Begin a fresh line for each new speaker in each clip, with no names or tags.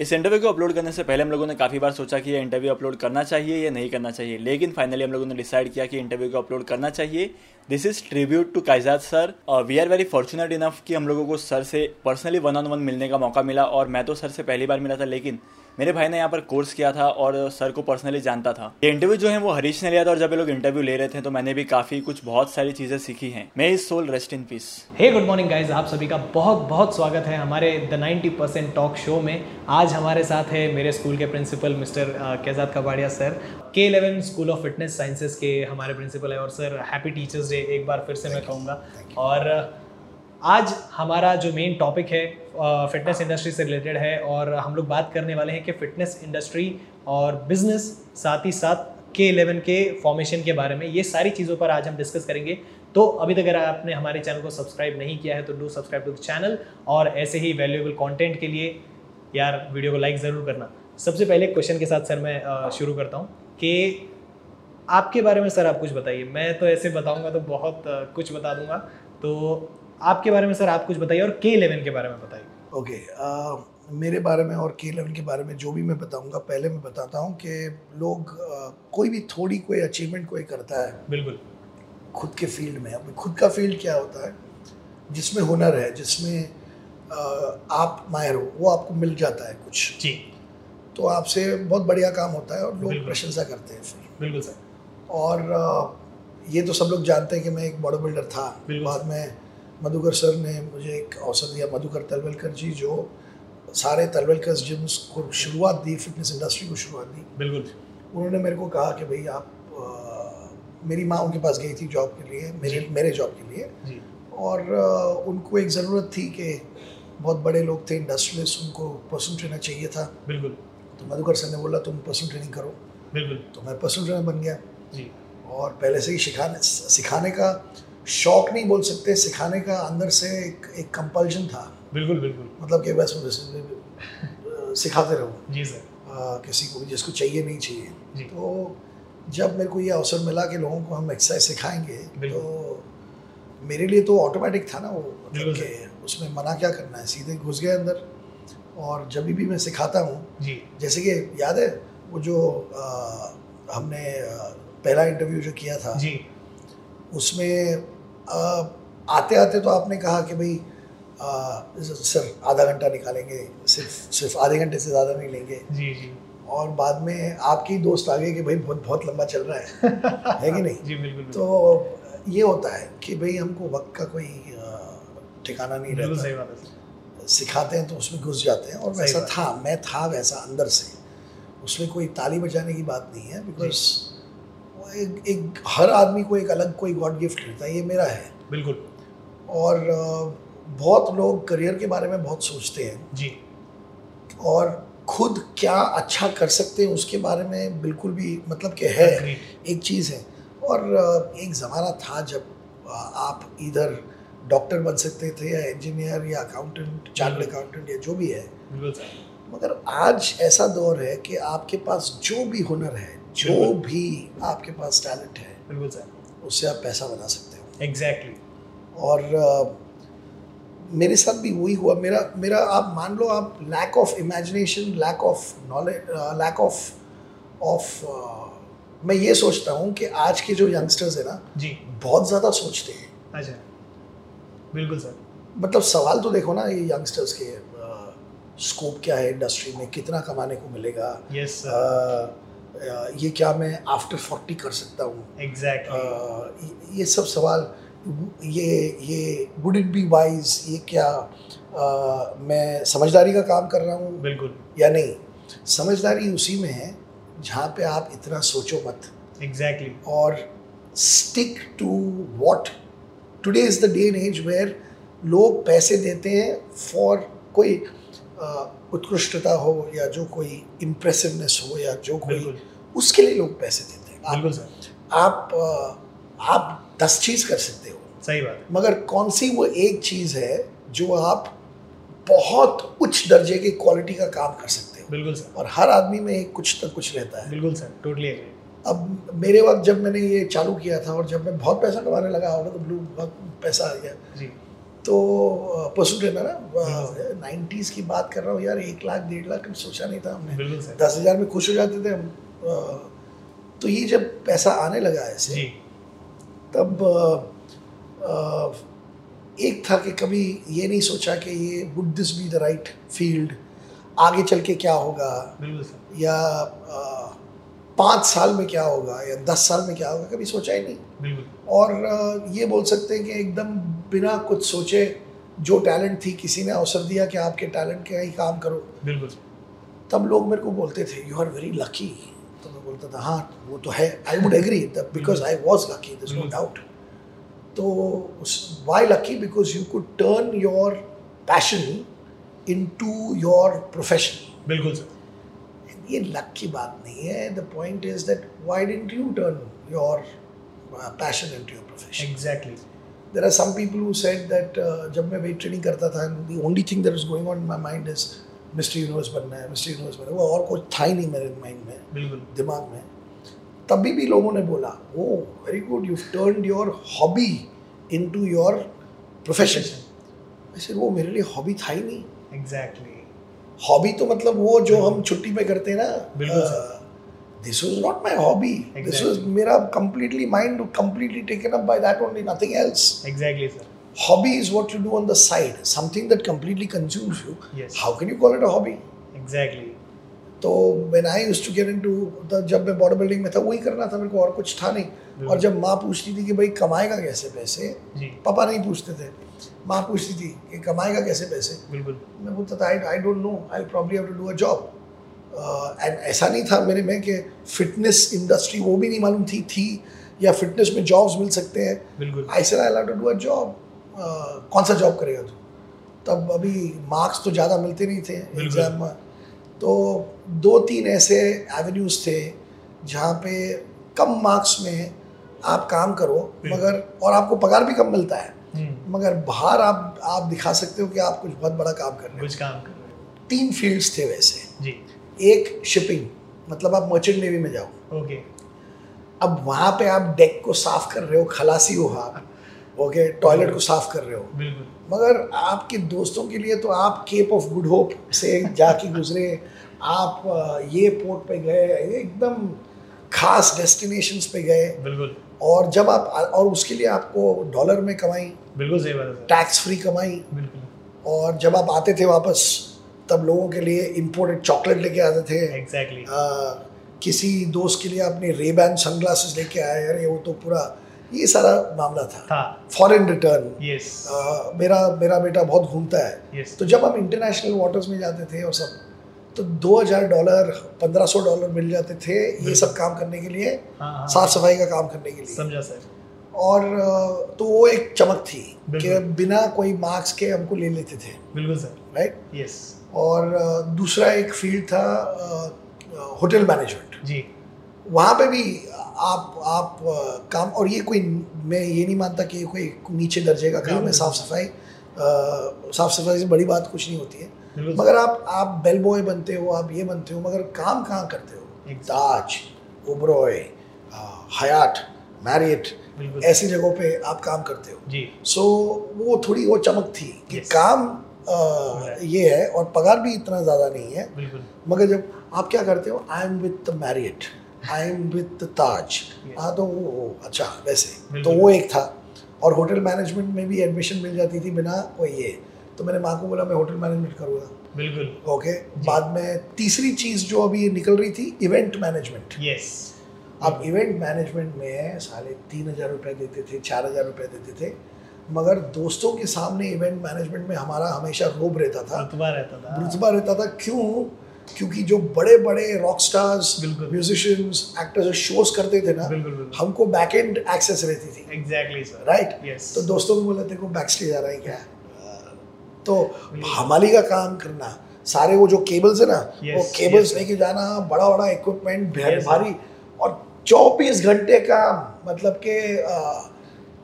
इस इंटरव्यू को अपलोड करने से पहले हम लोगों ने काफ़ी बार सोचा कि ये इंटरव्यू अपलोड करना चाहिए या नहीं करना चाहिए लेकिन फाइनली हम लोगों ने डिसाइड किया कि इंटरव्यू को अपलोड करना चाहिए this is tribute to Kayzad sir और we are very fortunate enough कि हम लोगों को सर से पर्सनली वन ऑन वन मिलने का मौका मिला और मैं तो सर से पहली बार मिला था लेकिन मेरे भाई ने यहाँ पर कोर्स किया था और सर को पर्सनली जानता था ये इंटरव्यू जो है वो हरीश ने लिया था और जब ये लोग इंटरव्यू ले रहे थे तो मैंने भी काफ़ी कुछ बहुत सारी चीज़ें सीखी हैं मैं इस soul rest in peace
hey good morning guys आप सभी का बहुत बहुत स्वागत है हमारे द 90 परसेंट टॉक शो में आज हमारे साथ है मेरे स्कूल के principal mister Kayzad Kabadia sir K eleven school of fitness sciences के हमारे प्रिंसिपल है और सर हैप्पी टीचर्स डे एक बार फिर से मैं कहूँगा और अ, आज हमारा जो मेन टॉपिक है फिटनेस इंडस्ट्री से रिलेटेड है और हम लोग बात करने वाले हैं कि फिटनेस इंडस्ट्री और बिजनेस साथ ही साथ के इलेवन के फॉर्मेशन के बारे में ये सारी चीज़ों पर आज हम डिस्कस करेंगे तो अभी तक अगर आपने हमारे चैनल को सब्सक्राइब नहीं किया है तो डू सब्सक्राइब टू चैनल और ऐसे ही वैल्यूएबल कंटेंट के लिए यार वीडियो को लाइक ज़रूर करना सबसे पहले क्वेश्चन के साथ सर मैं अ, शुरू करता हूँ कि आपके बारे में सर आप कुछ बताइए मैं तो ऐसे बताऊंगा तो बहुत अ, कुछ बता दूंगा तो आपके बारे में सर आप कुछ बताइए और के इलेवन के बारे में बताइए
ओके अ, uh, मेरे बारे में और के इलेवन के बारे में जो भी मैं बताऊंगा पहले मैं बताता हूँ कि लोग अ, कोई भी थोड़ी कोई अचीवमेंट कोई करता है
बिल्कुल
खुद के फील्ड में अब खुद का फील्ड क्या होता है जिसमें हुनर है जिसमें अ, आप माहिर हो वो आपको मिल जाता है कुछ
जी
तो आपसे बहुत बढ़िया काम होता है और लोग
बिल्कुल।
प्रशंसा करते हैं फिर
बिल्कुल सर
और अ, ये तो सब लोग जानते हैं कि मैं एक बॉडी बिल्डर था
बिल्कुल।
बाद में मधुकर सर ने मुझे एक अवसर दिया मधुकर तलवलकर जी जो सारे तलवलकर जिम्स को शुरुआत दी फिटनेस इंडस्ट्री को शुरुआत दी
बिल्कुल
उन्होंने मेरे को कहा कि भाई आप अ, मेरी माँ उनके पास गई थी जॉब के लिए मेरे मेरे जॉब के लिए
जी
और अ, उनको एक ज़रूरत थी कि बहुत बड़े लोग थे इंडस्ट्रियलिस्ट उनको पर्सनल ट्रेनर चाहिए था
बिल्कुल
तो मधुकर सर ने बोला तुम पर्सनल ट्रेनिंग करो
बिल्कुल
तो मैं पर्सनल ट्रेनर बन गया
जी
और पहले से ही सिखाने सिखाने का शौक नहीं बोल सकते सिखाने का अंदर से एक एक कंपल्शन था
बिल्कुल बिल्कुल
मतलब कि बस मुझे- अ, सिखाते रहो
जी सर
अ, किसी को भी जिसको चाहिए नहीं
जी।
चाहिए तो जब मेरे को ये अवसर मिला कि लोगों को हम एक्सरसाइज सिखाएंगे
बिल्कुल।
तो मेरे लिए तो ऑटोमेटिक था ना वो
बिल्कुल
मतलब कि उसमें मना क्या करना है सीधे घुस गए अंदर और जब भी मैं सिखाता हूँ
जी
जैसे कि याद है वो जो अ, हमने अ, पहला इंटरव्यू जो किया था
जी
उसमें अ, आते आते तो आपने कहा कि भाई अ, सर आधा घंटा निकालेंगे सिर्फ सिर्फ आधे घंटे से ज़्यादा नहीं लेंगे
जी जी
और बाद में आपके ही दोस्त आ गए कि भाई बहुत बहुत लंबा चल रहा है है कि नहीं
जी बिल्कुल बिल्कुल।
तो ये होता है कि भाई हमको वक्त का कोई अ, ठिकाना नहीं
बिल्कुल सही
रहता
बात है सर।
सिखाते हैं तो उसमें घुस जाते हैं और
सही
वैसा
बात।
था मैं था वैसा अंदर से उसमें कोई ताली बजाने की बात नहीं है बिकॉज एक, एक हर आदमी को एक अलग कोई गॉड गिफ्ट रहता है ये मेरा है
बिल्कुल
और अ, बहुत लोग करियर के बारे में बहुत सोचते हैं
जी
और खुद क्या अच्छा कर सकते हैं उसके बारे में बिल्कुल भी मतलब कि है
Agreed।
एक चीज़ है और अ, एक ज़माना था जब अ, आप इधर डॉक्टर बन सकते थे या इंजीनियर या अकाउंटेंट चार्टर्ड अकाउंटेंट या जो भी है
बिल्कुल सर
मगर आज ऐसा दौर है कि आपके पास जो भी हुनर है जो
बिल्कुल।
भी आपके पास टैलेंट है
बिल्कुल सर
उससे आप पैसा बना सकते हो
एग्जैक्टली
और अ, मेरे साथ भी वही हुआ मेरा मेरा आप मान लो आप lack of imagination lack of knowledge lack of of uh, मैं ये सोचता हूँ कि आज के जो यंगस्टर्स है ना
जी
बहुत ज़्यादा सोचते हैं
अच्छा बिल्कुल सर
मतलब सवाल तो देखो ना ये यंगस्टर्स के स्कोप क्या है इंडस्ट्री में कितना कमाने को मिलेगा
यस
अ,
सर
अ, ये क्या मैं आफ्टर फोर्टी कर सकता हूँ हाँ।
एग्जैक्टली
अ, ये सब सवाल ये ये वुड इट बी वाइज ये क्या अ, मैं समझदारी का काम कर रहा हूँ
बिल्कुल
या नहीं समझदारी उसी में है जहाँ पे आप इतना सोचो मत
एग्जैक्टली
और stick to what today is the day and as where लोग पैसे देते हैं फॉर कोई अ, उत्कृष्टता हो या जो कोई इम्प्रेसिवनेस हो या जो कोई
बिल्कुल
उसके लिए लोग पैसे देते हैं आप
बिल्कुल सर
आप अ, आप दस चीज़ कर सकते हो
सही बात है
मगर कौन सी वो एक चीज़ है जो आप बहुत उच्च दर्जे की क्वालिटी का काम कर सकते हो
बिल्कुल सर
और हर आदमी में एक कुछ ना कुछ रहता है
बिल्कुल सर टोटली एग्री
अब मेरे वक्त जब मैंने ये चालू किया था और जब मैं बहुत पैसा कमाने लगा और तो ब्लू बहुत पैसा आ गया
जी
तो परसों ट्रेन है ना नाइन्टीज़ की बात कर रहा हूँ यार एक लाख डेढ़ लाख सोचा नहीं था हमने
बिल्कुल सर
दस हज़ार में खुश हो जाते थे हम अ, तो ये जब पैसा आने लगा ऐसे
जी
तब अ, अ, एक था कि कभी ये नहीं सोचा कि ये would this be the right field आगे चल के क्या होगा
बिल्कुल सर
या अ, पाँच साल में क्या होगा या दस साल में क्या होगा कभी सोचा ही नहीं
बिल्कुल
और अ, ये बोल सकते हैं कि एकदम बिना कुछ सोचे जो टैलेंट थी किसी ने अवसर दिया कि आपके टैलेंट का ही काम करो
बिल्कुल
तब लोग मेरे को बोलते थे यू आर वेरी लकी तो मैं बोलता था हाँ वो तो है I would agree because I was lucky this no
बिल्कुल।
डाउट तो उस why lucky because you could turn your passion into your profession
बिल्कुल सर
ये लक की बात नहीं है the point is that why don't you turn your passion into your profession
exactly
there are some people who said that uh, जब मैं weight training करता था and the only thing that was going on in my mind is mister universe बनना है mister universe बनना है वो और कुछ था ही नहीं मेरे माइंड में
बिल्कुल
दिमाग में तभी भी लोगों ने बोला oh very good you turn your hobby into your profession ऐसे वो मेरे लिए हॉबी था ही नहीं
एग्जैक्टली
हॉबी तो मतलब वो जो हम छुट्टी पे करते हैं
बिल्कुल
ना uh, this was not my hobby this
Exactly.
Was मेरा completely mind completely taken up by that only nothing else
exactly sir
hobby is what you do on the side something that completely consumes you
Yes.
how can you call it a hobby
exactly
तो when i used to get into the जब मैं body building में था वही करना था मेरे को और कुछ था नहीं और जब माँ पूछती थी कि भाई कमाएगा कैसे पैसे
जी
पापा नहीं पूछते थे माँ पूछती थी कि कमाएगा कैसे पैसे
बिल्कुल
मैं बोलता था I I don't know I probably have to do a job and ऐसा नहीं था मेरे में कि फिटनेस इंडस्ट्री वो भी नहीं मालूम थी थी या फिटनेस में जॉब्स मिल सकते हैं
बिल्कुल
I said I allowed to do a job uh, कौन सा जॉब करेगा तू तब अभी मार्क्स तो ज़्यादा मिलते नहीं थे
बिल्कुल।
एग्ज़ाम में तो दो तीन ऐसे एवेन्यूज़ थे जहाँ पे कम मार्क्स में आप काम करो
बिल्कुल।
मगर और आपको पगार भी कम मिलता है
हम्म,
मगर बाहर आप आप दिखा सकते हो कि आप कुछ बहुत बड़ा काम कर रहे
कुछ काम कर रहे हो।
हो तीन फील्ड्स थे वैसे
जी
एक शिपिंग मतलब आप मर्चेंट नेवी में जाओ
ओके
अब वहाँ पे आप डेक को साफ कर रहे हो खलासी हो आप ओके टॉयलेट को साफ कर रहे हो
बिल्कुल
मगर आपके दोस्तों के लिए तो आप केप ऑफ गुड होप से जाके गुजरे आप अ, ये पोर्ट पे गए ये एकदम खास डेस्टिनेशंस पे गए
बिल्कुल
और जब आप और उसके लिए आपको डॉलर में कमाई
बिल्कुल सही बात है सर
टैक्स फ्री कमाई
बिल्कुल
और जब आप आते थे वापस तब लोगों के लिए इम्पोर्टेड चॉकलेट लेके आते थे
एग्जैक्टली
अ, किसी दोस्त के लिए आपने रेबैन सनग्लासेस लेके आए अरे वो तो पूरा ये सारा मामला था
था
फॉरेन रिटर्न
यस
मेरा मेरा बेटा बहुत घूमता है
यस
तो जब हम इंटरनेशनल वाटर्स में जाते थे और सब तो 2000 डॉलर 1500 डॉलर मिल जाते थे ये सब काम करने के लिए
हाँ हाँ
साफ सफाई का काम करने के लिए
समझा सर
और अ, तो वो एक चमक थी कि
बिल्कुल।
बिना कोई मार्क्स के हमको ले लेते थे
बिल्कुल सर
राइट
यस
और अ, दूसरा एक फील्ड था होटल मैनेजमेंट
जी
वहाँ पे भी आप आप अ, काम और ये कोई मैं ये नहीं मानता कि ये कोई नीचे दर्जे का काम है
बिल्कुल।
साफ सफाई अ, साफ सफाई से बड़ी बात कुछ नहीं होती है
बिल्कुल
मगर आप आप बेल बॉय बनते हो आप ये बनते हो मगर काम कहाँ करते हो
Exactly.
Taj Oberoi Hyatt Marriott
बिल्कुल
ऐसी जगहों पे आप काम करते हो
जी
सो वो थोड़ी वो चमक थी कि
Yes.
काम अ, ये है और पगार भी इतना ज़्यादा नहीं है
बिल्कुल
मगर जब आप क्या करते हो I am with Marriott I am with Taj
Yes.
हाँ तो वो वो, अच्छा वैसे तो
बिल्कुल।
वो एक था और होटल मैनेजमेंट में भी एडमिशन मिल जाती थी बिना कोई ये तो मैंने माँ को बोला मैं होटल मैनेजमेंट करूँगा
बिल्कुल
ओके बाद में तीसरी चीज जो अभी निकल रही थी इवेंट मैनेजमेंट
यस
अब इवेंट मैनेजमेंट में साले तीन हजार रुपये देते थे चार हजार रुपये देते थे मगर दोस्तों के सामने इवेंट मैनेजमेंट में हमारा हमेशा रोब रहता था
रुतबा रहता था
रुतबा रहता था क्यों क्योंकि जो बड़े बड़े रॉक स्टार्स
बिल्कुल।
म्यूजिशियंस एक्टर्स शोज करते थे ना
बिल्कुल बिल्कुल
हमको बैक एंड एक्सेस रहती थी
एग्जैक्टली सर
राइट
यस
तो दोस्तों को बोला तेरे को बैक स्टेज आ रहा है क्या तो हमारी का काम करना सारे वो जो केबल्स है ना
Yes,
वो केबल्स
yes.
लेके जाना बड़ा बड़ा इक्विपमेंट
Yes.
भारी और चौबीस घंटे का मतलब के अ,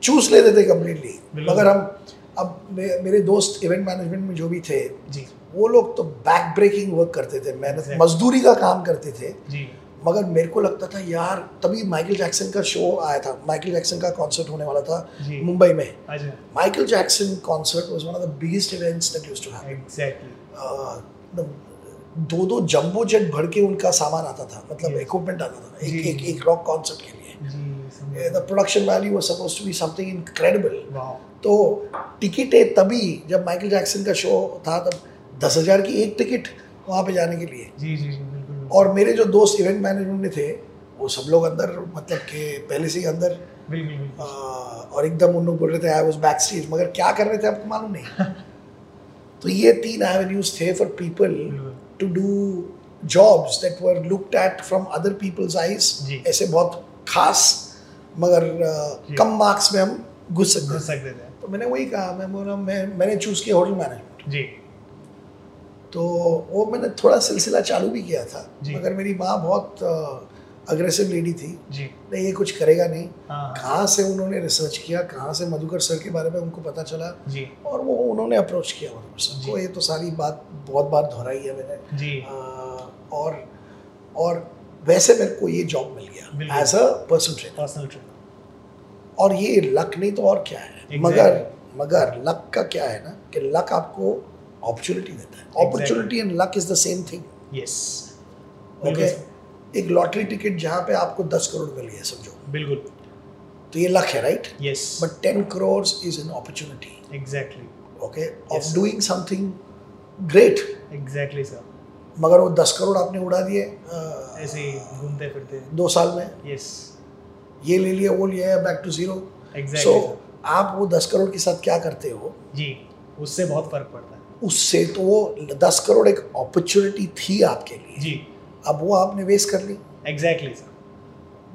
चूस लेते थे कम्प्लीटली
बिल्कुल।
मगर हम अब मे- मेरे दोस्त इवेंट मैनेजमेंट में जो भी थे
जी
वो लोग तो बैक ब्रेकिंग वर्क करते थे मेहनत
Exactly.
मजदूरी का काम करते थे
जी
मगर मेरे को लगता था यार तभी माइकल जैक्सन का शो आया था माइकल जैक्सन का कॉन्सर्ट होने वाला था
जी।
मुंबई में
अच्छा
Michael Jackson concert was one of the biggest events that used to happen
exactly
Uh, मतलब दो दो जंबो जेट भर के उनका सामान आता था मतलब
Yes.
इक्विपमेंट आता था एक
जी।
एक एक रॉक कॉन्सर्ट के लिए
जी
the production value was suppose to be something incredible
wow
तो टिकटें तभी जब माइकल जैक्सन का शो था तब दस हज़ार की एक टिकट वहाँ पे जाने के लिए
जी जी जी बिल्कुल
और मेरे जो दोस्त इवेंट मैनेजमेंट में थे वो सब लोग अंदर मतलब के पहले से ही अंदर
बिल्कुल
आ,
बिल्कुल
और एकदम उन लोग बोल रहे थे आई वॉज बैक स्टेज मगर क्या कर रहे थे आपको मालूम नहीं तो ये तीन एवेन्यूज थे फॉर पीपल
बिल्कुल
to do jobs that were looked at from other people's
जी।
आईज ऐसे बहुत खास मगर
जी।
आ, कम मार्क्स में हम घुस सकते
घुस
थे
सकते थे
तो मैंने वही कहा मैं बोला मैं मैंने चूज़ किया होटल मैनेजमेंट
जी
तो वो मैंने थोड़ा सिलसिला चालू भी किया था
जी।
मगर मेरी माँ बहुत अग्रेसिव लेडी थी
जी
नहीं ये कुछ करेगा नहीं
हाँ हाँ,
कहाँ से उन्होंने रिसर्च किया कहाँ से मधुकर सर के बारे में उनको पता चला
जी
और वो उन्होंने अप्रोच किया मधुकर सर को
जी।
ये तो सारी बात बहुत बार दोहराई है मैंने
जी
आ, और और वैसे मेरे को ये जॉब मिल गया
बिल्कुल।
As a person trainer
personal trainer
और ये लक नहीं तो और क्या है
Exactly.
मगर मगर लक का क्या है ना कि लक आपको अपॉर्चुनिटी देता है opportunity and luck is the same thing
yes
okay एक लॉटरी टिकट जहाँ पे आपको दस करोड़ मिल गया समझो
बिल्कुल
तो ये लक है right
yes
but 10 crores is an opportunity
exactly
okay
Yes.
of doing something great
exactly sir
मगर वो 10 करोड़ आपने उड़ा दिए अ,
ऐसे ही घूमते फिरते
दो साल में
यस
ये ले लिया वो लिया back to zero so
exactly sir
आप वो 10 करोड़ के साथ क्या करते हो
जी उससे बहुत फर्क पड़ता है
उससे तो वो 10 करोड़ एक अपॉर्चुनिटी थी आपके लिए
जी
अब वो आपने वेस्ट कर ली
एग्जैक्टली सर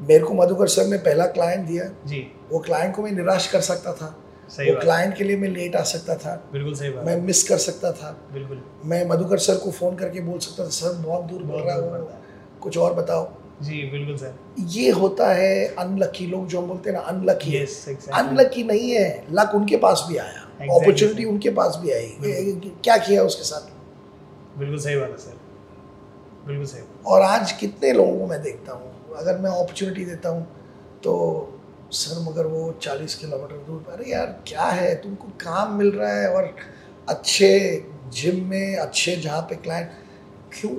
मेरे को मधुकर सर ने पहला क्लाइंट दिया
जी
वो क्लाइंट को मैं निराश कर सकता था
सही
वो
बात
क्लाइंट के लिए मैं लेट आ सकता था
बिल्कुल सही बात
मैं मिस कर सकता था
बिल्कुल
मैं मधुकर सर को फ़ोन करके बोल सकता था सर बहुत दूर तो बोल
बहुत
रहा
फर्क
हूँ
पड़ता है
कुछ और बताओ
जी बिल्कुल सर
ये होता है अनलकी लोग जो हम बोलते हैं ना अनलकी
यस एग्जैक्टली
अनलकी नहीं है लक उनके पास भी आया
Exactly,
अपॉर्चुनिटी
sir.
उनके पास भी आई ये- ये- क्या किया उसके साथ
बिल्कुल सही बात है सर बिल्कुल सही
और आज कितने लोगों को मैं देखता हूँ अगर मैं अपॉर्चुनिटी देता हूँ तो सर मगर वो 40 किलोमीटर दूर अरे यार क्या है तुमको काम मिल रहा है और अच्छे जिम में अच्छे जहाँ पे क्लाइंट क्यों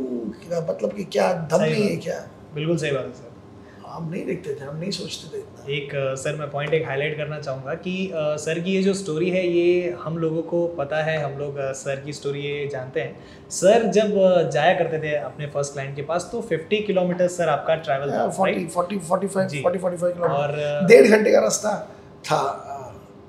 क्या- मतलब कि क्या दम
सही
नहीं है
बात।
क्या
बिल्कुल सही बात है सर
हम नहीं देखते थे हम नहीं सोचते थे इतना
एक अ, सर मैं पॉइंट एक हाईलाइट करना चाहूँगा कि अ, सर की ये जो स्टोरी है ये हम लोगों को पता है हम लोग अ, सर की स्टोरी ये जानते हैं सर जब अ, जाया करते थे अपने फर्स्ट क्लाइंट के पास तो 50 किलोमीटर सर आपका ट्रैवल था
forty
right
forty forty five
जी।
फोर्टी फोर्टी फाइव किलोमीटर
और अ,
डेढ़ घंटे का रास्ता था अ,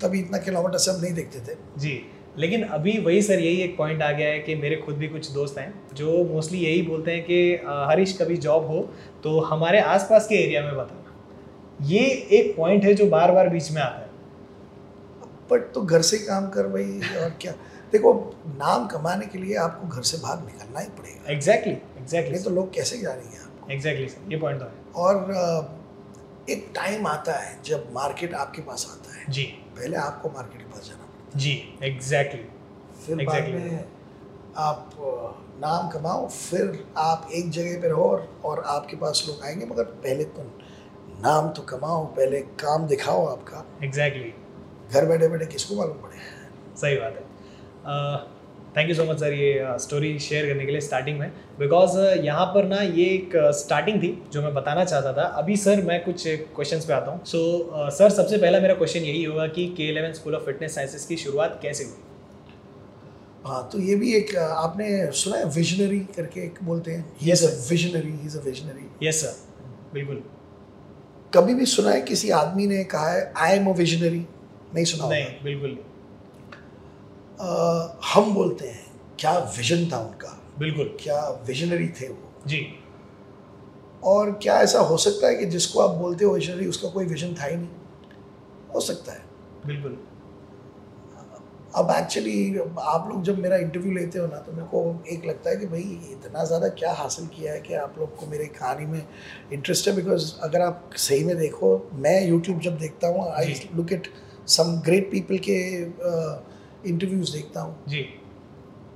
तभी इतना किलोमीटर से हम नहीं देखते थे
जी लेकिन अभी वही सर यही एक पॉइंट आ गया है कि मेरे खुद भी कुछ दोस्त हैं जो मोस्टली यही बोलते हैं कि "अ, हरीश कभी जॉब हो तो हमारे आसपास के एरिया में बताना ये एक पॉइंट है जो बार बार बीच में आता है
बट तो घर से ही काम कर भाई और क्या देखो नाम कमाने के लिए आपको घर से बाहर निकलना ही पड़ेगा
एग्जैक्टली एग्जैक्टली
नहीं तो लोग कैसे जानेंगे आप
एग्जैक्टली सर ये पॉइंट तो है
और अ, एक टाइम आता है जब मार्केट आपके पास आता है
जी
पहले आपको मार्केट के पास जाना पड़ता
जी एग्जैक्टली
है फिर बाद
Exactly.
में आप अ, नाम कमाओ फिर आप एक जगह पे रहो और, और आपके पास लोग आएंगे मगर पहले तो नाम तो कमाओ पहले काम दिखाओ आपका
एग्जैक्टली
घर बैठे बैठे किसको मालूम पड़ेगा
सही बात है thank you so much sir ये स्टोरी शेयर करने के लिए स्टार्टिंग में बिकॉज यहाँ पर ना ये एक स्टार्टिंग थी जो मैं बताना चाहता था अभी सर मैं कुछ क्वेश्चंस पे आता हूँ सो सर सबसे पहला मेरा क्वेश्चन यही होगा कि K eleven school of fitness sciences की शुरुआत कैसे हुई
हाँ तो ये भी एक अ, आपने सुना है विजनरी करके एक बोलते हैं he
Yes,
is a
sir.
Visionary he is a visionary
yes sir बिल्कुल
कभी भी सुना है किसी आदमी ने कहा है आई एम अ विजनरी नहीं सुना होगा।
नहीं बिल्कुल
अ, हम बोलते हैं क्या विजन था उनका
बिल्कुल
क्या विजनरी थे वो
जी
और क्या ऐसा हो सकता है कि जिसको आप बोलते हो विजनरी उसका कोई विजन था ही नहीं हो सकता है
बिल्कुल
अब एक्चुअली आप लोग जब मेरा इंटरव्यू लेते हो ना तो मेरे को एक लगता है कि भाई इतना ज़्यादा क्या हासिल किया है कि आप लोग को मेरे कहानी में इंटरेस्ट है बिकॉज अगर आप सही में देखो मैं यूट्यूब जब देखता हूँ आई
जी।
Look at some great people के इंटरव्यूज़ देखता हूँ
जी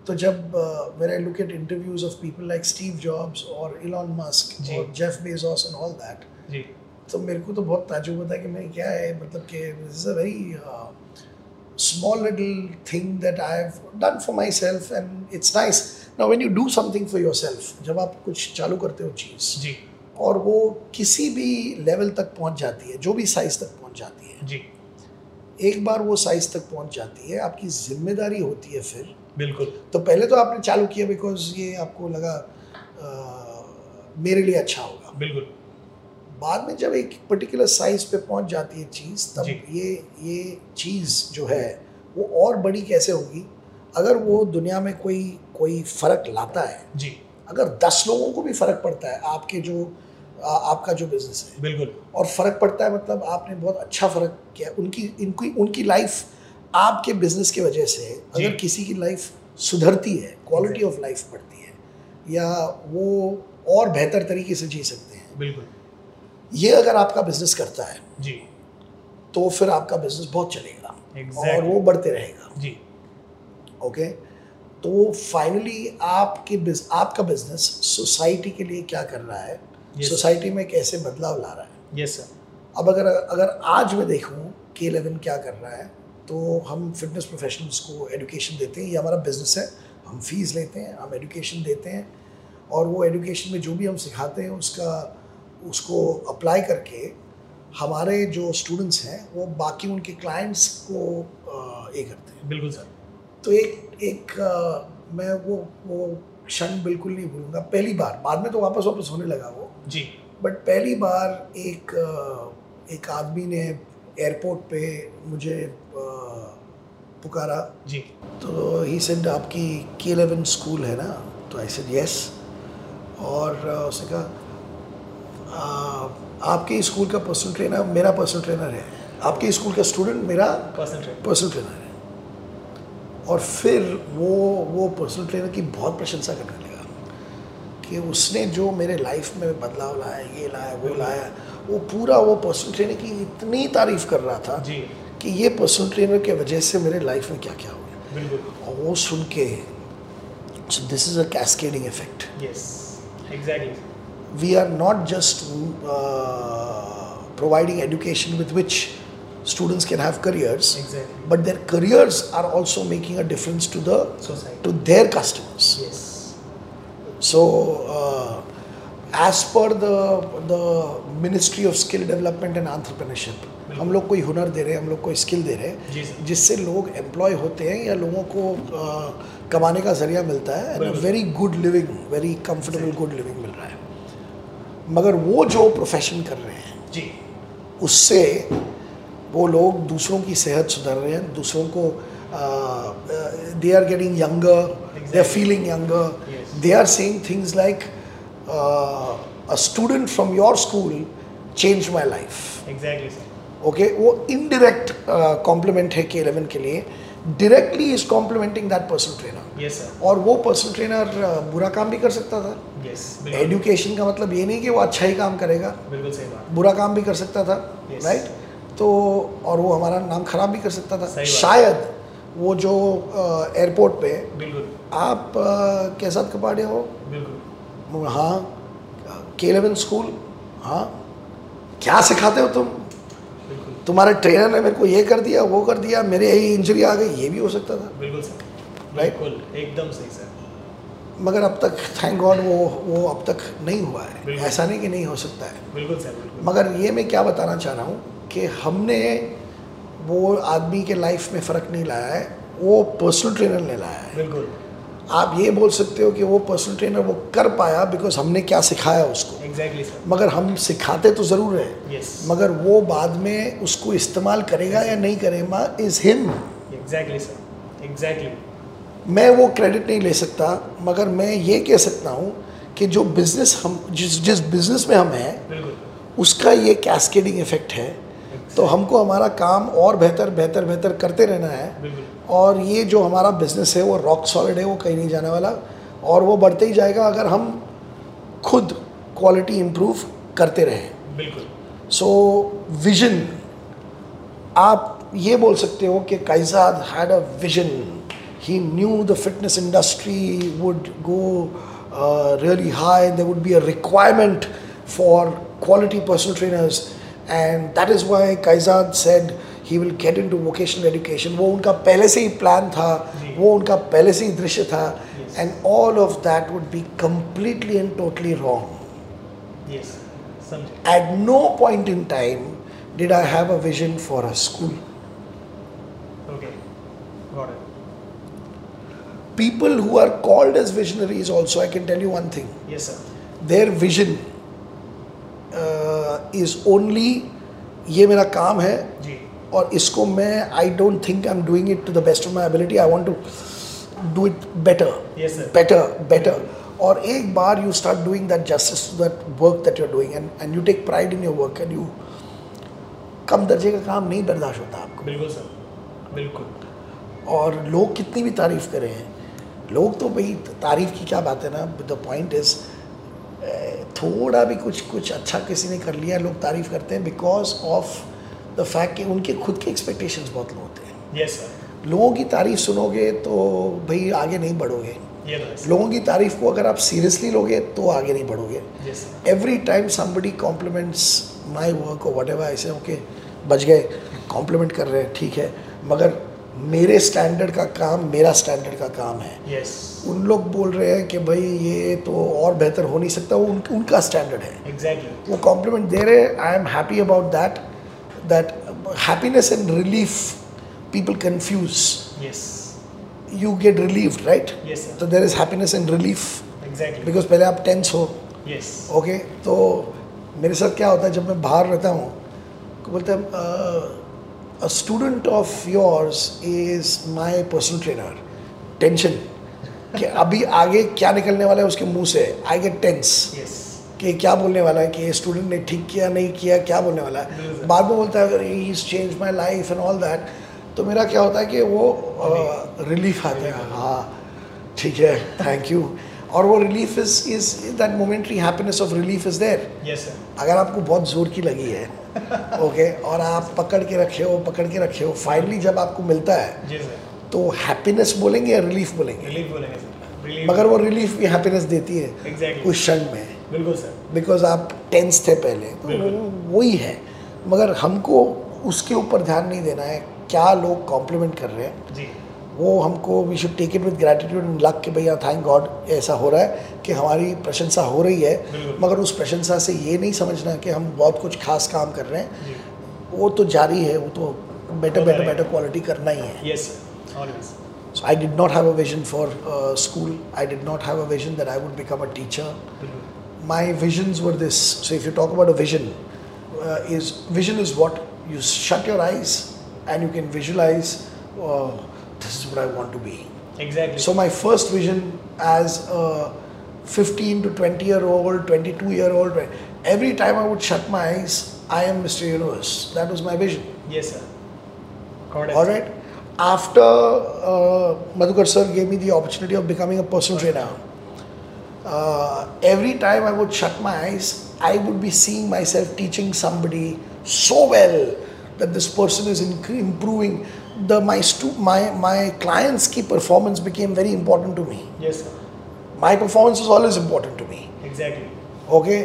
तो जब where I look at interviews of people like Steve Jobs और इलॉन मस्क
जी।
और Jeff Bezos and all that
जी
तो मेरे को तो बहुत ताजुब होता है कि मैं क्या है मतलब कि this is a uh, very small little thing that I have done for myself and it's nice now when you do something for yourself जब आप कुछ चालू करते हो चीज़
जी
और वो किसी भी लेवल तक पहुंच जाती है जो भी साइज तक पहुंच जाती है
जी
एक बार वो साइज तक पहुंच जाती है आपकी जिम्मेदारी होती है फिर
बिल्कुल
तो पहले तो आपने चालू किया बिकॉज ये आपको लगा अ, मेरे लिए अच्छा होगा
बिल्कुल
बाद में जब एक पर्टिकुलर साइज पे पहुंच जाती है चीज़ तब
जी।
ये ये चीज़ जो है वो और बड़ी कैसे होगी अगर वो दुनिया में कोई कोई फ़र्क लाता है
जी
अगर दस लोगों को भी फ़र्क पड़ता है आपके जो आ, आपका जो बिज़नेस है
बिल्कुल
और फ़र्क पड़ता है मतलब आपने बहुत अच्छा फ़र्क किया उनकी इनकी उनकी लाइफ आपके बिजनेस की वजह से
जी।
अगर किसी की लाइफ सुधरती है क्वालिटी ऑफ लाइफ बढ़ती है या वो और बेहतर तरीके से जी सकते हैं
बिल्कुल
ये अगर आपका बिजनेस करता है
जी
तो फिर आपका बिजनेस बहुत चलेगा
Exactly.
और वो बढ़ते रहेगा
जी
ओके तो फाइनली आपके बिज- आपका बिजनेस सोसाइटी के लिए क्या कर रहा है
Yes.
सोसाइटी में कैसे बदलाव ला रहा है
यस सर
अब अगर अगर आज मैं देखूं के इलेवन क्या कर रहा है तो हम फिटनेस प्रोफेशनल्स को एडुकेशन देते हैं ये हमारा बिजनेस है हम फीस लेते हैं हम एडुकेशन देते हैं और वो एडुकेशन में जो भी हम सिखाते हैं उसका उसको अप्लाई करके हमारे जो स्टूडेंट्स हैं वो बाकी उनके क्लाइंट्स को अ, ये करते हैं
बिल्कुल सर
तो एक एक अ, मैं वो वो क्षण बिल्कुल नहीं भूलूंगा पहली बार बाद में तो वापस वापस होने लगा वो
जी
बट पहली बार एक अ, एक आदमी ने एयरपोर्ट पे मुझे अ, पुकारा
जी
तो ही सेड आपकी के इलेवन स्कूल है ना तो आई सेड यस और अ, उसने कहा "आ, आपके स्कूल का पर्सनल ट्रेनर मेरा पर्सनल ट्रेनर है आपके स्कूल का स्टूडेंट मेरा
पर्सन
पर्सनल ट्रेनर है और फिर वो वो पर्सनल ट्रेनर की बहुत प्रशंसा करने लगा कि उसने जो मेरे लाइफ में बदलाव लाया ये लाया वो लाया वो पूरा वो पर्सनल ट्रेनर की इतनी तारीफ कर रहा था
जी
कि ये पर्सनल ट्रेनर की वजह से मेरे लाइफ में क्या क्या हो गया
बिल्कुल
और वो सुन के this is a cascading effect
yes exactly
we are not just uh, providing education with which students can have careers
Exactly.
but their careers are also making a difference to the
society
to their customers
yes
so uh, as per the the ministry of skill development and entrepreneurship हम लोग कोई हुनर दे रहे हैं हम लोग कोई skill दे रहे
जी
हैं
सर।
जिससे लोग एम्प्लॉय होते हैं या लोगों को uh, कमाने का जरिया मिलता है
बिल्कुल।
Very good living very comfortable good living मिल रहा है मगर वो जो प्रोफेशन कर रहे हैं
जी
उससे वो लोग दूसरों की सेहत सुधार रहे हैं दूसरों को they are getting younger they are feeling younger
Yes.
They are saying things like a student from your school change my life
exactly sir
okay वो इनडायरेक्ट कॉम्प्लीमेंट है के इलेवन के लिए directly is complimenting that personal trainer
yes sir
और वो personal trainer बुरा काम भी कर सकता था
यस
एडुकेशन का मतलब ये नहीं कि वो अच्छा ही काम करेगा
बिल्कुल सही बात
बुरा काम भी कर सकता था राइट
Yes.
तो और वो हमारा नाम खराब भी कर सकता था
सही बात।
शायद वो जो एयरपोर्ट पे
बिल्कुल
आप अ, के साथ कपाड़े हो
बिल्कुल
म- हाँ के इलेवन स्कूल हाँ क्या सिखाते हो तुम
बिल्कुल
तुम्हारे ट्रेनर ने मेरे को ये कर दिया वो कर दिया मेरे यही इंजरी आ गई ये भी हो सकता था
बिल्कुल सर
Right?
बिल्कुल एकदम सही सर
मगर अब तक थैंक गॉड वो वो अब तक नहीं हुआ है
बिल्कुल।
ऐसा नहीं कि नहीं हो सकता है
बिल्कुल सर बिल्कुल
मगर ये मैं क्या बताना चाह रहा हूँ कि हमने वो आदमी के लाइफ में फ़र्क नहीं लाया है वो पर्सनल ट्रेनर ने लाया है
बिल्कुल
आप ये बोल सकते हो कि वो पर्सनल ट्रेनर वो कर पाया बिकॉज हमने क्या सिखाया उसको
एग्जैक्टली सर
मगर हम सिखाते तो ज़रूर हैं
यस
मगर वो बाद में उसको इस्तेमाल करेगा या नहीं करेगा is him
exactly sir exactly
मैं वो क्रेडिट नहीं ले सकता मगर मैं ये कह सकता हूँ कि जो बिज़नेस हम जिस जिस बिज़नेस में हम हैं
बिल्कुल
उसका ये कैस्केडिंग इफेक्ट है तो हमको हमारा काम और बेहतर बेहतर बेहतर करते रहना है
बिल्कुल
और ये जो हमारा बिजनेस है वो रॉक सॉलिड है वो कहीं नहीं जाने वाला और वो बढ़ते ही जाएगा अगर हम खुद क्वालिटी इम्प्रूव करते रहें
बिल्कुल
सो विजन आप ये बोल सकते हो कि Kaizad had a vision He knew the fitness industry would go uh, really high. There would be a requirement for quality personal trainers, and that is why Kaizad said he will get into vocational education. वो उनका पहले से ही plan था वो उनका पहले से ही दृश्य था and all of that would be completely and totally wrong.
yes समझे
At no point in time did I have a vision for a school.
okay got it
People who are called as visionaries, also, I can tell you one thing
yes sir
their vision uh, is only ये मेरा काम है
जी
और इसको मैं I don't think I am doing it to the best of my ability I want to do it better
yes sir
better better और एक बार you start doing that justice to that work that you are doing and and you take pride in your work and you कम दर्जे का काम नहीं बर्दाश्त होता आपको
बिल्कुल सर बिल्कुल
और लोग कितनी भी तारीफ करें लोग तो भाई तारीफ की क्या बात है ना द पॉइंट इज थोड़ा भी कुछ कुछ अच्छा किसी ने कर लिया लोग तारीफ करते हैं बिकॉज ऑफ द फैक्ट कि उनके खुद के एक्सपेक्टेशंस बहुत लो होते हैं
yes सर
लोगों की तारीफ सुनोगे तो भाई आगे नहीं बढ़ोगे
ये तो है सर
लोगों की तारीफ को अगर आप सीरियसली लोगे तो आगे नहीं बढ़ोगे
yes sir
every time somebody compliments my work और वट एवर ऐसे ओके बच गए कॉम्प्लीमेंट कर रहे हैं ठीक है मगर मेरे स्टैंडर्ड का काम मेरा स्टैंडर्ड का काम है
yes
उन लोग बोल रहे हैं कि भाई ये तो और बेहतर हो नहीं सकता वो उन, उनका स्टैंडर्ड है
exactly
वो कॉम्प्लीमेंट दे रहे हैं I am happy about that that happiness and relief people confuse
yes
you get relieved right
yes sir
तो there is happiness and relief
exactly
because पहले आप टेंस हो
yes
ओके तो मेरे साथ क्या होता है जब मैं बाहर रहता हूँ तो बोलते हैं a student of yours is my personal trainer tension कि अभी आगे क्या निकलने वाला है उसके मुंह से आई गेट टेंस
yes
कि क्या बोलने वाला है कि स्टूडेंट ने ठीक किया नहीं किया क्या बोलने वाला है
बिल्कुल।
बाद में बोलता है अगर he is change my life and all that तो मेरा क्या होता है कि वो रिलीफ आता है हाँ ठीक है थैंक यू और वो relief is is that momentary happiness of relief is there
yes sir
अगर आपको बहुत जोर की लगी है ओके और आप पकड़ के रखे हो पकड़ के रखे हो फाइनली जब आपको मिलता है
जी सर
तो हैप्पीनेस बोलेंगे या रिलीफ बोलेंगे
रिलीफ बोलेंगे सर रिलीफ
मगर वो रिलीफ भी हैप्पीनेस देती है
एग्जैक्टली
उस क्षण में
बिल्कुल सर
बिकॉज आप टेंस थे पहले
बिल्कुल।
तो वही है मगर हमको उसके ऊपर ध्यान नहीं देना है क्या लोग कॉम्प्लीमेंट कर रहे हैं
जी
वो हमको we should take it with gratitude and luck कि भैया थैंक गॉड ऐसा हो रहा है कि हमारी प्रशंसा हो रही है
बिल्कुल।
मगर उस प्रशंसा से ये नहीं समझना कि हम बहुत कुछ खास काम कर रहे हैं
जी
वो तो जारी है वो तो बेटर
होता
बेटर
रहेगा।
बेटर क्वालिटी करना ही है
yes sir always
so I did not have a vision for school I did not have a vision that I would become a teacher
बिल्कुल
my visions were this so if you talk about a vision uh, is vision is what you shut your eyes and you can visualize oh, this is what i want to be
exactly
so my first vision as a 15 to 20 year old 22 year old every time i would shut my eyes i am mr universe that was my vision
Yes, sir. Got it.
all right after uh, madhukar sir gave me the opportunity of becoming a personal trainer uh, every time i would shut my eyes i would be seeing myself teaching somebody so well that this person is inc- improving the my stu- my my clients key performance became very important to me
Yes, sir.
my performance was always important to me
Exactly.
Okay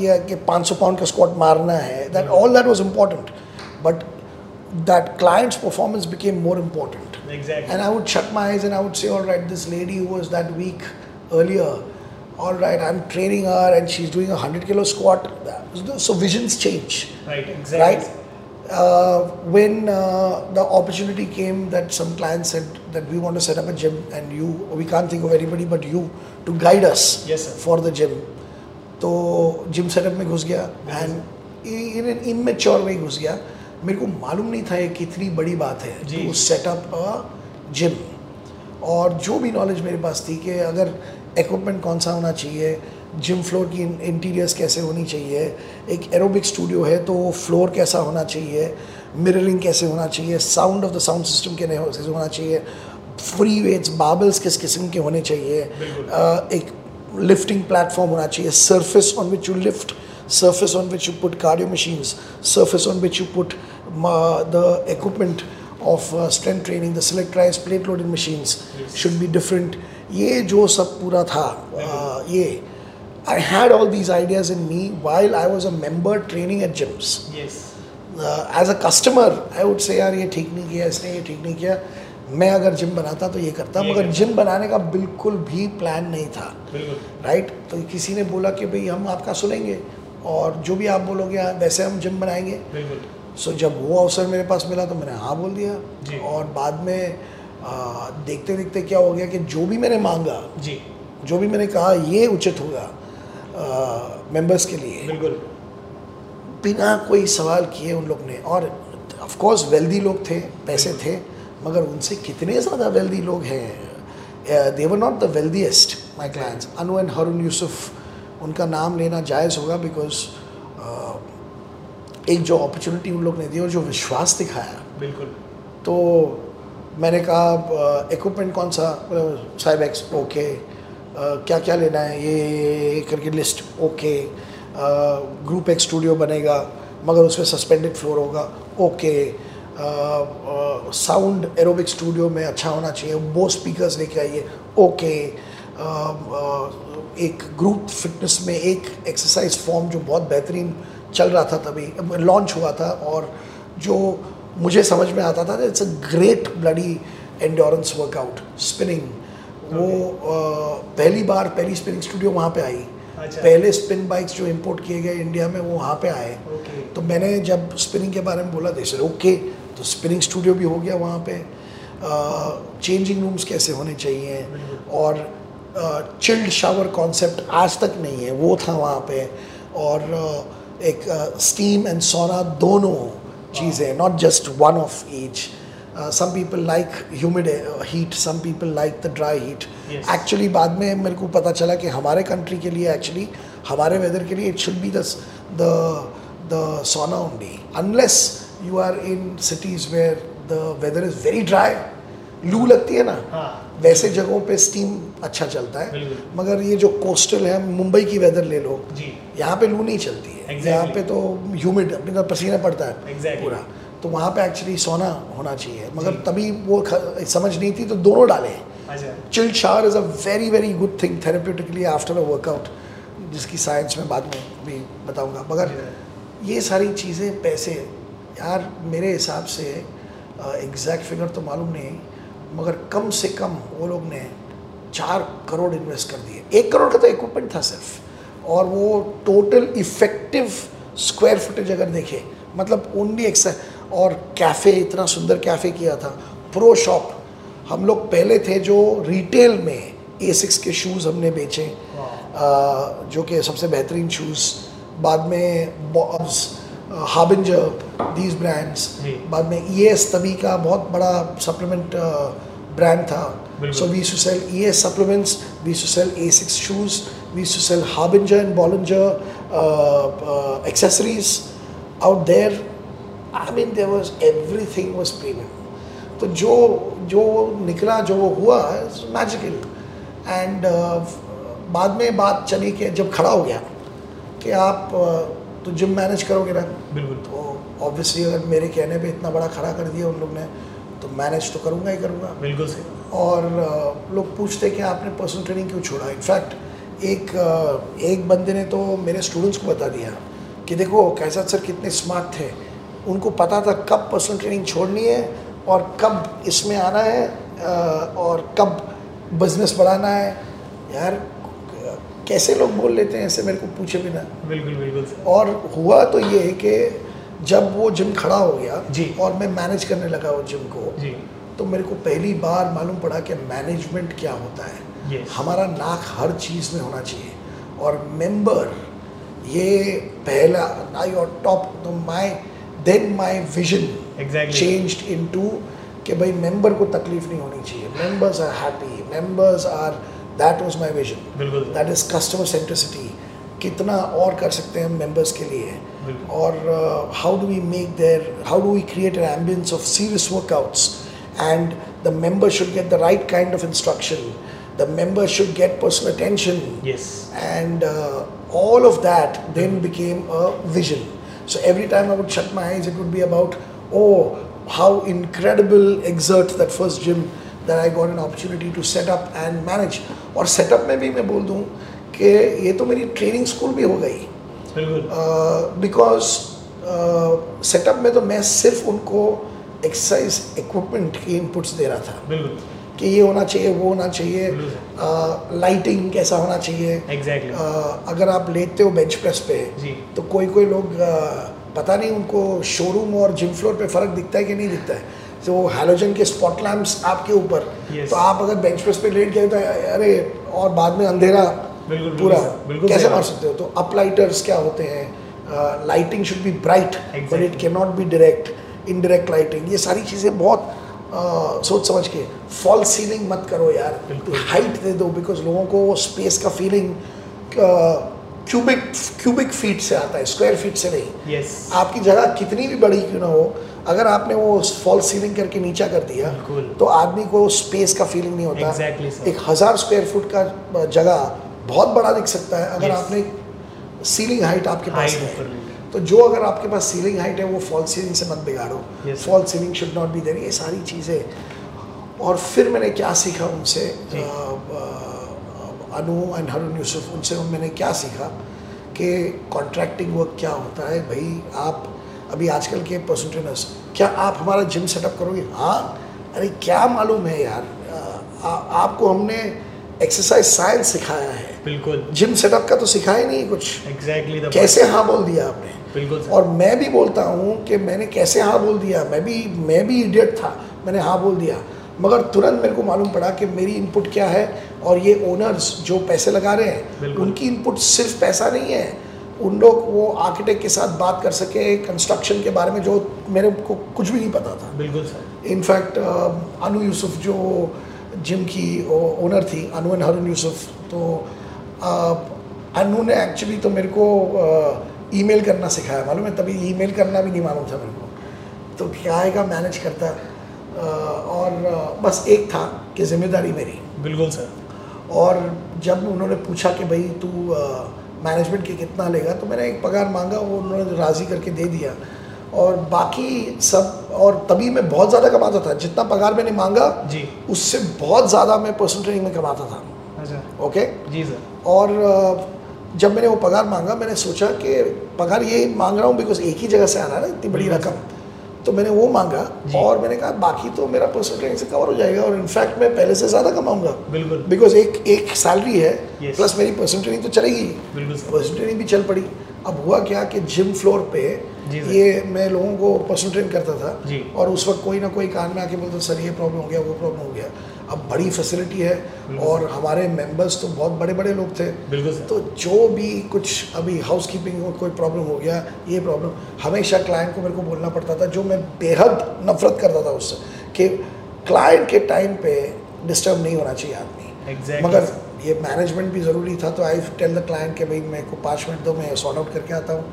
ये Uh, कि 500 pound का squat मारना है that all that was important but that clients performance became more important
Exactly.
And I would shut my eyes and I would say all right this lady who was that weak earlier all right I am training her and she is doing hundred kilo squat so visions change
right. Exactly.
right? Uh, when uh, the opportunity came that some clients said that we want to set up a gym and you, we can't think of anybody but you to guide us
Yes, sir.
for the gym. तो gym setup में घुस गया and in an immature way घुस गया मेरे को मालूम नहीं था ये कितनी बड़ी बात है तो
जी।
टू सेटअप अ जिम और जो भी नॉलेज मेरे पास थी कि अगर इक्विपमेंट कौन सा होना चाहिए जिम फ्लोर की इंटीरियर्स कैसे होनी चाहिए एक एरोबिक स्टूडियो है तो वो फ्लोर कैसा होना चाहिए मिररिंग कैसे होना चाहिए sound of the sound system कैसे हो- कैसे होना चाहिए फ्री वेट्स बाबल्स किस किस्म के होने चाहिए
बिल्कुल।
अ, एक लिफ्टिंग प्लेटफॉर्म होना चाहिए surface on which you lift surface on which you put cardio machines surface on which you put uh, the equipment of strength training the selectorized plate loaded machines should be different ये जो सब पूरा था uh, ये I had all these ideas in me while I was a member training at gyms
yes
as a customer I would say यार ये ठीक नहीं किया इसने ये ठीक नहीं किया मैं अगर जिम बनाता तो ये करता
ये
मगर
करता।
जिम बनाने का बिल्कुल भी प्लान नहीं था
बिल्कुल
राइट तो किसी ने बोला कि भाई हम आपका सुनेंगे और जो भी आप बोलोगे हाँ, वैसे हम जिम बनाएंगे
बिल्कुल
सो जब वो अवसर मेरे पास मिला तो मैंने हाँ बोल
जी।
दिया और बाद में देखते देखते क्या हो गया कि जो भी मैंने मांगा
जी
जो भी मैंने कहा ये उचित होगा मेंबर्स के लिए
बिल्कुल
बिना कोई सवाल किए उन लोग ने और ऑफ कोर्स वेल्दी लोग थे पैसे थे मगर उनसे कितने ज़्यादा वेल्दी लोग हैं Uh, they were not the wealthiest my clients Anu and Harun Yusuf उनका नाम लेना जायज़ होगा बिकॉज एक जो अपॉर्चुनिटी उन लोग ने दी और जो विश्वास दिखाया
बिल्कुल
तो मैंने कहा इक्विपमेंट कौन सा बोला, साहब एक्स ओके क्या क्या लेना है ये ये- ये करके लिस्ट ओके ग्रुप एक स्टूडियो बनेगा मगर उसमें सस्पेंडेड फ्लोर होगा ओके साउंड एरोबिक स्टूडियो में अच्छा होना चाहिए बो स्पीकर्स लेके आइए ओके एक ग्रुप फिटनेस में एक एक्सरसाइज फॉर्म जो बहुत बेहतरीन चल रहा था तभी लॉन्च हुआ था और जो मुझे समझ में आता था it's a great bloody endurance workout spinning वो अ, पहली बार पहली स्पिनिंग स्टूडियो वहाँ पे आई
अच्छा।
पहले स्पिन बाइक्स जो इंपोर्ट किए गए इंडिया में वो वहाँ पे आए
ओके
तो मैंने जब स्पिनिंग के बारे में बोला तो सर ओके तो स्पिनिंग स्टूडियो भी हो गया वहाँ पे चेंजिंग रूम्स कैसे होने चाहिए और चिल्ड शावर कॉन्सेप्ट आज तक नहीं है वो था वहाँ पे और uh, एक स्टीम एंड सोना दोनों चीज़ें not just one of each some people like humid heat some people like the dry heat
Yes.
Actually बाद में मेरे को पता चला कि हमारे कंट्री के लिए एक्चुअली हमारे वेदर के लिए it should be the the sauna only unless you are in cities where the weather is very dry लू लगती है ना
हाँ
वैसे जगहों पे स्टीम अच्छा चलता है
बिल्कुल।
मगर ये जो कोस्टल है मुंबई की वेदर ले लो
जी
यहाँ पे लू नहीं चलती है
Exactly.
यहाँ पे तो ह्यूमिड अपने तो पसीना पड़ता है
Exactly.
पूरा तो वहाँ पे एक्चुअली सोना होना चाहिए मगर तभी वो ख- समझ नहीं थी तो दोनों डाले
अच्छा
chilled shower is a very very good thing therapeutically after a workout जिसकी साइंस में बाद में भी बताऊंगा मगर ये सारी चीज़ें पैसे यार मेरे हिसाब से एग्जैक्ट फिगर तो मालूम नहीं मगर कम से कम वो लोग ने चार करोड़ इन्वेस्ट कर दिए एक करोड़ का तो इक्विपमेंट था सिर्फ और वो टोटल इफेक्टिव स्क्वायर फुटेज अगर देखें मतलब ओनली एक्सर और कैफ़े इतना सुंदर कैफ़े किया था प्रो शॉप हम लोग पहले थे जो रिटेल में ए सिक्स के शूज़ हमने बेचे अ, जो कि सबसे बेहतरीन शूज़ बाद में बॉब्स हाबिंजर दीज ब्रांड्स
जी।
बाद में ई एस तभी का बहुत बड़ा सप्लीमेंट ब्रांड था
बिल्कुल।
So we used to sell ES supplements, we used to sell A6 shoes, we used to sell Harbinger and Bollinger uh, uh, accessories out there. I mean, there was everything was premium. तो जो जो निकला जो वो हुआ magical and uh, बाद में बात चली कि जब खड़ा हो गया कि आप uh, तो जिम मैनेज करोगे ना
बिल्कुल
तो ऑब्वियसली अगर मेरे कहने पे इतना बड़ा खड़ा कर दिया उन लोग ने तो मैनेज तो करूँगा ही करूँगा
बिल्कुल सही
और अ, लोग पूछते कि आपने पर्सनल ट्रेनिंग क्यों छोड़ा इनफैक्ट एक अ, एक बंदे ने तो मेरे स्टूडेंट्स को बता दिया कि देखो कैसा सर कितने स्मार्ट थे उनको पता था कब पर्सनल ट्रेनिंग छोड़नी है और कब इसमें आना है अ, और कब बिजनेस बढ़ाना है यार अ, कैसे लोग बोल लेते हैं ऐसे मेरे को पूछे बिना
बिल्कुल बिल्कुल सही
और हुआ तो ये है कि जब वो जिम खड़ा हो गया
जी।
और मैं मैनेज करने लगा वो जिम को
जी
तो मेरे को पहली बार मालूम पड़ा कि मैनेजमेंट क्या होता है
यस
हमारा नाक हर चीज़ में होना चाहिए और मेंबर ये पहला आई और टॉप तो my then my vision
exactly
changed into कि भाई मेंबर को तकलीफ नहीं होनी चाहिए members are happy members are that was my vision
बिल्कुल
दैट इज़ कस्टमर सेंट्रिसिटी कितना और कर सकते हैं हम मेंबर्स के लिए
बिल्कुल।
और uh, how do we make their how do we create an ambience of serious workouts and the member should get the right kind of instruction the member should get personal attention
yes
and uh, all of that then became a vision so every time i would shut my eyes it would be about oh how incredible exert that first gym that I got an opportunity to set up and manage. और setup में भी मैं बोल दूँ कि ये तो मेरी ट्रेनिंग स्कूल भी हो गई Uh,
बिल्कुल
बिकॉज सेटअप uh, में तो मैं सिर्फ उनको एक्सरसाइज इक्विपमेंट के इनपुट्स दे रहा था
बिल्कुल
कि ये होना चाहिए वो होना चाहिए लाइटिंग कैसा होना चाहिए
एग्जैक्टली
अ, अगर आप लेटते हो बेंच प्रेस पे
जी।
तो कोई कोई लोग अ, पता नहीं उनको शोरूम और जिम फ्लोर पे फर्क दिखता है कि नहीं दिखता है तो हेलोजन के स्पॉट लैम्प्स आपके ऊपर
Yes.
तो आप अगर बेंच प्रेस पे लेट गए तो अरे और बाद में अंधेरा
बिल्कुल,
पूरा
बिल्कुल, बिल्कुल
कैसे
सही
मार
बात।
सकते हो तो अपलाइटर्स क्या होते हैं lighting should be bright but it
Exactly.
Can not be direct indirect lighting ये सारी चीज़ें बहुत अ, सोच समझ के फॉल सीलिंग मत करो यार
बिल्कुल।
हाइट दे दो बिकॉज लोगों को स्पेस का uh, feeling cubic cubic feet से आता है स्क्वायर फीट से नहीं
यस
आपकी जगह कितनी भी बड़ी क्यों ना हो अगर आपने वो फॉल सीलिंग करके नीचा कर दिया
बिल्कुल।
तो आदमी को स्पेस का फीलिंग नहीं होता
Exactly, sir.
एक हज़ार स्क्वायर फुट का अ, जगह बहुत बड़ा दिख सकता है अगर
Yes.
आपने सीलिंग हाइट आपके पास
Height
नहीं
ऊपर नहीं
है तो जो अगर आपके पास सीलिंग हाइट है वो फॉल सीलिंग से मत बिगाड़ो
Yes, sir.
Fall ceiling should not be there ये सारी चीज़ें और फिर मैंने क्या सीखा उनसे
जी।
अ, अ, अनु एंड हरुण यूसुफ उनसे उन- मैंने क्या सीखा कि कॉन्ट्रैक्टिंग वर्क क्या होता है भाई आप अभी आजकल के पर्सन ट्रेनर्स क्या आप हमारा जिम सेटअप करोगे हाँ अरे क्या मालूम है यार अ, आ, आपको हमने एक्सरसाइज साइंस सिखाया है
बिल्कुल
जिम सेटअप का तो सिखाया ही नहीं कुछ
एग्जैक्टली द
कैसे हाँ बोल दिया आपने
बिल्कुल सर
और मैं भी बोलता हूँ कि मैंने कैसे हाँ बोल दिया मैं भी मैं भी इडियट था मैंने हाँ बोल दिया मगर तुरंत मेरे को मालूम पड़ा कि मेरी इनपुट क्या है और ये ओनर्स जो पैसे लगा रहे हैं
बिल्कुल।
उनकी इनपुट सिर्फ पैसा नहीं है उन लोग वो आर्किटेक्ट के साथ बात कर सके कंस्ट्रक्शन के बारे में जो मेरे को कुछ भी नहीं पता था
बिल्कुल sir
in fact Anu Yusuf uh, जो जिम की ओनर थी अनु एंड हरुन यूसुफ तो uh, अनु ने एक्चुअली तो मेरे को ईमेल करना सिखाया मालूम है तभी ईमेल करना भी नहीं मालूम था मेरे को तो क्या आएगा मैनेज करता uh, और uh, बस एक था कि जिम्मेदारी मेरी
बिल्कुल सर
और जब उन्होंने पूछा कि भाई तू मैनेजमेंट के कितना लेगा तो मैंने एक पगार मांगा वो उन्होंने राज़ी करके दे दिया और बाकी सब और तभी मैं बहुत ज़्यादा कमाता था जितना पगार मैंने मांगा
जी
उससे बहुत ज़्यादा मैं पर्सनल ट्रेनिंग में कमाता था
अच्छा
ओके
जी सर
और अ, जब मैंने वो पगार मांगा मैंने सोचा कि पगार ये मांग रहा हूँ बिकॉज एक ही जगह से आ रहा है ना इतनी बड़ी
बिल्कुल।
रकम तो मैंने वो मांगा
जी।
और मैंने कहा बाकी तो मेरा पर्सनल ट्रेनिंग से कवर हो जाएगा और इनफैक्ट मैं पहले से ज़्यादा कमाऊंगा
बिल्कुल
बिकॉज एक एक सैलरी है
Yes.
प्लस मेरी पर्सनल ट्रेनिंग तो चलेगी
बिल्कुल सर
पर्सनल ट्रेनिंग भी चल पड़ी अब हुआ क्या कि जिम फ्लोर पे
जी सर।
ये मैं लोगों को पर्सनल ट्रेन करता था
जी।
और उस वक्त कोई ना कोई कान में आके बोलता सर ये प्रॉब्लम हो गया वो प्रॉब्लम हो गया अब बड़ी फैसिलिटी है
बिल्कुल
और हमारे मेंबर्स तो बहुत बड़े बड़े लोग थे
बिल्कुल सर
तो जो भी कुछ अभी हाउस कीपिंग में कोई प्रॉब्लम हो गया ये प्रॉब्लम हमेशा क्लाइंट को मेरे को बोलना पड़ता था जो मैं बेहद नफरत करता था उससे कि क्लाइंट के टाइम पे डिस्टर्ब नहीं होना चाहिए आदमी
Exactly.
मगर ये मैनेजमेंट भी ज़रूरी था तो आई टेल द क्लाइंट कि भाई मेरे को पाँच मिनट दो मैं सॉर्ट आउट करके आता हूँ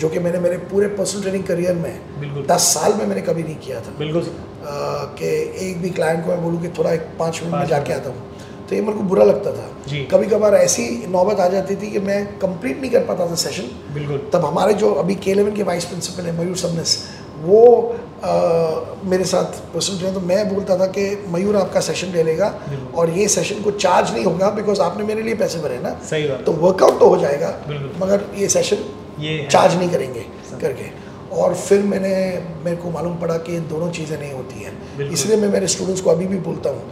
जो कि मैंने मेरे पूरे पर्सनल ट्रेनिंग करियर में
बिल्कुल।
दस साल में मैंने कभी नहीं किया था
बिल्कुल सर
अ, कि एक भी क्लाइंट को मैं बोलूँ कि थोड़ा एक पाँच मिनट में
पाँच
जाके आता हूँ तो ये मेरे को बुरा लगता
जी।
था कभी कभार ऐसी नौबत आ जाती थी कि मैं कंप्लीट नहीं कर पाता था सेशन
बिल्कुल
तब हमारे जो अभी के के वाइस प्रिंसिपल है मयूर सबनेस वो अ, मेरे साथ पर्सनल ट्रेन तो मैं बोलता था कि मयूर आपका सेशन ले लेगा
बिल्कुल।
और ये सेशन को चार्ज नहीं होगा बिकॉज आपने मेरे लिए पैसे भरे ना
सही बात
तो वर्कआउट तो हो जाएगा
बिल्कुल।
मगर ये सेशन
ये है।
चार्ज नहीं करेंगे
सर।
करके और फिर मैंने मेरे को मालूम पड़ा कि दोनों चीज़ें नहीं होती हैं
बिल्कुल।
इसलिए मैं मेरे स्टूडेंट्स को अभी भी बोलता हूँ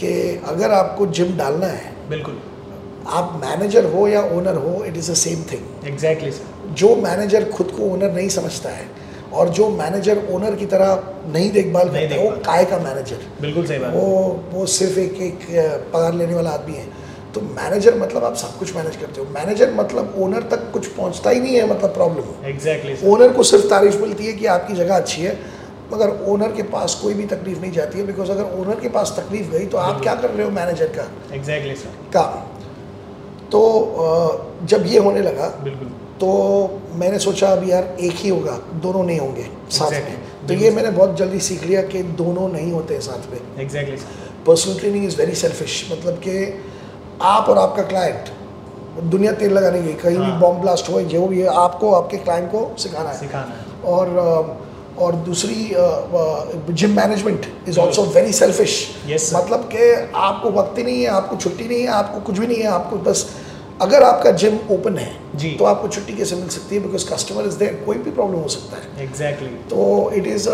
कि अगर आपको जिम डालना है
बिल्कुल
आप मैनेजर हो या ओनर हो it is the same thing
exactly sir
जो मैनेजर खुद को ओनर नहीं समझता है और जो मैनेजर ओनर की तरह नहीं देखभाल
नहीं
करता है, वो
देखभाल।
काय का मैनेजर
बिल्कुल सही बात
वो वो सिर्फ एक एक अ, पगार लेने वाला आदमी है तो मैनेजर मतलब आप सब कुछ मैनेज करते हो मैनेजर मतलब ओनर तक कुछ पहुंचता ही नहीं है मतलब प्रॉब्लम हो
एग्जैक्टली सर
ओनर को सिर्फ तारीफ मिलती है कि आपकी जगह अच्छी है मगर ओनर के पास कोई भी तकलीफ नहीं जाती है बिकॉज अगर ओनर के पास तकलीफ गई तो आप क्या कर रहे हो मैनेजर का
एग्जैक्टली सर
काम तो अ, जब ये होने लगा
बिल्कुल
तो मैंने सोचा अब यार एक ही होगा दोनों नहीं होंगे साथ
Exactly.
में तो ये मैंने बहुत जल्दी सीख लिया कि दोनों नहीं होते हैं साथ में
exactly sir
personal training is very selfish मतलब कि आप और आपका क्लाइंट दुनिया तेल लगाने गई कहीं भी
हाँ।
बॉम्ब ब्लास्ट हो जो भी है आपको आपके क्लाइंट को सिखाना है
सिखाना है
और अ, और दूसरी gym management is also very selfish
Yes, sir.
मतलब कि आपको वक्त ही नहीं है आपको छुट्टी नहीं है आपको कुछ भी नहीं है आपको बस अगर आपका जिम ओपन है
जी।
तो आपको छुट्टी कैसे मिल सकती है बिकॉज कस्टमर इज देयर कोई भी प्रॉब्लम हो सकता है
एग्जैक्टली
तो इट इज़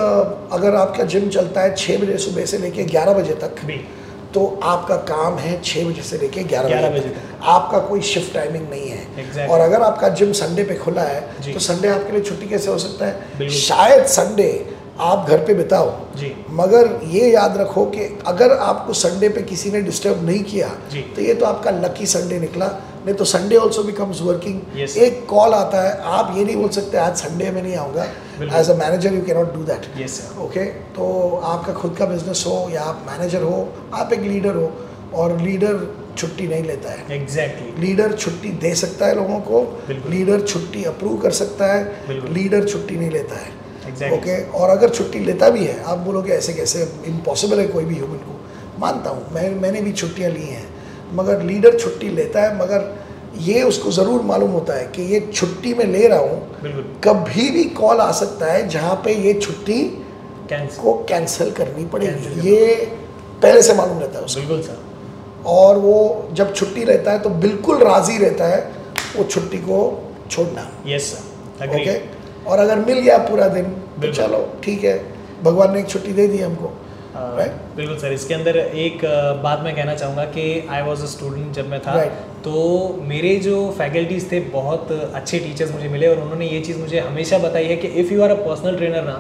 अगर आपका जिम चलता है छः बजे सुबह से लेके ग्यारह बजे तक
भी
तो आपका काम है छः बजे से लेके ग्यारह
11
बजे
बजे
तक आपका कोई शिफ्ट टाइमिंग नहीं है
Exactly.
और अगर आपका जिम संडे पे खुला
जी।
है तो संडे आपके लिए छुट्टी कैसे हो सकता है
बिल्कुल।
शायद संडे आप घर पे बिताओ
जी
मगर ये याद रखो कि अगर आपको संडे पे किसी ने डिस्टर्ब नहीं किया
जी।
तो ये तो आपका लकी संडे निकला नहीं तो Sunday also becomes working
Yes.
एक कॉल आता है आप ये नहीं बोल सकते आज संडे में नहीं आऊँगा
बिल्कुल।
As a manager you cannot do that
yes sir
okay तो आपका खुद का बिजनेस हो या आप मैनेजर हो आप एक लीडर हो और लीडर छुट्टी नहीं लेता है
एग्जैक्टली
लीडर छुट्टी दे सकता है लोगों को
बिल्कुल।
लीडर छुट्टी अप्रूव कर सकता है
बिल्कुल।
लीडर छुट्टी नहीं लेता है ओके
एग्जैक्टली
और अगर छुट्टी लेता भी है आप बोलोगे ऐसे कैसे इम्पॉसिबल है कोई भी ह्यूमन को मानता हूँ मैं मैंने भी छुट्टियाँ ली हैं मगर लीडर छुट्टी लेता है मगर ये उसको ज़रूर मालूम होता है कि ये छुट्टी में ले रहा हूँ
बिल्कुल
कभी भी कॉल आ सकता है जहाँ पे ये छुट्टी
कैंसिल
को कैंसिल करनी
Cancel
पड़ेगी
करना।
ये पहले से मालूम रहता है उसको
बिल्कुल सर
और वो जब छुट्टी रहता है तो बिल्कुल राजी रहता है वो छुट्टी को छोड़ना
यस सर
ओके
अग्री
और अगर मिल गया पूरा दिन तो
बिल्कुल।
चलो ठीक है भगवान ने एक छुट्टी दे दी हमको
अ,
Right?
Uh, बिल्कुल सर इसके अंदर एक अ, बात मैं कहना चाहूँगा कि आई वॉज अ स्टूडेंट जब मैं था
Right.
तो मेरे जो फैकल्टीज़ थे बहुत अच्छे टीचर्स मुझे मिले और उन्होंने ये चीज़ मुझे हमेशा बताई है कि if you are a personal trainer ना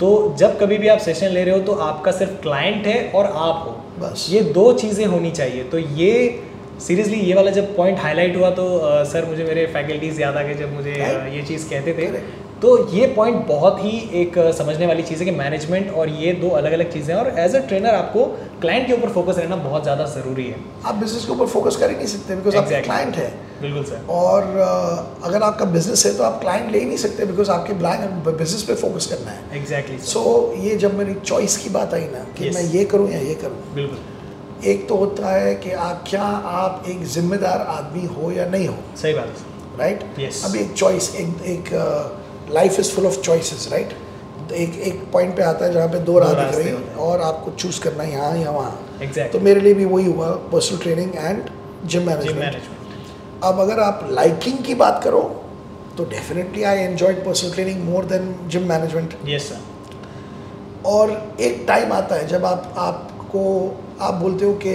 तो जब कभी भी आप सेशन ले रहे हो तो आपका सिर्फ क्लाइंट है और आप हो
बस
ये दो चीज़ें होनी चाहिए तो ये सीरियसली ये वाला जब पॉइंट हाईलाइट हुआ तो अ, सर मुझे मेरे फैकल्टीज याद आ गए जब मुझे अ,
Right.
ये चीज़ कहते थे
Correct.
तो ये पॉइंट बहुत ही एक अ, समझने वाली चीज़ है कि मैनेजमेंट और ये दो अलग अलग चीज़ें हैं और एज अ ट्रेनर आपको क्लाइंट के ऊपर फोकस रहना बहुत ज़्यादा ज़रूरी है
आप बिजनेस के ऊपर फोकस कर ही नहीं सकते बिकॉज आपका
Exactly.
क्लाइंट है
बिल्कुल सर
और अ, अगर आपका बिजनेस है तो आप क्लाइंट ले ही नहीं सकते बिकॉज आपके बिजनेस पे फोकस करना है
एग्जैक्टली सर
सो ये जब मेरी चॉइस की बात आई ना कि
Yes.
मैं ये करूँ या ये करूँ
बिल्कुल
एक तो होता है कि आप क्या आप एक जिम्मेदार आदमी हो या नहीं हो
सही बात है सर
राइट
Yes.
अभी एक चॉइस एक एक uh, life is full of choices right एक एक पॉइंट पे आता है जहाँ पे दो राह दिख
रास्ते
रही
होते
हैं
हैं।
और आपको चूज करना है यहाँ या वहाँ तो
एग्जैक्ट
मेरे लिए भी वही हुआ personal training and gym
gym
management
management
अब अगर आप लाइकिंग की बात करो तो definitely I enjoyed personal training more than gym management
yes sir
और एक टाइम आता है जब आप आपको आप बोलते हो कि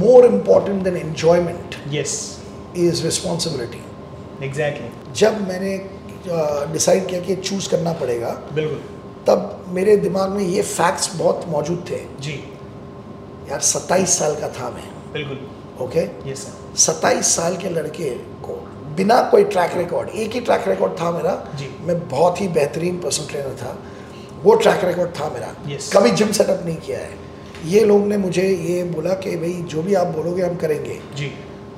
more important than enjoyment
yes
is responsibility
exactly
जब मैंने डिसाइड किया कि चूज़ करना पड़ेगा
बिल्कुल
तब मेरे दिमाग में ये फैक्ट्स बहुत मौजूद थे
जी
यार 27 साल का था मैं
बिल्कुल
ओके
यस सर
27 साल के लड़के को बिना कोई ट्रैक रिकॉर्ड एक ही ट्रैक रिकॉर्ड था मेरा
जी।
मैं बहुत ही बेहतरीन पर्सनल ट्रेनर था वो ट्रैक रिकॉर्ड था मेरा
Yes.
कभी जिम सेटअप नहीं किया है ये लोग ने मुझे ये बोला कि भाई जो भी आप बोलोगे हम करेंगे
जी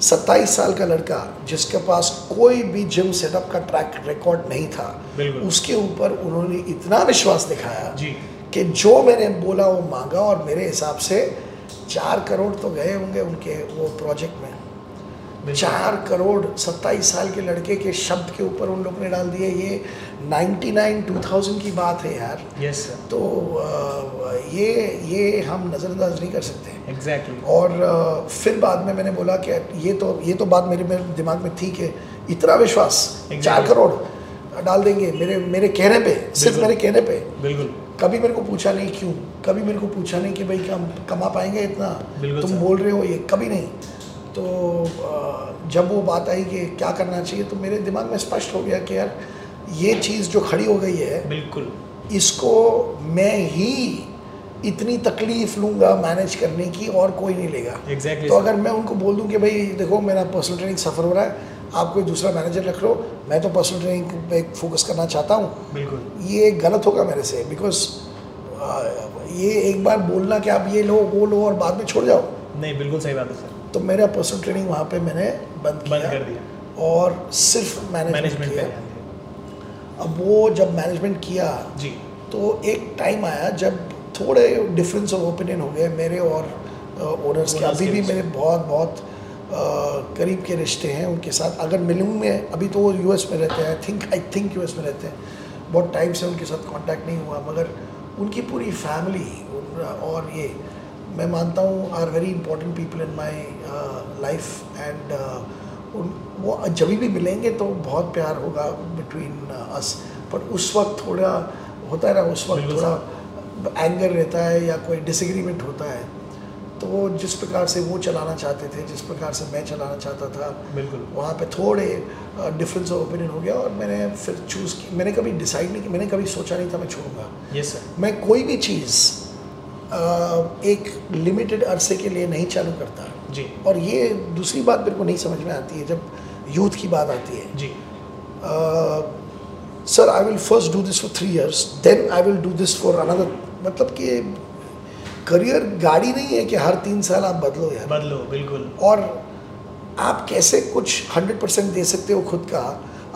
27 साल का लड़का जिसके पास कोई भी जिम सेटअप का ट्रैक रिकॉर्ड नहीं था
बिल्कुल।
उसके ऊपर उन्होंने इतना विश्वास दिखाया
जी
कि जो मैंने बोला वो मांगा और मेरे हिसाब से चार करोड़ तो गए होंगे उनके वो प्रोजेक्ट में
बिल्कुल
चार करोड़ सत्ताईस साल के लड़के के शब्द के ऊपर उन लोग ने डाल दिए ये 99 2000 की बात है यार
यस सर
तो अ, ये ये हम नज़रअंदाज नहीं कर सकते
एग्जैक्टली
और अ, फिर बाद में मैंने बोला कि ये तो ये तो बात मेरे मेरे दिमाग में थी कि इतना विश्वास
Exactly.
चार करोड़ डाल देंगे मेरे मेरे कहने पे सिर्फ
बिल्कुल।
मेरे कहने पे
बिल्कुल
कभी मेरे को पूछा नहीं क्यों कभी मेरे को पूछा नहीं कि भाई हम कमा पाएंगे इतना
बिल्कुल
तुम
सर।
बोल रहे हो ये कभी नहीं तो अ, जब वो बात आई कि क्या करना चाहिए तो मेरे दिमाग में स्पष्ट हो गया कि यार ये चीज़ जो खड़ी हो गई है
बिल्कुल
इसको मैं ही इतनी तकलीफ लूंगा मैनेज करने की और कोई नहीं लेगा
एग्जैक्टली
तो अगर मैं उनको बोल दूं कि भाई देखो मेरा पर्सनल ट्रेनिंग सफ़र हो रहा है आप कोई दूसरा मैनेजर रख लो मैं तो पर्सनल ट्रेनिंग पे फोकस करना चाहता हूँ
बिल्कुल
ये गलत होगा मेरे से बिकॉज ये एक बार बोलना कि आप ये लो वो लो और बाद में छोड़ जाओ
नहीं बिल्कुल सही बात है सर
तो मेरा पर्सनल ट्रेनिंग वहाँ पे मैंने बंद किया
बंद कर दिया
और सिर्फ मैनेजमेंट
मैनेजमेंट पे
किया
ध्यान दिया।
अब वो जब मैनेजमेंट किया
जी
तो एक टाइम आया जब थोड़े डिफरेंस ऑफ ओपिनियन हो गए मेरे और ओनर्स के
Owners
अभी
के
भी
बीच।
मेरे बहुत बहुत अ, करीब के रिश्ते हैं उनके साथ अगर मिलूँ में अभी तो वो यूएस में रहते हैं I think I think US में रहते हैं बहुत टाइम से उनके साथ कांटेक्ट नहीं हुआ मगर उनकी पूरी फैमिली और ये मैं मानता हूँ are very important people in my life and उन वो जब भी मिलेंगे तो बहुत प्यार होगा बिटवीन अस पर उस वक्त थोड़ा होता है ना उस वक्त
बिल्कुल
थोड़ा एंगर रहता है या कोई डिसग्रीमेंट होता है तो जिस प्रकार से वो चलाना चाहते थे जिस प्रकार से मैं चलाना चाहता था
बिल्कुल
वहाँ पे थोड़े डिफरेंस ऑफ ओपिनियन हो गया और मैंने फिर चूज़ की मैंने कभी डिसाइड नहीं किया मैंने कभी सोचा नहीं था मैं छोड़ूंगा
यस सर
मैं कोई भी चीज़ अ, एक लिमिटेड अरसे के लिए नहीं चालू करता
जी
और ये दूसरी बात मेरे को नहीं समझ में आती है जब यूथ की बात आती है
जी
Uh, sir I will first do this for three years then I will do this for another मतलब कि करियर गाड़ी नहीं है कि हर तीन साल आप बदलो यार
बदलो बिल्कुल
और आप कैसे कुछ हंड्रेड परसेंट दे सकते हो खुद का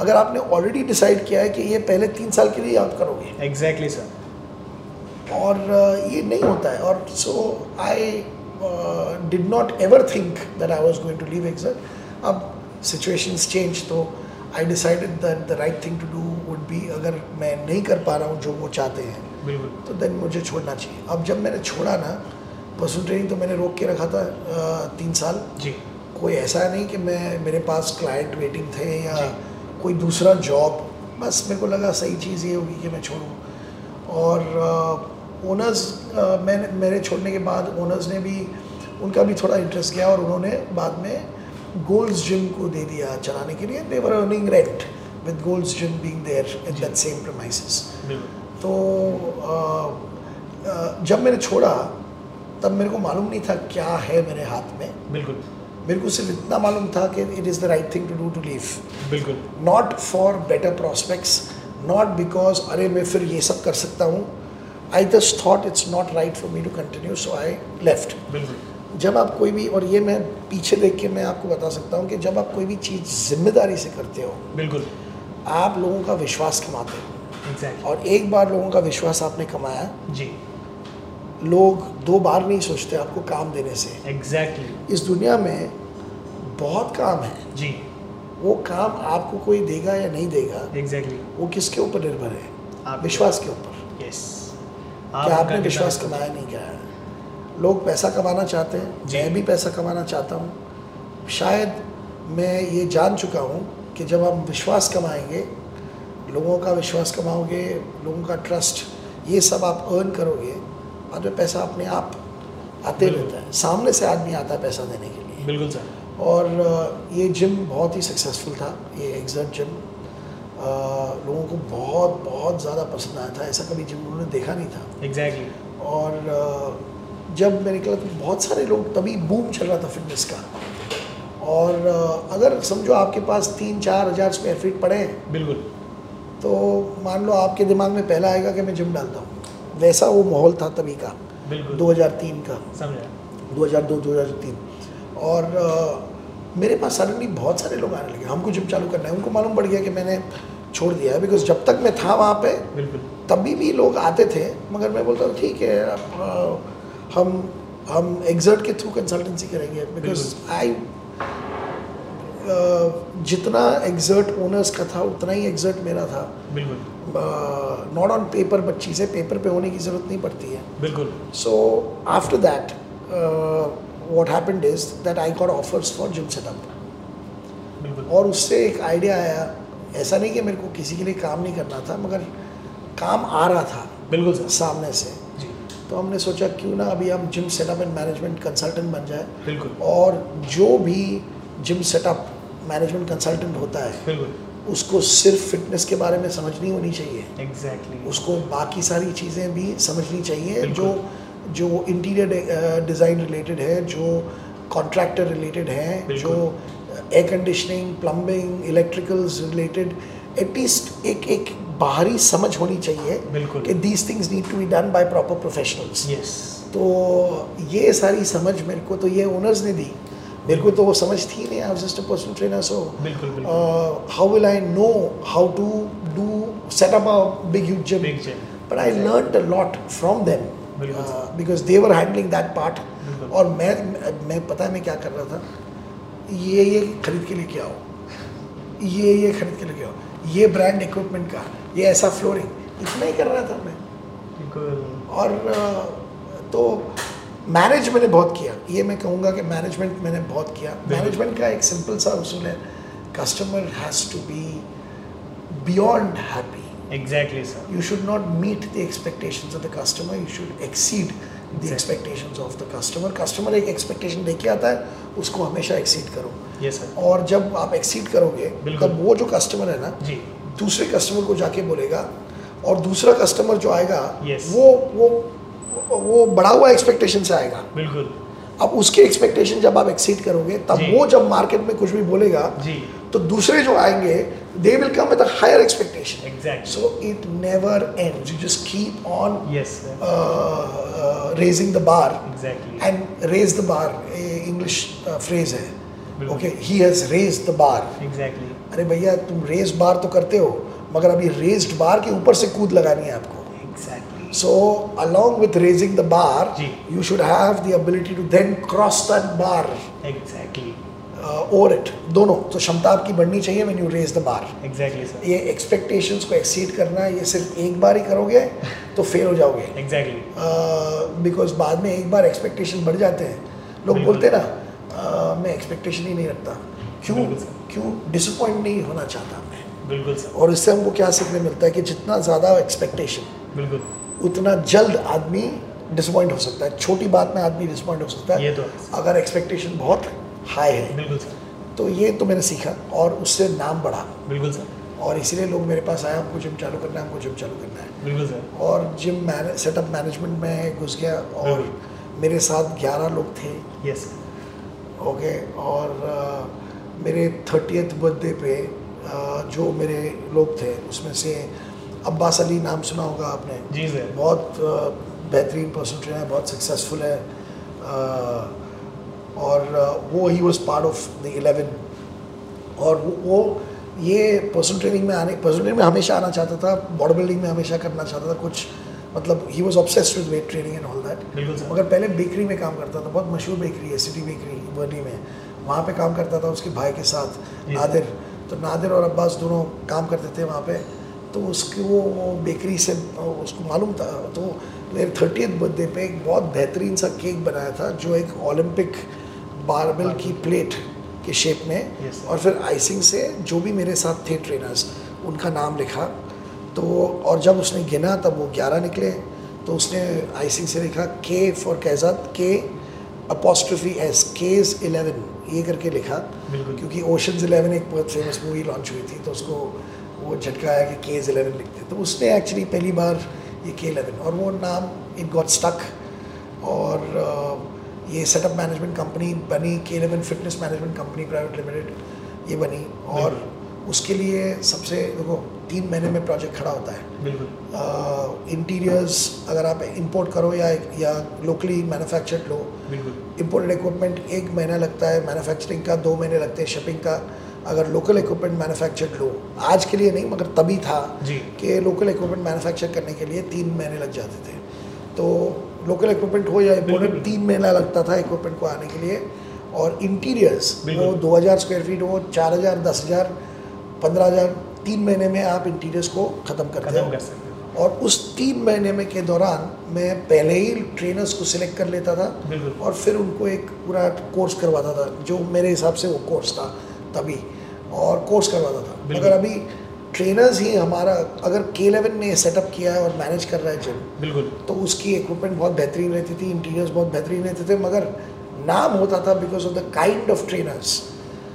अगर आपने ऑलरेडी डिसाइड किया है कि ये पहले तीन साल के लिए आप करोगे
एग्जैक्टली सर
और अ, ये नहीं होता है और uh, so I did not ever think that I was going to leave एग्जट अब सिचुएशंस चेंज तो I decided that the right thing to do would be अगर मैं नहीं कर पा रहा हूँ जो वो चाहते हैं
बिल्कुल
तो देन मुझे छोड़ना चाहिए अब जब मैंने छोड़ा ना पर्सनल ट्रेनिंग तो मैंने रोक के रखा था अ, तीन साल
जी
कोई ऐसा नहीं कि मैं मेरे पास क्लाइंट वेटिंग थे या कोई दूसरा जॉब बस मेरे को लगा सही चीज़ ये होगी कि मैं छोड़ूँ और uh, ओनर्स मैंने मेरे छोड़ने के बाद ओनर्स ने भी उनका भी थोड़ा इंटरेस्ट गया और उन्होंने बाद में गोल्ड्स जिम को दे दिया चलाने के लिए they were earning rent with Gold's Gym being there at that same premises
बिल्कुल
तो अ, अ, जब मैंने छोड़ा तब मेरे को मालूम नहीं था क्या है मेरे हाथ में
बिल्कुल
मेरे को सिर्फ इतना मालूम था कि it is the right thing to do to leave
बिल्कुल
not for better prospects not because अरे मैं फिर ये सब कर सकता हूँ I just thought it's not right for me to continue so I left
बिल्कुल
जब आप कोई भी और ये मैं पीछे देख के मैं आपको बता सकता हूँ कि जब आप कोई भी चीज़ जिम्मेदारी से करते हो
बिल्कुल
आप लोगों का विश्वास कमाते हो
एग्जैक्टली
और एक बार लोगों का विश्वास आपने कमाया
जी
लोग दो बार नहीं सोचते आपको काम देने से
एग्जैक्टली
इस दुनिया में बहुत काम है
जी
वो काम आपको कोई देगा या नहीं देगा
एग्जैक्टली
वो किसके ऊपर निर्भर है
आप-
विश्वास के ऊपर
यस
क्या आपने विश्वास कमाया नहीं कमाया लोग पैसा कमाना चाहते हैं
जी।
मैं भी पैसा कमाना चाहता हूँ शायद मैं ये जान चुका हूँ कि जब आप विश्वास कमाएंगे लोगों का विश्वास कमाओगे लोगों का ट्रस्ट ये सब आप अर्न करोगे बाद में पैसा अपने आप आते
बिल्कुल।
रहता है सामने से आदमी आता है पैसा देने के लिए
बिल्कुल सर
और अ, ये जिम बहुत ही सक्सेसफुल था ये एग्जट जिम अ, लोगों को बहुत बहुत ज़्यादा पसंद आया था ऐसा कभी जिम उन्होंने देखा नहीं था
एग्जैक्टली
और अ, जब मैं निकला तो बहुत सारे लोग तभी बूम चल रहा था फिटनेस का और अ, अगर समझो आपके पास तीन चार हज़ार स्क्वायर फीट पड़े हैं
बिल्कुल
तो मान लो आपके दिमाग में पहला आएगा कि मैं जिम डालता हूँ वैसा वो माहौल था तभी का
बिल्कुल
2003 का
समझा
2002 2003 और अ, मेरे पास सडनली बहुत सारे लोग आने लगे हमको जिम चालू करना है उनको मालूम पड़ गया कि मैंने छोड़ दिया है बिकॉज जब तक मैं था वहाँ पे
बिल्कुल
तभी भी लोग आते थे मगर मैं बोलता था ठीक है अब, अ, हम हम एग्जर्ट के थ्रू कंसल्टेंसी करेंगे बिकॉज
बिल्कुल।
आई जितना एग्जर्ट ओनर्स का था उतना ही एग्जर्ट मेरा था
बिल्कुल
नॉट ऑन पेपर बट चीज़ें पेपर पे होने की ज़रूरत नहीं पड़ती है
बिल्कुल
So after that, uh, what happened is that I got offers for gym setup.
बिल्कुल
और उससे एक आइडिया आया ऐसा नहीं कि मेरे को किसी के लिए काम नहीं करना था मगर काम आ रहा था
बिल्कुल सर
सामने से
जी
तो हमने सोचा क्यों ना अभी हम gym setup and management consultant बन जाए
बिल्कुल
और जो भी जिम सेटअप मैनेजमेंट कंसल्टेंट होता है
बिल्कुल
उसको सिर्फ फिटनेस के बारे में समझनी होनी चाहिए
एग्जैक्टली
उसको बाकी सारी चीज़ें भी समझनी चाहिए जो
बिल्कुल।
जो इंटीरियर डिज़ाइन रिलेटेड है जो कॉन्ट्रैक्टर रिलेटेड है
बिल्कुल।
जो air conditioning plumbing electricals related at least एक एक बाहरी समझ होनी चाहिए
बिल्कुल।
कि these things need to be done by proper professionals
yes
तो ये सारी समझ मेरे को तो ये ओनर्स ने दी मेरे को तो वो समझ थी नहीं I just a personal trainer so
बिल्कुल बिल्कुल
uh, how will I know how to do set up a big huge gym?
Big chain
But I learned a lot from them
बिल्कुल
uh,
sir.
because they were handling that part.
बिल्कुल।
और मैं मैं पता है मैं क्या कर रहा था ये ये खरीद के लेके आओ ये ये खरीद के लेके आओ ये ब्रांड इक्विपमेंट का ये ऐसा फ्लोरिंग इतना ही कर रहा था मैं
बिल्कुल
और अ, तो मैनेज मैंने बहुत किया ये मैं कहूँगा कि मैनेजमेंट मैंने बहुत किया मैनेजमेंट का एक सिंपल सा उसूल है customer has to be beyond happy
exactly sir
you should not meet the expectations of the customer you should exceed the
Exactly.
Expectations of the customer customer एक एक्सपेक्टेशन लेके आता है उसको हमेशा एक्सीड करो
ये सर
और जब आप एक्सीड करोगे
बिल्कुल।
तब वो जो कस्टमर है ना
जी
दूसरे कस्टमर को जाके बोलेगा और दूसरा कस्टमर जो आएगा
Yes.
वो वो वो बढ़ा हुआ एक्सपेक्टेशन से आएगा
बिल्कुल
अब उसके एक्सपेक्टेशन जब आप एक्सीड करोगे तब
जी।
वो जब मार्केट में कुछ भी बोलेगा
जी
तो दूसरे जो आएंगे they will come with higher expectation
exact
so it never ends you just keep on
yes sir
raising the bar
exactly
and raise the bar English phrase है
बिल्कुल।
Okay he has raise the bar
exactly
अरे भैया तुम race बार तो करते हो मगर अभी रेस्ड बार के ऊपर से कूद लगानी है आपको
exactly
so along with raising the bar
जी।
you should have the ability to then cross that bar
exactly
uh, over it दोनों तो क्षमता आपकी बढ़नी चाहिए when you raise the bar
exactly sir
ये एक्सपेक्टेशंस को एक्सीड करना ये सिर्फ एक बार ही करोगे तो फेल हो जाओगे
एग्जैक्टली
बिकॉज बाद में एक बार एक्सपेक्टेशन बढ़ जाते हैं लोग
बिल्कुल।
बोलते हैं ना uh, मैं एक्सपेक्टेशन ही नहीं रखता क्यों
बिल्कुल सर।
क्यों डिसअपॉइंट नहीं होना चाहता मैं
बिल्कुल सर
और इससे हमको क्या सीखने मिलता है कि जितना ज़्यादा एक्सपेक्टेशन
बिल्कुल
उतना जल्द आदमी डिसपॉइंट हो सकता है छोटी बात में आदमी डिसपॉइंट हो सकता है
ये तो है सर।
अगर एक्सपेक्टेशन बहुत हाई है
बिल्कुल सर
तो ये तो मैंने सीखा और उससे नाम बढ़ा
बिल्कुल सर
और इसीलिए लोग मेरे पास आए हमको जिम चालू करना है हमको जिम चालू करना है
बिल्कुल सर
और जिम मैने सेटअप मैनेजमेंट में घुस गया और मेरे साथ 11 लोग थे
यस
ओके और अ, मेरे थर्टियथ बर्थडे पे अ, जो मेरे लोग थे उसमें से अब्बास अली नाम सुना होगा आपने
जी सर
बहुत अ, बेहतरीन पर्सन ट्रेनर है बहुत सक्सेसफुल है अ, और अ, वो he was part of the eleven और वो, वो ये पर्सनल ट्रेनिंग में आने पर्सनल ट्रेनिंग में हमेशा आना चाहता था बॉडी बिल्डिंग में हमेशा करना चाहता था कुछ मतलब he was obsessed with weight training and all that
बिल्कुल सर
मगर पहले बेकरी में काम करता था बहुत मशहूर बेकरी है सिटी बेकरी बर्नी में वहाँ पे काम करता था उसके भाई के साथ
जी।
नादिर तो नादिर और अब्बास दोनों काम करते थे वहाँ पे तो उसके वो वो बेकरी से उसको मालूम था तो मेरे थर्टीथ बर्थडे पे एक बहुत बेहतरीन सा केक बनाया था जो एक ओलंपिक बारबेल की प्लेट के शेप में
Yes, sir.
और फिर आइसिंग से जो भी मेरे साथ थे ट्रेनर्स उनका नाम लिखा तो और जब उसने गिना तब वो ग्यारह निकले तो उसने आइसिंग से लिखा के फॉर कैजात के अपोस्ट्रफी एस केज इलेवन ये करके लिखा
बिल्कुल
क्योंकि ओशंस इलेवन एक बहुत फेमस मूवी लॉन्च हुई थी तो उसको वो झटका आया कि केज इलेवन लिखते हैं। तो उसने एक्चुअली पहली बार ये के इलेवन और वो नाम इट गॉट स्टक और अ, ये सेटअप मैनेजमेंट कंपनी बनी K eleven fitness management company private limited ये बनी और उसके लिए सबसे देखो तीन महीने में प्रोजेक्ट खड़ा होता है
बिल्कुल
इंटीरियर्स अगर आप इंपोर्ट करो या या लोकली मैन्युफैक्चर्ड लो
बिल्कुल
इम्पोर्टेड इक्विपमेंट एक महीना लगता है मैन्युफैक्चरिंग का दो महीने लगते हैं शिपिंग का अगर लोकल इक्विपमेंट मैन्युफैक्चर्ड लो आज के लिए नहीं मगर तभी था
जी
कि लोकल इक्विपमेंट मैन्युफैक्चर करने के लिए तीन महीने लग जाते थे तो लोकल इक्विपमेंट हो या इम्पोर्टेड
बिल्कुल।
तीन महीना लगता था इक्विपमेंट को आने के लिए और इंटीरियर्स वो
बिल्कुल।
2000 स्क्वायर फीट हो 4000 10000 15000 तीन महीने में आप इंटीरियर्स को ख़त्म करते
खत्म
हो
कर सकते हो
और उस तीन महीने में के दौरान मैं पहले ही ट्रेनर्स को सिलेक्ट कर लेता था
बिल्कुल
और फिर उनको एक पूरा कोर्स करवाता था जो मेरे हिसाब से वो कोर्स था तभी और कोर्स करवाता था
बिल्कुल।
मगर अभी ट्रेनर्स ही हमारा अगर के इलेवन ने सेटअप किया है और मैनेज कर रहा है जिम
बिल्कुल
तो उसकी इक्विपमेंट बहुत बेहतरीन रहती थी इंटीरियर्स बहुत बेहतरीन रहते थे मगर नाम होता था because of the kind of trainers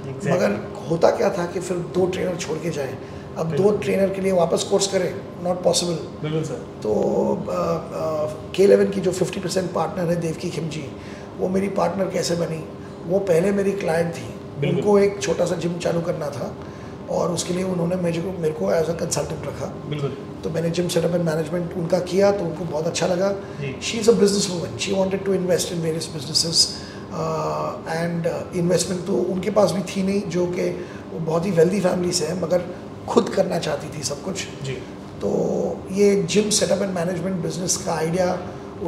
मगर
एग्जैक्टली
होता क्या था कि फिर दो ट्रेनर छोड़ के जाएं अब दो
बिल्कुल।
ट्रेनर के लिए वापस कोर्स करें नॉट पॉसिबल
बिल्कुल सर
तो के इलेवन की जो 50 परसेंट पार्टनर है देवकी खिमजी वो मेरी पार्टनर कैसे बनी वो पहले मेरी क्लाइंट थी
बिल्कुल।
उनको एक छोटा सा जिम चालू करना था और उसके लिए उन्होंने मुझे को मेरे को एज अ कंसल्टेंट रखा
बिल्कुल
तो मैंने जिम सेटअप एंड मैनेजमेंट उनका किया तो उनको बहुत अच्छा लगा
जी।
She is a business woman she wanted to invest in various businesses and investment तो उनके पास भी थी नहीं जो कि वो बहुत ही वेल्दी फैमिली से है मगर खुद करना चाहती थी सब कुछ
जी
तो ये gym setup and management business का आइडिया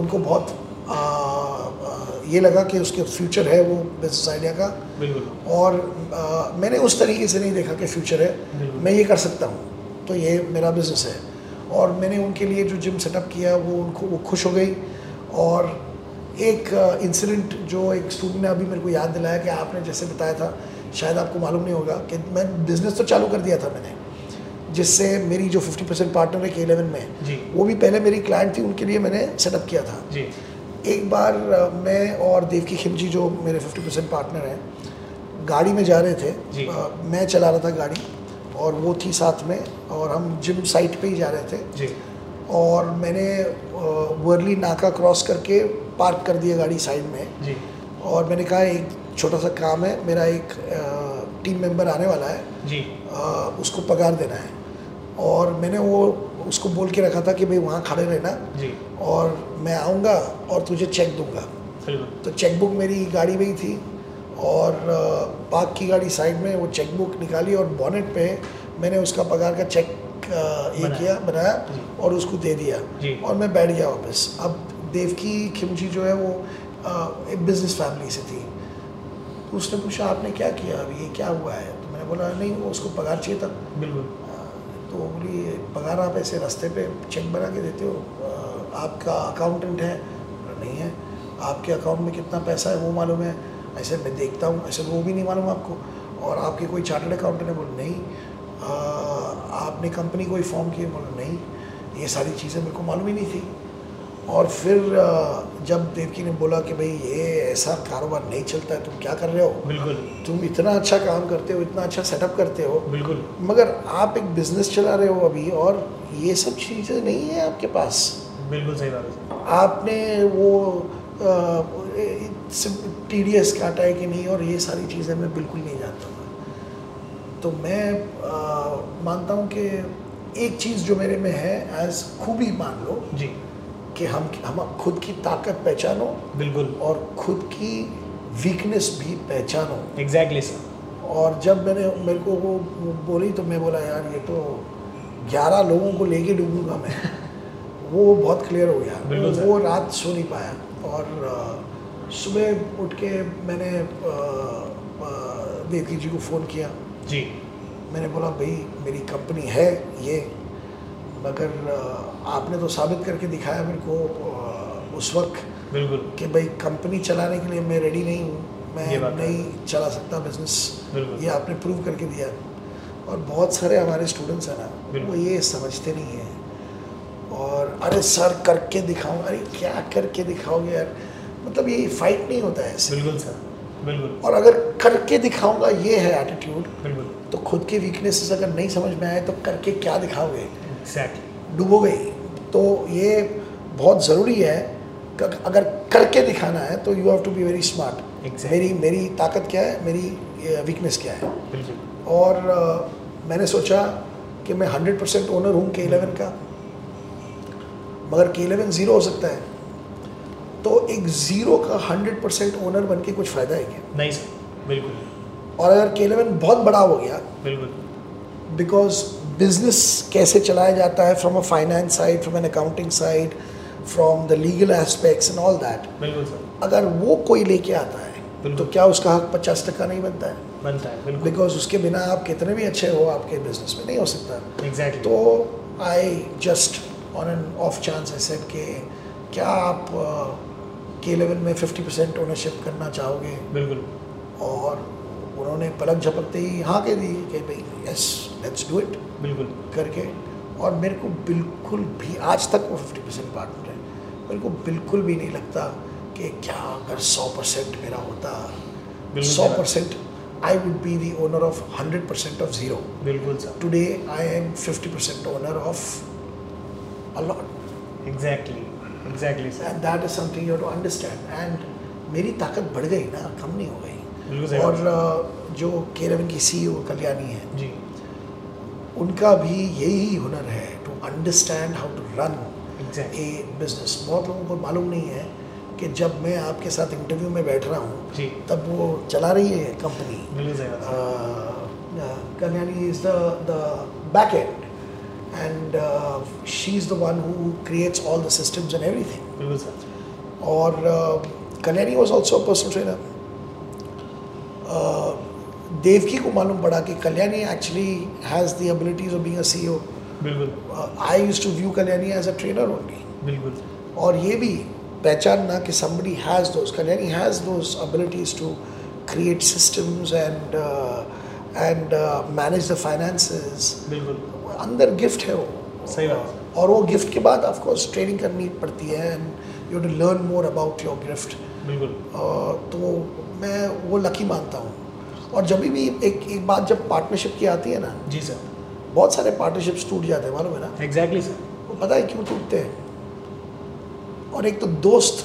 उनको बहुत आ, आ, ये लगा कि उसके फ्यूचर है वो बिजनेस आइडिया का
बिल्कुल
और आ, मैंने उस तरीके से नहीं देखा कि फ्यूचर है
बिल्कुल।
मैं ये कर सकता हूँ तो ये मेरा बिजनेस है और मैंने उनके लिए जो जिम सेटअप किया वो उनको वो खुश हो गई और एक इंसिडेंट जो एक स्टूडेंट ने अभी मेरे को याद दिलाया कि आपने जैसे बताया था शायद आपको मालूम नहीं होगा कि मैं बिज़नेस तो चालू कर दिया था मैंने जिससे मेरी जो 50 परसेंट पार्टनर है के इलेवन में
जी
वो भी पहले मेरी क्लाइंट थी उनके लिए मैंने सेटअप किया था
जी
एक बार अ, मैं और देवकी खिमजी जो मेरे 50 परसेंट पार्टनर हैं गाड़ी में जा रहे
जी।
थे अ, मैं चला रहा था गाड़ी और वो थी साथ में और हम जिम साइट पे ही जा रहे थे
जी
और मैंने अ, वर्ली नाका क्रॉस करके पार्क कर दिया गाड़ी साइड में
जी
और मैंने कहा एक छोटा सा काम है मेरा एक अ, टीम मेंबर आने वाला है
जी
अ, उसको पगार देना है और मैंने वो उसको बोल के रखा था कि भाई वहाँ खड़े रहना
जी
और मैं आऊँगा और तुझे चेक दूंगा
बिल्कुल
तो चेकबुक मेरी गाड़ी में ही थी और अ, पार्क की गाड़ी साइड में वो चेकबुक निकाली और बॉनेट पे मैंने उसका पगार का चेक अ, ये
बनाया।
किया बनाया
जी।
और उसको दे दिया
जी।
और मैं बैठ गया वापस अब देवकी खिमजी जो है वो अ, एक बिजनेस फैमिली से थी तो उसने पूछा आपने क्या किया अब ये क्या हुआ है तो मैंने बोला नहीं वो उसको पगार चाहिए था
बिल्कुल
तो वो बोली पगार आप ऐसे रास्ते पे चेक बना के देते हो अ, आपका अकाउंटेंट है नहीं है आपके अकाउंट में कितना पैसा है वो मालूम है ऐसे मैं देखता हूँ ऐसे वो भी नहीं मालूम आपको और आपके कोई चार्टर्ड अकाउंटेंट है बोले नहीं अ, आपने कंपनी कोई फॉर्म की है बोले नहीं ये सारी चीज़ें मेरे को मालूम ही नहीं थी और फिर अ, जब देवकी ने बोला कि भाई ये ऐसा कारोबार नहीं चलता है तुम क्या कर रहे हो
बिल्कुल
तुम इतना अच्छा काम करते हो इतना अच्छा सेटअप करते हो
बिल्कुल
मगर आप एक बिजनेस चला रहे हो अभी और ये सब चीज़ें नहीं है आपके पास
बिल्कुल सही बात है सर।
आपने वो टी डी एस काटा है कि नहीं और ये सारी चीज़ें मैं बिल्कुल नहीं जानता था तो मैं अ, मानता हूँ कि एक चीज़ जो मेरे में है एज खूबी मान लो
जी
कि हम हम खुद की ताकत पहचानो
बिल्कुल
और खुद की वीकनेस भी पहचानो
एग्जैक्टली सर
और जब मैंने मेरे को वो वो बोली तो मैं बोला यार ये तो ग्यारह लोगों को लेके डूबूंगा मैं वो बहुत क्लियर हो गया
बिल्कुल सर।
वो रात सो नहीं पाया और अ, सुबह उठ के मैंने अ, अ, देवकी जी को फ़ोन किया
जी
मैंने बोला भाई मेरी कंपनी है ये मगर अ, आपने तो साबित करके दिखाया मेरे को अ, उस वक्त
बिल्कुल
कि भाई कंपनी चलाने के लिए मैं रेडी नहीं हूँ
ये
मैं
बात है।
नहीं चला सकता बिजनेस
बिल्कुल।
ये आपने प्रूव करके दिया और बहुत सारे हमारे स्टूडेंट्स हैं ना
बिल्कुल।
वो ये समझते नहीं हैं और अरे सर करके दिखाऊं अरे क्या करके दिखाओगे यार मतलब ये फाइट नहीं होता है ऐसे
बिल्कुल सर बिल्कुल
और अगर करके दिखाऊंगा ये है एटीट्यूड
बिल्कुल
तो खुद की वीकनेसेस अगर नहीं समझ में आए तो करके क्या दिखाओगे
एग्जैक्टली
डूबो गई तो ये बहुत ज़रूरी है क- अगर करके दिखाना है तो you have to be very smart
Exactly.
मेरी मेरी ताकत क्या है मेरी वीकनेस क्या है
बिल्कुल
और अ, मैंने सोचा कि मैं हंड्रेड परसेंट ओनर हूँ के इलेवन का मगर के इलेवन ज़ीरो हो सकता है तो एक ज़ीरो का हंड्रेड परसेंट ओनर बन के कुछ फ़ायदा है क्या
नहीं सर बिल्कुल
और अगर के इलेवन बहुत बड़ा हो गया
बिल्कुल
because business कैसे चलाया जाता है from a finance side, from an accounting side, from the legal aspects and all that.
बिल्कुल सर
अगर वो कोई लेके आता है तो
बिल्कुल।
क्या उसका हक पचास टका नहीं बनता है
बनता है बिल्कुल
बिकॉज उसके बिना आप कितने भी अच्छे हो आपके बिजनेस में नहीं हो सकता
एग्जैक्टली
तो I just on an off chance I said कि क्या आप के लेवल में 50% परसेंट ओनरशिप करना चाहोगे
बिल्कुल
और उन्होंने पलक झपकते ही हाँ कह दी कि भाई यस लेट्स डू इट
बिल्कुल
करके और मेरे को बिल्कुल भी आज तक वो फिफ्टी परसेंट पार्टनर है मेरे को बिल्कुल भी नहीं लगता कि क्या अगर सौ परसेंट मेरा होता
बिल्कुल
सौ
sir.
Percent I would be the owner of hundred percent of zero
बिल्कुल sir
today I am fifty percent owner of a lot
exactly exactly sir
and that is something you to understand and मेरी ताकत बढ़ गई ना कम नहीं हो गई
बिल्कुल सही
और अ, जो केरवन की सी कल्याणी है
जी
उनका भी यही हुनर है to understand how to run
exactly
a business बहुत लोगों को मालूम नहीं है कि जब मैं आपके साथ इंटरव्यू में बैठ रहा हूँ
जी
तब वो चला रही है कंपनी
बिल्कुल सही बात है
Kalyani is the the back end and she is the one who creates all the systems and everything
बिल्कुल sir
Or uh, Kalyani was also a personal trainer. Uh, Devki को मालूम पड़ा कि Kalyani actually has the abilities of being a CEO.
बिल्कुल
Uh, I used to view Kalyani as a trainer only.
बिल्कुल
और ये भी पहचानना कि somebody has those Kalyani has those abilities to create systems and uh, and uh, manage the finances
बिल्कुल
अंदर gift है वो
सही बात है।
और वो गिफ्ट के बाद ऑफ कोर्स ट्रेनिंग करनी पड़ती है and you to learn more about your gift
बिल्कुल
तो मैं वो लकी मानता हूँ और जब भी एक एक बात जब पार्टनरशिप की आती है ना
जी सर
बहुत सारे पार्टनरशिप्स टूट जाते हैं मालूम है ना
एग्जैक्टली सर
वो पता है क्यों टूटते हैं और एक तो दोस्त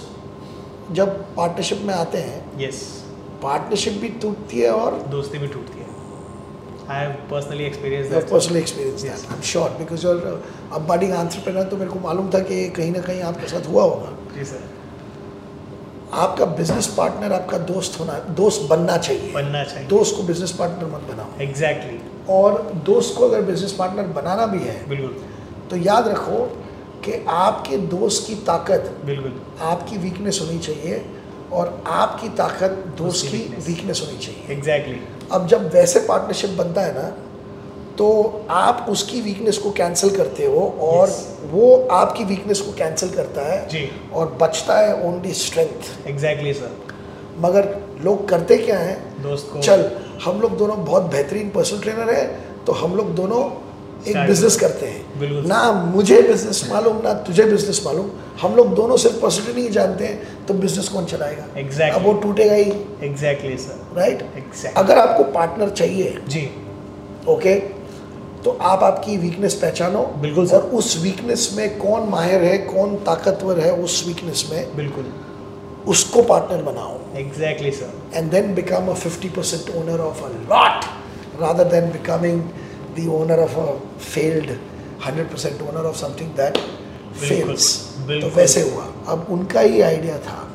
जब पार्टनरशिप में आते हैं
यस
पार्टनरशिप भी टूटती है और
दोस्ती भी टूटती है I have personally experience
your
that
personal experience
Yes.
that i'm sure because you're a a budding entrepreneur तो मेरे को मालूम था कि ये कहीं ना कहीं आपके साथ हुआ होगा
जी सर
आपका बिजनेस पार्टनर आपका दोस्त होना दोस्त बनना चाहिए
बनना चाहिए
दोस्त को बिजनेस पार्टनर मत बनाओ
एग्जैक्टली
और दोस्त को अगर बिजनेस पार्टनर बनाना भी है
बिल्कुल
तो याद रखो कि आपके दोस्त की ताकत
बिल्कुल
आपकी वीकनेस होनी चाहिए और आपकी ताकत दोस्त
उसकी
की
weakness।
वीकनेस होनी चाहिए
एग्जैक्टली
अब जब वैसे पार्टनरशिप बनता है ना तो आप उसकी वीकनेस को कैंसिल करते हो और
Yes.
वो आपकी वीकनेस को कैंसिल करता है
जी।
और बचता है ओनली स्ट्रेंथ
एग्जैक्टली सर
मगर लोग करते क्या हैं
दोस्त को
चल हम लोग दोनों बहुत बेहतरीन पर्सनल ट्रेनर हैं तो हम लोग दोनों एक
Start
बिजनेस करते हैं
बिल्कुल।
ना मुझे बिजनेस मालूम ना तुझे बिजनेस मालूम हम लोग दोनों सिर्फ पर्सनल ट्रेनिंग ही जानते हैं तो बिजनेस कौन चलाएगा
Exactly.
अब वो टूटेगा ही
एग्जैक्टली सर
राइट
एग्जैक्ट
अगर आपको पार्टनर चाहिए
जी
ओके तो आप आपकी वीकनेस पहचानो
बिल्कुल सर।
और उस वीकनेस में कौन माहिर है कौन ताकतवर है उस वीकनेस में
बिल्कुल
उसको पार्टनर बनाओ
exactly sir
and then become a 50% percent owner of a lot rather than becoming the owner of a failed 100% percent owner of something that
बिल्कुल,
फेल्स तो
बिल्कुल।
वैसे हुआ अब उनका ही आइडिया था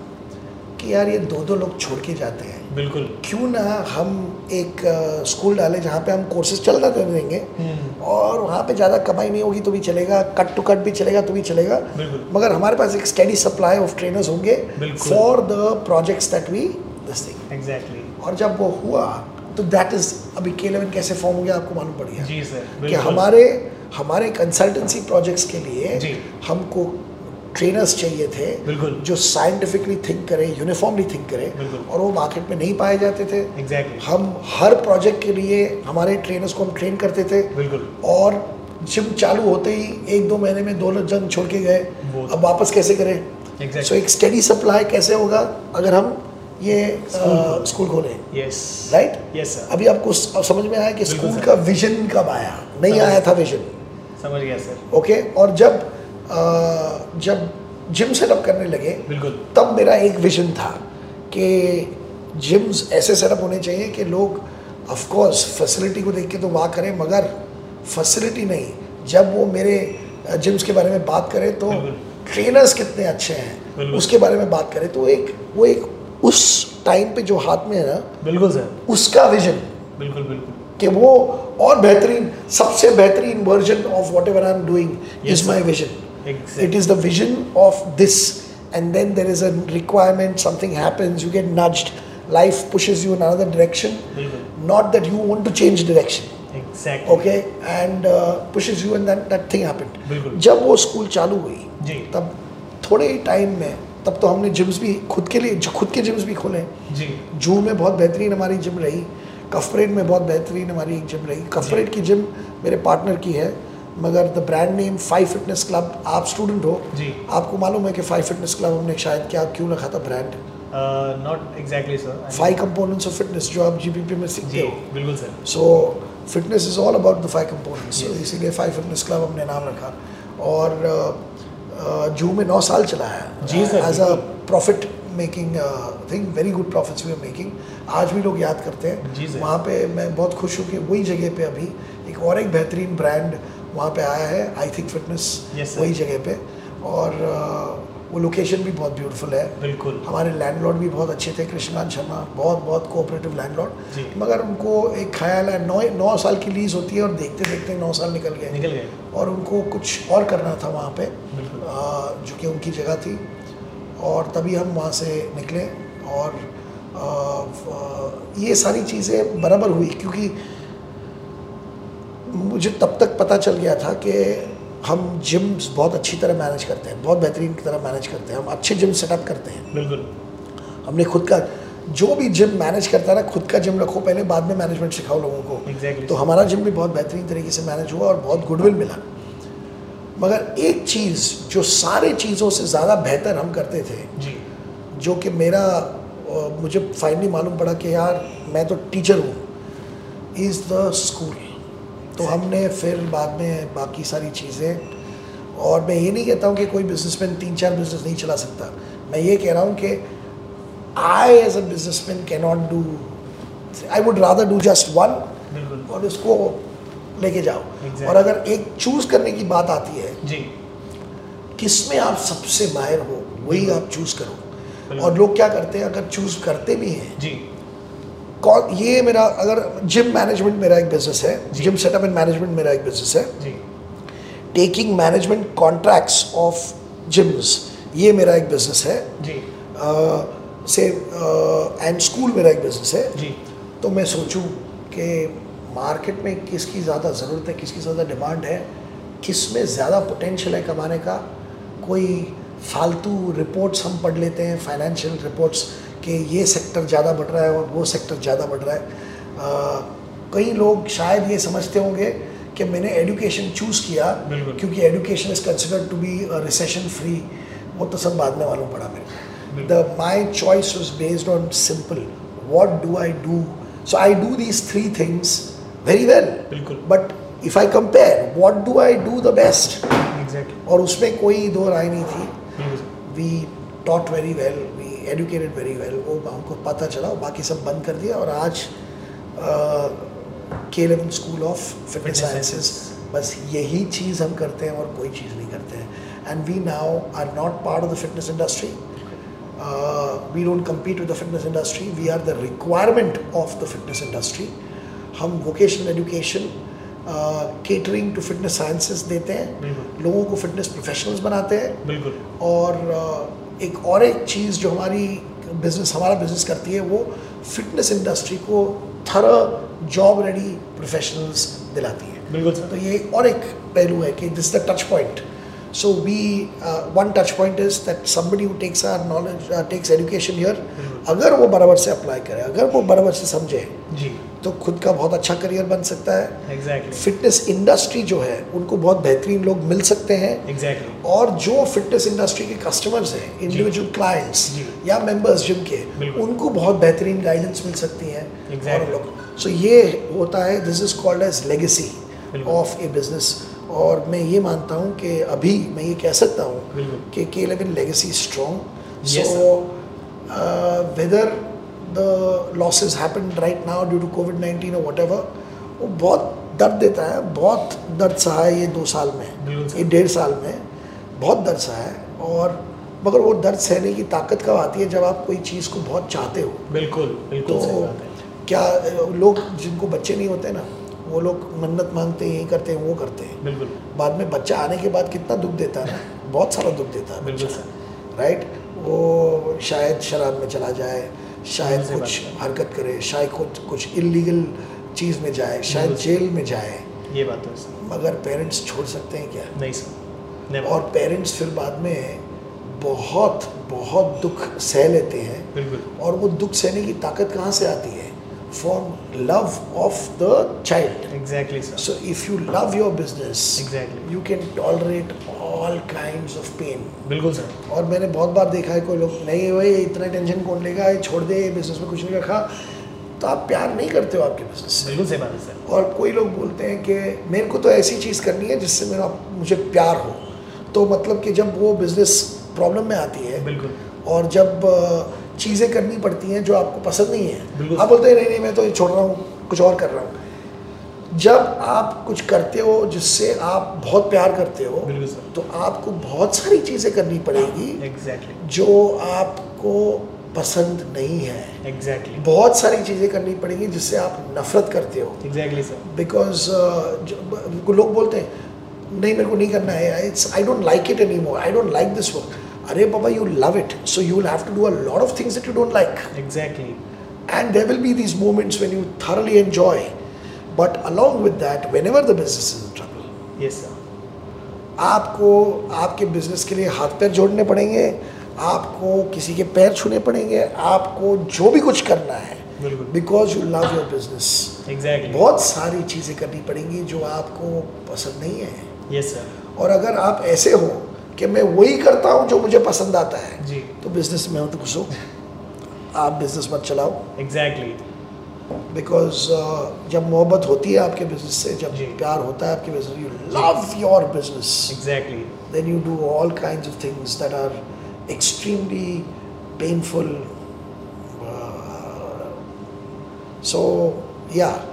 कि यार ये दो दो लोग छोड़ के जाते हैं
बिल्कुल
क्यों ना हम एक अ, स्कूल डालें जहाँ पे हम कोर्सेज चलता देंगे
हम्म,
और वहाँ पे ज़्यादा कमाई नहीं होगी तो भी चलेगा कट टू कट भी चलेगा तो भी चलेगा
बिल्कुल
मगर हमारे पास एक स्टडी सप्लाई ऑफ ट्रेनर्स होंगे
बिल्कुल।
For the projects that we this thing
exactly
और जब वो हुआ तो दैट इज़ अभी के इलेवन कैसे फॉर्म हो गया आपको मालूम पड़ गया
जी सर
कि
बिल्कुल
हमारे हमारे कंसल्टेंसी प्रोजेक्ट्स के लिए
जी।
हमको ट्रेनर्स चाहिए थे
बिल्कुल
जो साइंटिफिकली थिंक करें यूनिफॉर्मली थिंक करें
बिल्कुल।
और वो मार्केट में नहीं पाए जाते थे
एग्जैक्टली
हम हर प्रोजेक्ट के लिए हमारे ट्रेनर्स को हम ट्रेन करते थे
बिल्कुल
और जिम चालू होते ही एक दो महीने में दो लोग जन छोड़ के गए
वो-
अब वापस कैसे करें सो
एग्जैक्टली
एक स्टडी सप्लाई कैसे होगा अगर हम ये अ, स्कूल खोलें
यस
राइट
यस सर
अभी आपको स- अब समझ में आया कि
बिल्कुल
स्कूल
सर।
का विजन कब आया नहीं
समझ-
आया था विजन
समझ गया सर
ओके और जब अ, जब जिम सेटअप करने लगे
बिल्कुल
तब मेरा एक विजन था कि जिम्स ऐसे सेटअप होने चाहिए कि लोग ऑफ कोर्स फैसिलिटी को देख के तो वाह करें मगर फैसिलिटी नहीं जब वो मेरे जिम्स के बारे में बात करें तो
बिल्कुल।
ट्रेनर्स कितने अच्छे हैं
बिल्कुल।
उसके बारे में बात करें तो एक वो एक उस टाइम पे जो हाथ में है ना
बिल्कुल सर
उसका विजन
बिल्कुल बिल्कुल
कि वो और बेहतरीन सबसे बेहतरीन version of whatever I am doing
Yes,
is
sir.
My vision It
exactly
is the vision of this, and then there is a requirement, something happens, you get nudged, life pushes you in another direction.
बिल्कुल
Not that you want to change direction,
exactly
okay? And uh, pushes you, and then that thing happened.
बिल्कुल
जब वो school चालू हुई
जी
तब थोड़े ही time में तब तो हमने जिम्स भी खुद के लिए जो खुद के जिम्स भी खोले
जी
जू में बहुत बेहतरीन हमारी जिम रही कफरेड में बहुत बेहतरीन हमारी एक जिम रही कफरेड की जिम मेरे पार्टनर की है मगर the brand name five fitness club आप स्टूडेंट हो
जी
आपको मालूम है कि फाइव फिटनेस क्लब हमने शायद क्या क्यों रखा था brand
not exactly sir
five components of fitness जो आप जीपीपी में सीखते
जी
हो
बिल्कुल sir
so fitness is all about the five components
Yes.
इसीलिए फाइव फिटनेस क्लब हमने नाम रखा और uh, अ, अ, जू में नौ साल चला है
जी sir,
as a profit making thing very good profits we are making आज भी लोग याद करते
जी
हैं
sir.
वहाँ पे मैं बहुत खुश हूँ कि वही जगह पे अभी एक और एक बेहतरीन ब्रांड वहाँ पे आया है I think fitness
Yes, sir.
वही जगह पे और अ, वो लोकेशन भी बहुत ब्यूटीफुल है
बिल्कुल
हमारे लैंडलॉर्ड भी बहुत अच्छे थे कृष्णकांत शर्मा बहुत बहुत कोऑपरेटिव
जी।
लैंडलॉर्ड मगर उनको एक ख्याल है नौ नौ साल की लीज होती है और देखते देखते नौ साल निकल गए
निकल गए
और उनको कुछ और करना था वहाँ पे
बिल्कुल
आ, जो कि उनकी जगह थी और तभी हम वहाँ से निकले और अ, अ, ये सारी चीज़ें बराबर हुई क्योंकि मुझे तब तक पता चल गया था कि हम जिम्स बहुत अच्छी तरह मैनेज करते हैं बहुत बेहतरीन की तरह मैनेज करते हैं हम अच्छे जिम सेटअप करते हैं
बिल्कुल
हमने खुद का जो भी जिम मैनेज करता है ना खुद का जिम रखो पहले बाद में मैनेजमेंट सिखाओ लोगों को
Exactly.
तो हमारा जिम भी बहुत बेहतरीन तरीके से मैनेज हुआ और बहुत गुडविल मिला मगर एक चीज़ जो सारे चीज़ों से ज़्यादा बेहतर हम करते थे
जी
जो कि मेरा अ, मुझे फाइनली मालूम पड़ा कि यार मैं तो टीचर हूँ इज़ द स्कूल तो हमने फिर बाद में बाकी सारी चीज़ें और मैं ये नहीं कहता हूँ कि कोई बिजनेसमैन तीन चार बिजनेस नहीं चला सकता मैं ये कह रहा हूँ कि I as a businessman can not do I would rather do just one
बिल्कुल
और उसको लेके जाओ
Exactly.
और अगर एक चूज़ करने की बात आती है
जी
किस में आप सबसे माहिर हो वही आप चूज करो
बिल्कुल।
और लोग क्या करते हैं अगर चूज करते भी हैं
जी
कौन ये मेरा अगर जिम मैनेजमेंट मेरा एक बिजनेस है
जी।
जिम सेटअप एंड मैनेजमेंट मेरा एक बिजनेस है
जी
taking management contracts of gyms ये मेरा एक बिजनेस है
जी
से एंड स्कूल मेरा एक बिजनेस है
जी
तो मैं सोचूं कि मार्केट में किसकी ज़्यादा ज़रूरत है किसकी ज़्यादा डिमांड है किस में ज़्यादा पोटेंशियल है कमाने का कोई फालतू रिपोर्ट्स हम पढ़ लेते हैं फाइनेंशियल रिपोर्ट्स कि ये सेक्टर ज़्यादा बढ़ रहा है और वो सेक्टर ज़्यादा बढ़ रहा है अ, कई लोग शायद ये समझते होंगे कि मैंने एजुकेशन चूज़ किया
बिल्कुल।
क्योंकि education is considered to be recession free वो तो सब बाद में मालूम पड़ा मेरे को
बिल्कुल।
the my choice was based on simple what do i do so i do these three things very well
बिल्कुल
but if i compare what do i do the best
exactly
और उसमें कोई दो राय नहीं थी
बिल्कुल
we taught very well we educated very well वो हमको पता चला और बाकी सब बंद कर दिया और आज K eleven school of fitness
Fitness
sciences बस यही चीज़ हम करते हैं और कोई चीज़ नहीं करते हैं and we now are not part of the fitness industry we don't compete with the fitness industry we are the requirement of the fitness industry हम vocational education catering to fitness sciences देते हैं
बिल्कुल।
लोगों को fitness professionals बनाते हैं
बिल्कुल
और अ, एक और एक चीज़ जो हमारी बिजनेस हमारा बिजनेस करती है वो फिटनेस इंडस्ट्री को थर जॉब रेडी प्रोफेशनल्स दिलाती है
बिल्कुल सर
तो ये और एक पहलू है कि this the touch point so we one touch point is that somebody who takes our knowledge uh, takes education here अगर वो बराबर से अप्लाई करे अगर वो बराबर से समझे
जी
तो खुद का बहुत अच्छा करियर बन सकता है
एग्जैक्टली
फिटनेस इंडस्ट्री जो है उनको बहुत बेहतरीन लोग मिल सकते हैं
एग्जैक्टली
और जो फिटनेस इंडस्ट्री के कस्टमर्स हैं इंडिविजुअल क्लाइंट्स
जी।
या मेंबर्स जिम के
बिल्कुल।
उनको बहुत बेहतरीन गाइडेंस मिल सकती है
Exactly.
सो ये होता है this is called as legacy
बिल्कुल।
ऑफ ए बिजनेस और मैं ये मानता हूँ कि अभी मैं ये कह सकता हूँ
बिल्कुल
कि K eleven legacy strong
Yes,
so uh, weather the losses happen right now due to COVID nineteen और वट वो बहुत दर्द देता है बहुत दर्द सहा है ये दो साल
बिल्कुल
में
सर।
ये डेढ़ साल में बहुत दर्द सहा है और मगर वो दर्द सहने की ताकत कब आती है जब आप कोई चीज़ को बहुत चाहते हो
बिल्कुल
तो
बिल्कुल सही बात है
क्या लोग जिनको बच्चे नहीं होते ना वो लोग मन्नत मांगते हैं ये करते हैं वो करते हैं
बिल्कुल
बाद में बच्चा आने के बाद कितना दुख देता है ना बहुत सारा दुख देता है
बिल्कुल
बच्चा राइट वो शायद शराब में चला जाए शायद
बिल्कुल सही
कुछ
बात
हरकत करे शायद कुछ कुछ इलीगल चीज़ में जाए शायद
बिल्कुल
जेल में जाए
ये बात तो है सर
मगर पेरेंट्स छोड़ सकते हैं क्या
नहीं सर नहीं
और पेरेंट्स फिर बाद में बहुत बहुत दुख सह लेते हैं
बिल्कुल
और वो दुख सहने की ताकत कहाँ से आती है for love of the child
exactly sir
So if you love your business,
Exactly.
you can tolerate all kinds of pain.
बिल्कुल सर
और मैंने बहुत बार देखा है कोई लोग नहीं भाई इतना टेंशन कौन लेगा ये छोड़ दे बिजनेस में कुछ नहीं रखा तो आप प्यार नहीं करते हो आपके बिजनेस से
बिल्कुल सही बात है सर
और कोई लोग बोलते हैं कि मेरे को तो ऐसी चीज़ करनी है जिससे मेरा मुझे प्यार हो तो मतलब कि जब वो बिज़नेस प्रॉब्लम में आती है
बिल्कुल
और जब अ, चीज़ें करनी पड़ती हैं जो आपको पसंद नहीं है
बिल्कुल।
आप बोलते हैं नहीं नहीं मैं तो ये छोड़ रहा हूँ कुछ और कर रहा हूँ जब आप कुछ करते हो जिससे आप बहुत प्यार करते हो
बिल्कुल सर।
तो आपको बहुत सारी चीज़ें करनी पड़ेगी
एग्जैक्टली
जो आपको पसंद नहीं है
एग्जैक्टली
बहुत सारी चीज़ें करनी पड़ेंगी जिससे आप नफरत करते हो
एग्जैक्टली सर
बिकॉज लोग बोलते हैं नहीं मेरे को नहीं करना है I don't like it anymore I don't like this work Arey Baba, you love it. So you will have to do a lot of things that you don't like.
Exactly.
And there will be these moments when you thoroughly enjoy. But along with that, whenever the business is in trouble,
Yes, sir.
आपको आपके business के लिए हाथ पैर जोड़ने पड़ेंगे आपको किसी के पैर छूने पड़ेंगे आपको जो भी कुछ करना है
बिल्कुल।
Because you love your business
Exactly.
बहुत सारी चीज़ें करनी पड़ेंगी जो आपको पसंद नहीं है
Yes, sir.
और अगर आप ऐसे हो कि मैं वही करता हूँ जो मुझे पसंद आता है
जी.
तो बिजनेस में मत घुसो आप बिजनेस मत चलाओ
Exactly.
बिकॉज जब मोहब्बत होती है आपके बिजनेस से जब
जी।
प्यार होता है आपके business you love your business
Exactly.
then you do all kinds of things that are extremely painful. Uh, so, yeah,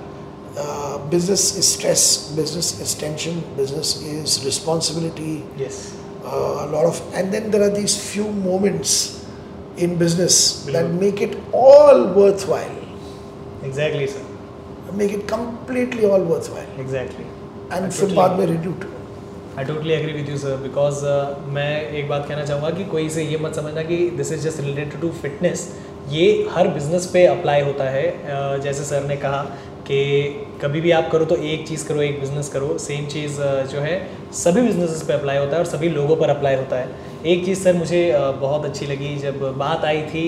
uh, business is stress, business is tension, business is responsibility.
Yes.
Uh, a lot of, and then there are these few moments in business that
Bilkul.
make it all worthwhile,
Exactly, sir.
make it completely all worthwhile,
Exactly.
and फिर
Absolutely.
बाद में reduce.
I totally agree with you sir because uh, मैं एक बात कहना चाहूँगा कि कोई से ये मत समझना कि this is just related to fitness ये हर बिजनेस पे अप्लाई होता है अ, जैसे सर ने कहा कि कभी भी आप करो तो एक चीज़ करो एक बिज़नेस करो सेम चीज़ अ, जो है सभी बिजनेसेस पे अप्लाई होता है और सभी लोगों पर अप्लाई होता है एक चीज़ सर मुझे अ, बहुत अच्छी लगी जब बात आई थी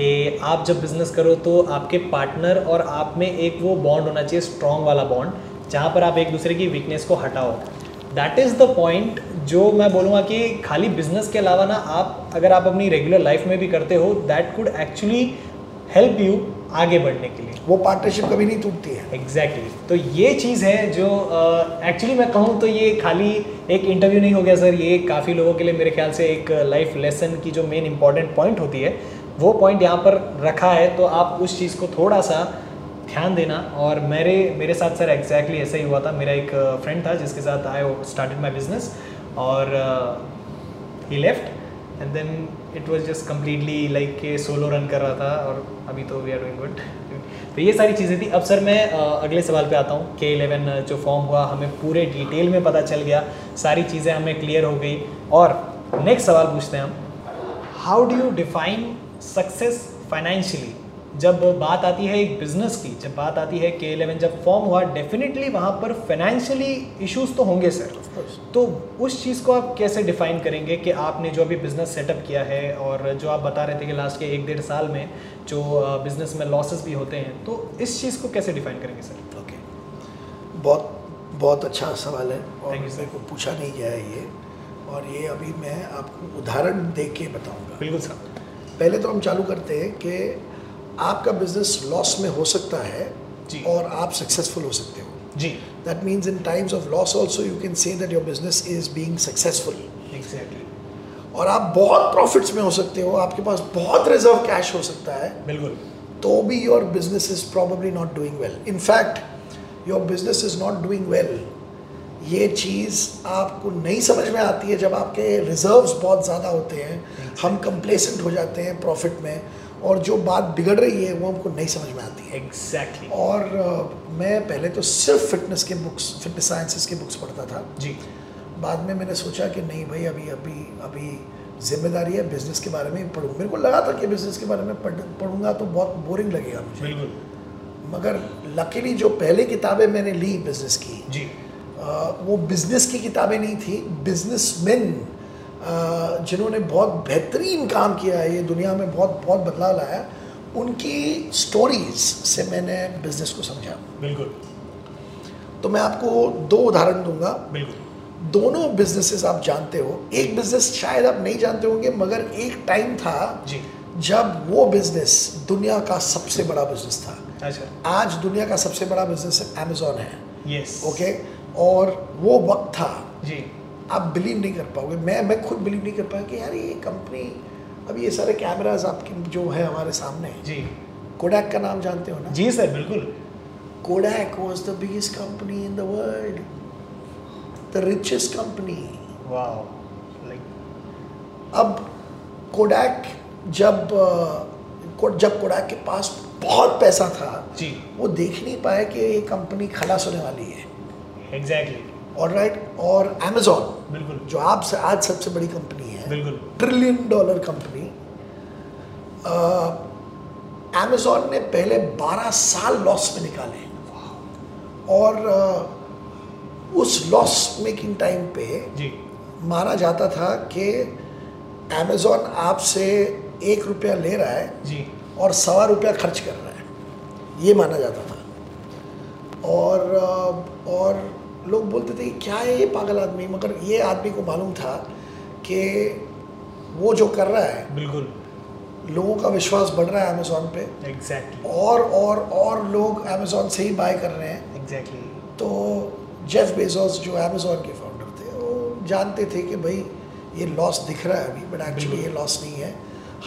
कि आप जब बिज़नेस करो तो आपके पार्टनर और आप में एक वो बॉन्ड होना चाहिए स्ट्रॉन्ग वाला बॉन्ड जहाँ पर आप एक दूसरे की वीकनेस को हटाओ दैट इज़ द पॉइंट जो मैं बोलूँगा कि खाली बिजनेस के अलावा ना आप अगर आप अपनी रेगुलर लाइफ में भी करते हो that could actually help you आगे बढ़ने के लिए
वो पार्टनरशिप कभी नहीं टूटती है
एग्जैक्टली exactly. तो ये चीज़ है जो एक्चुअली मैं कहूँ तो ये खाली एक इंटरव्यू नहीं हो गया सर ये काफ़ी लोगों के लिए मेरे ख्याल से एक लाइफ लेसन की जो मेन इंपॉर्टेंट पॉइंट होती है वो पॉइंट यहाँ पर रखा है तो आप उस चीज़ को थोड़ा सा ध्यान देना और मेरे मेरे साथ सर एग्जैक्टली ऐसा ही हुआ था मेरा एक फ्रेंड था जिसके साथ आई स्टार्टेड माई बिजनेस और he left and then it was just completely like के सोलो रन कर रहा था और अभी तो वी आर डूइंग गुड तो ये सारी चीज़ें थी अब सर मैं अ, अगले सवाल पे आता हूँ के इलेवन जो फॉर्म हुआ हमें पूरे डिटेल में पता चल गया सारी चीज़ें हमें क्लियर हो गई और नेक्स्ट सवाल पूछते हैं हम how do you define success financially जब बात आती है एक बिजनेस की जब बात आती है के इलेवन जब फॉर्म हुआ डेफिनेटली वहाँ पर फाइनेंशियली इश्यूज तो होंगे सर तो उस चीज़ को आप कैसे डिफाइन करेंगे कि आपने जो अभी बिज़नेस सेटअप किया है और जो आप बता रहे थे कि लास्ट के एक डेढ़ साल में जो बिज़नेस में लॉसेस भी होते हैं तो इस चीज़ को कैसे डिफाइन करेंगे सर
ओके बहुत बहुत अच्छा सवाल है और
Thank you, sir.
मेरे को पूछा नहीं गया है ये और ये अभी मैं आपको उदाहरण दे के बताऊंगा
बिल्कुल सर
पहले तो हम चालू करते हैं कि आपका बिजनेस लॉस में हो सकता है
जी।
और आप सक्सेसफुल हो सकते हो
जी
that means in times of loss also you can say that your business is being successful
exactly
और आप बहुत प्रॉफिट्स में हो सकते हो आपके पास बहुत रिजर्व कैश हो सकता है
बिल्कुल
तो भी your business is probably not doing well in fact your business is not doing well ये चीज़ आपको नहीं समझ में आती है जब आपके रिजर्व्स बहुत ज़्यादा होते हैं हम कंप्लेसेंट हो जाते हैं प्रॉफिट में और जो बात बिगड़ रही है वो हमको नहीं समझ में आती है
एग्जैक्टली
और अ, मैं पहले तो सिर्फ फिटनेस के बुक्स फिटनेस साइंसेस के बुक्स पढ़ता था
जी
बाद में मैंने सोचा कि नहीं भाई अभी अभी अभी जिम्मेदारी है बिजनेस के बारे में पढ़ूँ मेरे को लगा था कि बिजनेस के बारे में पढ़ पढ़ूंगा तो बहुत बोरिंग लगेगा मुझे
बिल्कुल
मगर लकीली जो पहले किताबें मैंने ली बिजनेस की
जी
अ, वो बिजनेस की किताबें नहीं थी बिजनेसमैन जिन्होंने बहुत बेहतरीन काम किया है ये दुनिया में बहुत बहुत बदलाव लाया उनकी स्टोरीज से मैंने बिजनेस को समझा
बिल्कुल
तो मैं आपको दो उदाहरण दूंगा
बिल्कुल
दोनों बिजनेसेस आप जानते हो एक बिजनेस शायद आप नहीं जानते होंगे मगर एक टाइम था
जी
जब वो बिजनेस दुनिया का सबसे बड़ा बिजनेस था
अच्छा
आज दुनिया का सबसे बड़ा बिजनेस अमेजोन है
यस
ओके और वो वक्त था
जी
आप बिलीव नहीं कर पाओगे मैं मैं खुद बिलीव नहीं कर पाया कि यार ये कंपनी अब ये सारे कैमराज आपके जो है हमारे सामने
जी
कोडैक का नाम जानते हो ना
जी सर बिल्कुल
Kodak was the biggest company in the world the richest company
wow like
अब कोडैक जब अ, को- जब कोडैक के पास बहुत पैसा था
जी
वो देख नहीं पाया कि ये कंपनी खलास होने वाली है
एग्जैक्टली
और राइट और अमेजोन
बिल्कुल
जो आप से आज सबसे बड़ी कंपनी है
बिल्कुल
ट्रिलियन डॉलर कंपनी अमेजोन ने पहले 12 साल लॉस में निकाले और अ, उस लॉस मेकिंग टाइम पे
जी
माना जाता था कि अमेजोन आपसे एक रुपया ले रहा है
जी
और सवा रुपया खर्च कर रहा है ये माना जाता था और अ, और लोग बोलते थे कि क्या है ये पागल आदमी मगर ये आदमी को मालूम था कि वो जो कर रहा है
बिल्कुल
लोगों का विश्वास बढ़ रहा है अमेज़ॉन पे
एग्जैक्टली
और और और लोग अमेज़ॉन से ही बाय कर रहे हैं
एग्जैक्टली
तो जेफ बेजोस जो अमेजोन के फाउंडर थे वो जानते थे कि भाई ये लॉस दिख रहा है अभी बट एक्चुअली ये लॉस नहीं है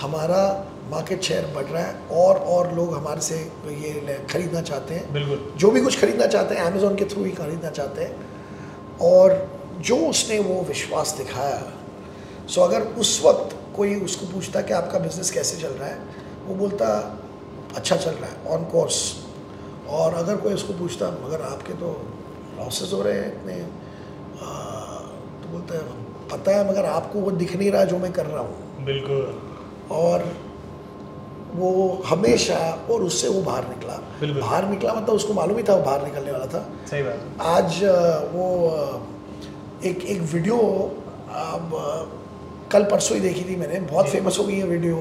हमारा मार्केट शेयर बढ़ रहा है और और लोग हमारे से ये ले- खरीदना चाहते हैं
बिल्कुल
जो भी कुछ खरीदना चाहते हैं अमेजोन के थ्रू ही खरीदना चाहते हैं और जो उसने वो विश्वास दिखाया सो अगर उस वक्त कोई उसको पूछता कि आपका बिजनेस कैसे चल रहा है वो बोलता अच्छा चल रहा है ऑन कोर्स और अगर कोई उसको पूछता मगर आपके तो लॉसेस हो रहे हैं इतने आ, तो बोलता है पता है मगर आपको वो दिख नहीं रहा जो मैं कर रहा हूँ
बिल्कुल
और वो हमेशा और उससे वो बाहर निकला
बिल्कुल।
बाहर निकला मतलब उसको मालूम ही था वो बाहर निकलने वाला था
सही बात
आज अ, वो अ, एक एक वीडियो अब अ, कल परसों ही देखी थी मैंने बहुत फेमस हो गई है वीडियो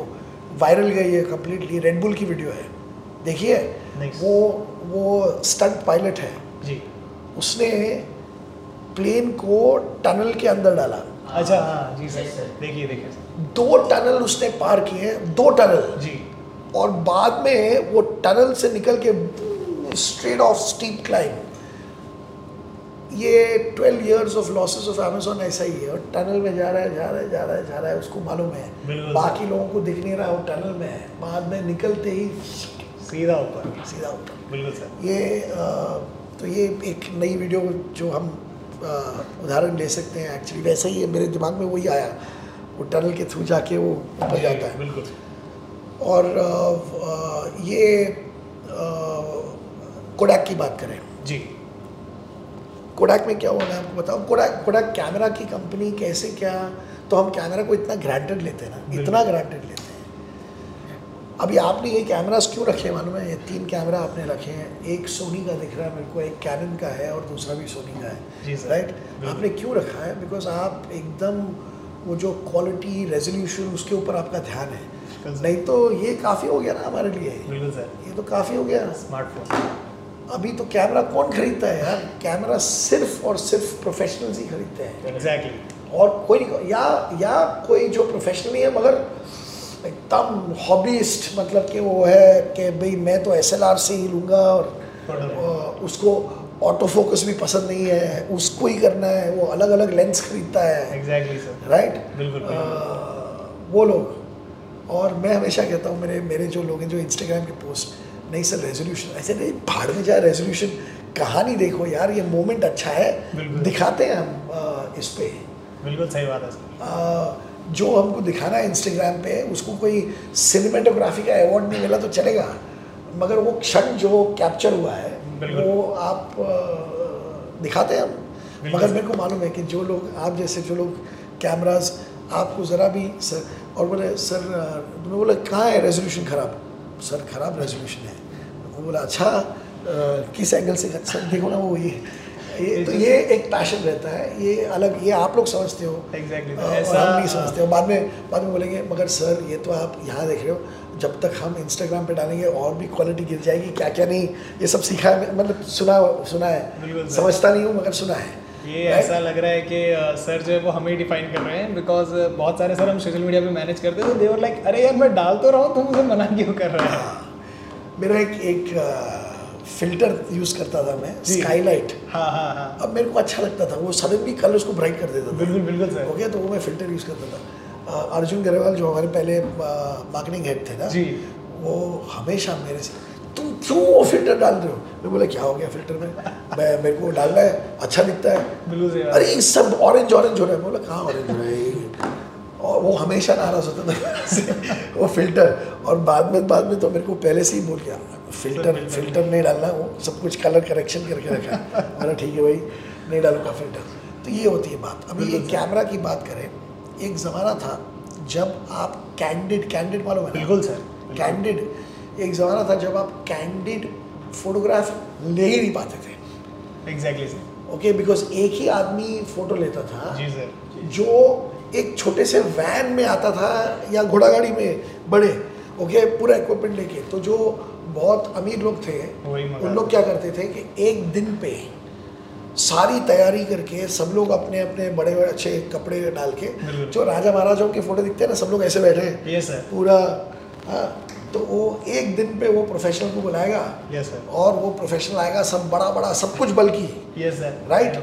वायरल गई है कम्प्लीटली रेडबुल की वीडियो है देखिए
Nice.
वो वो स्टंट पायलट है
जी
उसने प्लेन को टनल के अंदर डाला
अच्छा हाँ जी सर देखिए देखिए सर।
दो टनल उसने पार किए दो टनल
जी
और बाद में वो टनल से निकल के स्ट्रेट ऑफ स्टीप क्लाइंब ये 12 years of losses of Amazon ऐसा ही है और टनल में जा रहा है जा रहा है जा रहा है जा रहा है उसको मालूम है
बिल्कुल।
बाकी लोगों को दिख नहीं रहा वो टनल में है बाद में निकलते ही
सीधा ऊपर
सीधा उठा
बिल्कुल सर
ये अ, तो ये एक नई वीडियो जो हम अ, उदाहरण ले सकते हैं एक्चुअली वैसा ही है मेरे दिमाग में वही आया वो टनल के थ्रू जाके वो ऊपर जाता है
बिल्कुल
और अ, अ, ये अ, कोडैक की बात करें
जी
कोडैक में क्या हुआ मैं आपको बताऊँ कोडैक कोडैक कैमरा की कंपनी कैसे क्या तो हम कैमरा को इतना ग्रांटेड लेते हैं ना
बिल्कुल।
इतना ग्रांटेड लेते हैं अभी आपने ये कैमरास क्यों रखे हैं मालूम है ये तीन कैमरा आपने रखे हैं एक सोनी का दिख रहा है मेरे को एक कैनन का है और दूसरा भी सोनी का है
जी सर।
राइट
बिल्कुल।
आपने क्यों रखा है बिकॉज आप एकदम वो जो क्वालिटी रेजोल्यूशन उसके ऊपर आपका ध्यान है
बिल्कुल सर।
नहीं तो ये काफ़ी हो गया ना हमारे लिए
बिल्कुल सर
ये तो काफी हो गया
स्मार्टफोन
अभी तो कैमरा कौन खरीदता है यार कैमरा सिर्फ और सिर्फ प्रोफेशनल्स ही खरीदते हैं
एग्जैक्टली
और कोई नहीं या या कोई जो प्रोफेशनली है मगर एकदम हॉबीस्ट मतलब कि वो है कि भाई मैं तो एस से ही लूँगा और अ, उसको ऑटो फोकस भी पसंद नहीं है उसको ही करना है वो अलग अलग लेंस खरीदता है
एग्जैक्टली सर
राइट
बिल्कुल, बिल्कुल।
अ, वो लोग और मैं हमेशा कहता हूँ मेरे मेरे जो लोग हैं जो इंस्टाग्राम के पोस्ट नहीं सर रेजोल्यूशन ऐसे नहीं भाड़ में जाए रेजोल्यूशन कहानी देखो यार ये मोमेंट अच्छा है
बिल्कुल।
दिखाते हैं हम अ, इस पे
बिल्कुल सही बात है सर
अ, जो हमको दिखाना है इंस्टाग्राम पे उसको कोई सिनेमेटोग्राफी का अवार्ड नहीं मिला तो चलेगा मगर वो क्षण जो कैप्चर हुआ है
बिल्कुल।
वो आप अ, दिखाते हैं हम
बिल्कुल।
मगर मेरे को मालूम है कि जो लोग आप जैसे जो लोग कैमराज आपको ज़रा भी सर और बोले सर अ, तुमने बोला कहाँ है रेजोल्यूशन ख़राब सर ख़राब रेजोल्यूशन है वो बोला अच्छा अ, किस एंगल से सर देखो ना वो ये ये तो ये एक पैशन रहता है ये अलग ये आप लोग समझते हो
एग्जैक्टली
और
uh,
हम हाँ, नहीं समझते और बाद में बाद में बोलेंगे मगर सर ये तो आप यहाँ देख रहे हो जब तक हम इंस्टाग्राम पे डालेंगे और भी क्वालिटी गिर जाएगी क्या क्या नहीं ये सब सीखा है मतलब सुना सुना है
बिल्कुल सर।
समझता नहीं हूँ मगर सुना है
ये
Right?
ऐसा लग रहा है कि अ, सर जो है वो हमें डिफाइन कर रहे हैं बिकॉज बहुत सारे सर हम सोशल मीडिया पे मैनेज करते हैं तो देवर लाइक अरे यार मैं डाल तो रहा हूँ तुम मुझे मना क्यों कर रहे हो
मेरा एक एक फिल्टर यूज़ करता था मैं
जी।
स्काईलाइट
हाँ हाँ हाँ
अब मेरे को अच्छा लगता था वो सडनली कल उसको ब्राइट कर देता था
बिल्कुल बिल्कुल
हो
सर
गया तो वो मैं फिल्टर यूज़ करता था अ, अर्जुन गरेवाल जो हमारे पहले मार्केटिंग हेड थे ना
जी
वो हमेशा मेरे से तुम क्यों वो फिल्टर डाल रहे हो मैं बोला क्या हो गया फिल्टर में मैं मेरे को डालना है अच्छा दिखता है
बिल्कुल सही बात
अरे ये सब ऑरेंज ऑरेंज हो रहा है मैं बोला कहाँ ऑरेंज हो रहा है ये- और वो हमेशा नाराज होता था मेरे से, वो फिल्टर और बाद में बाद में तो मेरे को पहले से ही बोल गया फिल्टर फिल्टर नहीं डालना वो सब कुछ कलर करेक्शन करके रखा मैंने ठीक है भाई नहीं डालूंगा फिल्टर तो ये होती है बात अभी ये कैमरा की बात करें एक ज़माना था जब आप कैंडिड कैंडिड मालूम है ना?
बिल्कुल सर
कैंडिड एक ज़माना था जब आप कैंडिड फोटोग्राफ ले ही नहीं पाते थे
एग्जैक्टली सर
ओके बिकॉज एक ही आदमी फोटो लेता था
जी सर
जो एक छोटे से वैन में आता था या घोड़ा गाड़ी में बड़े ओके पूरा इक्विपमेंट लेके तो जो बहुत अमीर लोग थे
वही मगा-
उन लोग क्या करते थे कि एक दिन पे सारी तैयारी करके सब लोग अपने अपने बड़े बड़े अच्छे कपड़े डाल के
बिल्कुल।
जो राजा महाराजाओं के फोटो दिखते हैं ना सब लोग ऐसे बैठे हैं
यस सर
पूरा हाँ तो वो एक दिन पे वो प्रोफेशनल को बुलाएगा
यस सर
और वो प्रोफेशनल आएगा सब बड़ा बड़ा सब कुछ बल्कि
यस सर
राइट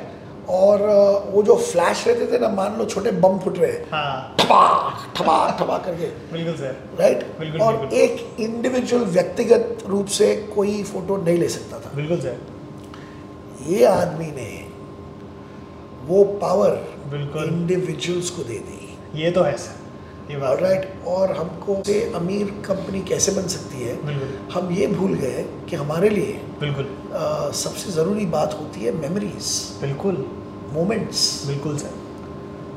और अ, वो जो फ्लैश रहते थे ना मान लो छोटे बम फुट रहे हैं
हाँ
ठपाक ठपाक ठपाक करके
बिल्कुल सर
राइट
बिल्कुल,
और
बिल्कुल।
एक इंडिविजुअल व्यक्तिगत रूप से कोई फोटो नहीं ले सकता था
बिल्कुल सर
ये आदमी ने वो पावर
बिल्कुल।
इंडिविजुअल्स को दे दी
ये तो है सर ये बात
राइट और हमको से अमीर कंपनी कैसे बन सकती है
बिल्कुल
हम ये भूल गए कि हमारे लिए
बिल्कुल
अ, सबसे ज़रूरी बात होती है मेमोरीज
बिल्कुल
मोमेंट्स
बिल्कुल सर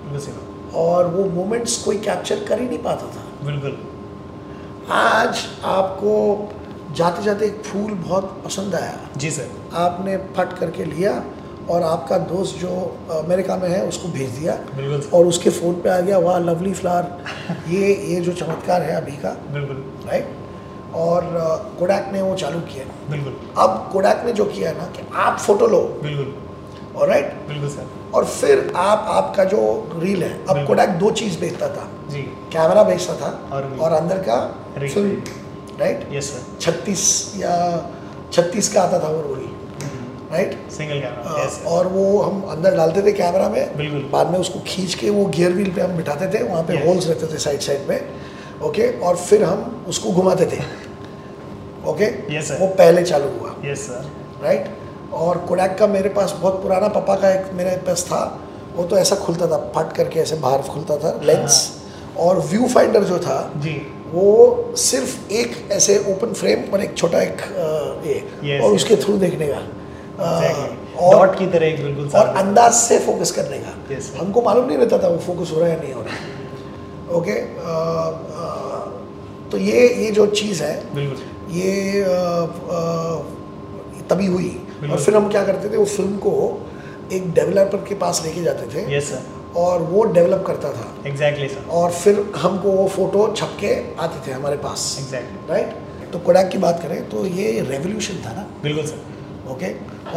बिल्कुल सर
और वो मोमेंट्स कोई कैप्चर कर ही नहीं पाता था
बिल्कुल
आज आपको जाते जाते एक फूल बहुत पसंद आया
जी सर
आपने फट करके लिया और आपका दोस्त जो अमेरिका में है उसको भेज दिया
बिल्कुल सर
और उसके फ़ोन पे आ गया वाह लवली फ्लावर ये ये जो चमत्कार है अभी का
बिल्कुल
राइट और कोडैक ने वो चालू किया
बिल्कुल
अब कोडैक ने जो किया है ना कि आप फ़ोटो लो
बिल्कुल
और राइट
बिल्कुल सर
और फिर आप आपका जो रील है अब
बिल्कुल।
कोडैक दो चीज़ बेचता था
जी
कैमरा बेचता था
और-
और अंदर का
Ring.
Film right
yes sir
छत्तीस या छत्तीस का आता था वो रोल
हम्म।
Right
single
Uh,
camera yes sir
और वो हम अंदर डालते थे कैमरा में
बिल्कुल।
बाद में उसको खींच के वो गियर व्हील पे हम बिठाते थे वहाँ पे
Yes.
होल्स रहते थे साइड साइड में ओके और फिर हम उसको घुमाते थे ओके
Yes, sir.
वो पहले चालू हुआ
यस सर
राइट और कोडैक का मेरे पास बहुत पुराना पापा का एक मेरे पास था वो तो ऐसा खुलता था फट करके ऐसे बाहर खुलता था
हाँ।
लेंस और व्यू फाइंडर जो था
जी
वो सिर्फ एक ऐसे ओपन फ्रेम पर एक छोटा एक अ, ये
Yes,
और
yes,
उसके
yes.
थ्रू देखने का
एग्जैक्टली
अ,
डॉट
और
की तरह एक बिल्कुल
Uh, oh. और
सर
अंदाज से फोकस करने का
Yes, sir.
हमको मालूम नहीं रहता था वो फोकस हो रहा है या नहीं हो रहा है ओके अ, अ, तो ये ये जो चीज़ है
बिल्कुल
ये अ, अ, तभी हुई और
बिल्कुल।
फिर हम क्या करते थे वो फिल्म को एक डेवलपर के पास लेके जाते थे
यस सर
और वो डेवलप करता था
एग्जैक्टली सर
और फिर हमको वो फोटो छप के आते थे हमारे पास
एग्जैक्टली
राइट तो कोडाक की बात करें तो ये रेवोल्यूशन था ना
बिल्कुल सर
ओके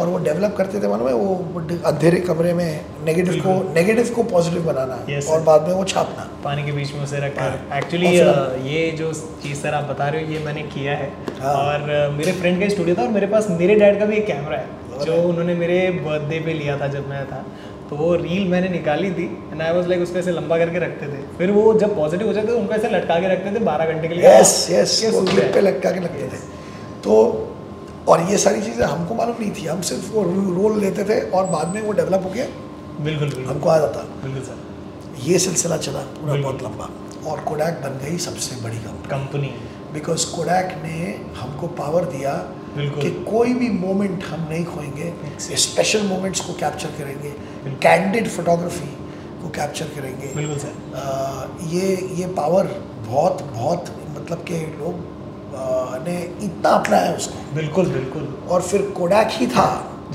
और वो डेवलप करते थे मालूम है वो अंधेरे कमरे में नेगेटिव को नेगेटिव को पॉजिटिव बनाना
Yes, sir.
और बाद में वो छापना
पानी के बीच में उसे रखकर
हाँ।
एक्चुअली
और फिर
uh, ये जो चीज़ सर आप बता रहे हो ये मैंने किया है
हाँ।
और अ, मेरे फ्रेंड का स्टूडियो था और मेरे पास मेरे डैड का भी एक कैमरा है
और
जो उन्होंने मेरे बर्थडे पे लिया था जब मैं था तो वो रील मैंने निकाली थी एंड आई वाज लाइक उसको ऐसे लंबा करके रखते थे फिर वो जब पॉजिटिव हो जाते थे उनको ऐसे लटका के रखते थे बारह घंटे के लिए
यस यस
ये
वो
सूर्य
क्लिप
है।
पे लटका के लगते थे तो और ये सारी चीज़ें हमको मालूम नहीं थी हम सिर्फ वो रोल लेते थे और बाद में वो डेवलप होके
बिल्कुल बिल्कुल
हमको आ जाता
बिल्कुल सर
ये सिलसिला चला पूरा
बिल्कुल।
बहुत लंबा और कोडाक बन गई सबसे बड़ी कंपनी
कंपनी
बिकॉज कोडाक ने हमको पावर दिया
बिल्कुल।
कि कोई भी मोमेंट हम नहीं खोएंगे
Exactly.
स्पेशल मोमेंट्स को कैप्चर करेंगे
बिल्कुल।
कैंडिड फोटोग्राफी को कैप्चर करेंगे
बिल्कुल सर
अ, ये ये पावर बहुत बहुत मतलब के लोग अ, ने इतना अपनाया उसको
बिल्कुल बिल्कुल
और फिर कोडाक ही था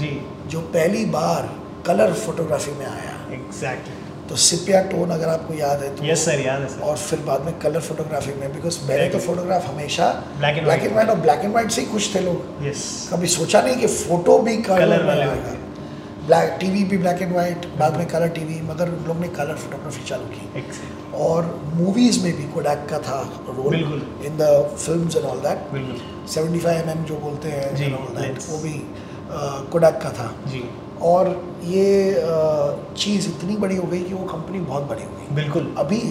जी
जो पहली बार कलर फोटोग्राफी में आया
एग्जैक्टली
तो सिपिया टोन अगर आपको याद है तो
यस सर याद है सर
और फिर बाद में कलर फोटोग्राफी में बिकॉज पहले तो
Exactly.
फोटोग्राफ हमेशा
Black and
black
white.
And white और ब्लैक एंड वाइट से ही खुश थे लोग
यस
कभी सोचा नहीं कि फोटो भी कलर
Color
में
वाले
आएगा ब्लैक टीवी भी ब्लैक एंड वाइट बाद में कलर टीवी मगर उन लोग ने कलर फोटोग्राफी चालू की
एग्जैक्ट
और मूवीज में भी कोडाक का था रोल
बिल्कुल।
In the films and all that
बिल्कुल
75 एम mm जो बोलते हैं
जी,
and all that,
lens.
वो भी कोडाक का था
जी
और ये अ, चीज़ इतनी बड़ी हो गई कि वो कंपनी बहुत बड़ी हो गई
बिल्कुल
अभी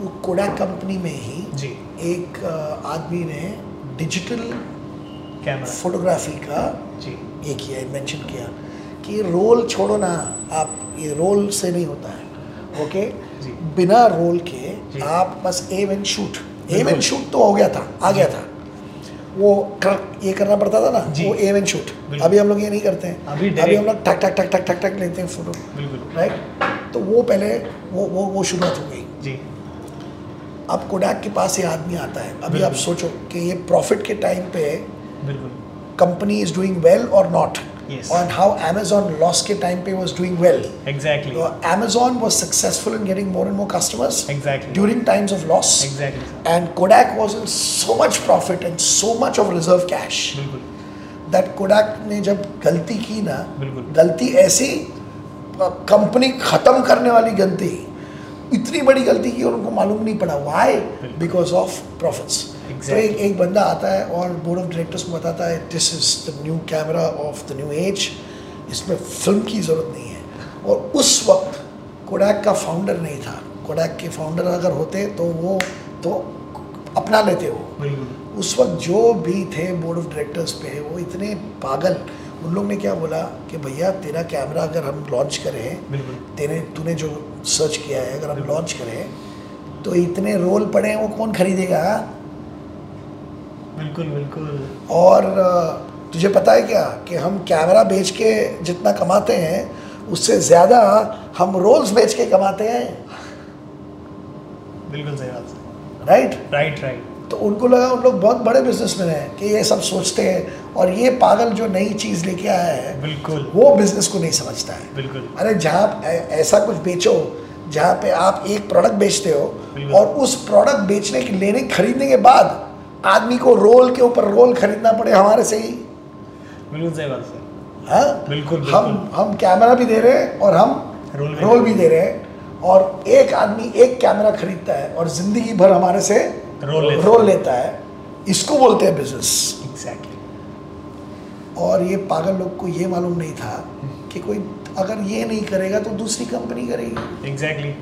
वो कोडाक कंपनी में ही
जी
एक अ, आदमी ने डिजिटल
कैमरा
फोटोग्राफी का
जी
ये किया इन्वेंशन किया कि रोल छोड़ो ना आप ये रोल से नहीं होता है ओके
जी।
बिना रोल के
जी।
आप बस एम एंड शूट एम
बिल्कुल।
एंड शूट तो हो गया था आ गया था वो क्रक ये करना पड़ता था ना
जी।
वो एम एंड शूट
बिल्कुल।
अभी हम लोग ये नहीं करते हैं
अभी
अभी
direct-
हम लोग ठक ठक ठक ठक ठक ठक लेते हैं फोटो
बिल्कुल
राइट तो वो पहले वो वो वो शुरुआत हो गई
जी
अब कोडाक के पास ये आदमी आता है अभी आप
बिल्कुल।
सोचो कि ये प्रॉफिट के टाइम पे
बिल्कुल
कंपनी इज डूइंग वेल और नॉट
Yes.
और हाउ amazon लॉस के टाइम पे was doing well
exactly
amazon was successful in getting more and more customers
exactly
during times of loss
exactly
and kodak was in so much profit and so much of reserve cash
बिल्कुल
that kodak ने जब गलती की ना
बिल्कुल।
गलती ऐसी company खत्म करने वाली गलती इतनी बड़ी गलती की और उनको मालूम नहीं पड़ा वाई बिकॉज ऑफ प्रॉफिट्स तो
Exactly.
एक एक बंदा आता है और बोर्ड ऑफ डायरेक्टर्स को बताता है this is the new camera of the new age इसमें फिल्म की ज़रूरत नहीं है और उस वक्त कोडाक का फाउंडर नहीं था कोडाक के फाउंडर अगर होते तो वो तो अपना लेते हो
बिल्कुल
उस वक्त जो भी थे बोर्ड ऑफ डायरेक्टर्स पे वो इतने पागल उन लोग ने क्या बोला कि भैया तेरा कैमरा अगर हम लॉन्च करें
बिल्कुल
तेरे तूने जो सर्च किया है अगर हम लॉन्च करें तो इतने रोल पड़े हैं वो कौन खरीदेगा
बिल्कुल बिल्कुल
और अ, तुझे पता है क्या कि हम कैमरा बेच के जितना कमाते हैं उससे ज़्यादा हम रोल्स बेच के कमाते हैं
बिल्कुल सही बात
राइट
राइट राइट
तो उनको लगा उन लोग बहुत बड़े बिजनेसमैन हैं कि ये सब सोचते हैं और ये पागल जो नई चीज़ लेके आया है
बिल्कुल
वो बिजनेस को नहीं समझता है
बिल्कुल
अरे जहाँ आप ऐ- ऐसा कुछ बेचो जहाँ पे आप एक प्रोडक्ट बेचते
बिल्कुल।
हो और उस प्रोडक्ट बेचने के लेने खरीदने के बाद आदमी को रोल के ऊपर रोल खरीदना पड़े हमारे से ही
बिल्कुल सही बात सर
हाँ
बिल्कुल,
हम हम कैमरा भी दे रहे हैं और हम
रोल भी
रोल भी दे रहे हैं और एक आदमी एक कैमरा खरीदता है और जिंदगी भर हमारे से
रोल लेता है।
रोल लेता है इसको बोलते हैं बिजनेस
एग्जैक्टली
और ये पागल लोग को ये मालूम नहीं था कि कोई अगर ये नहीं करेगा तो दूसरी कंपनी करेगी
एग्जैक्टली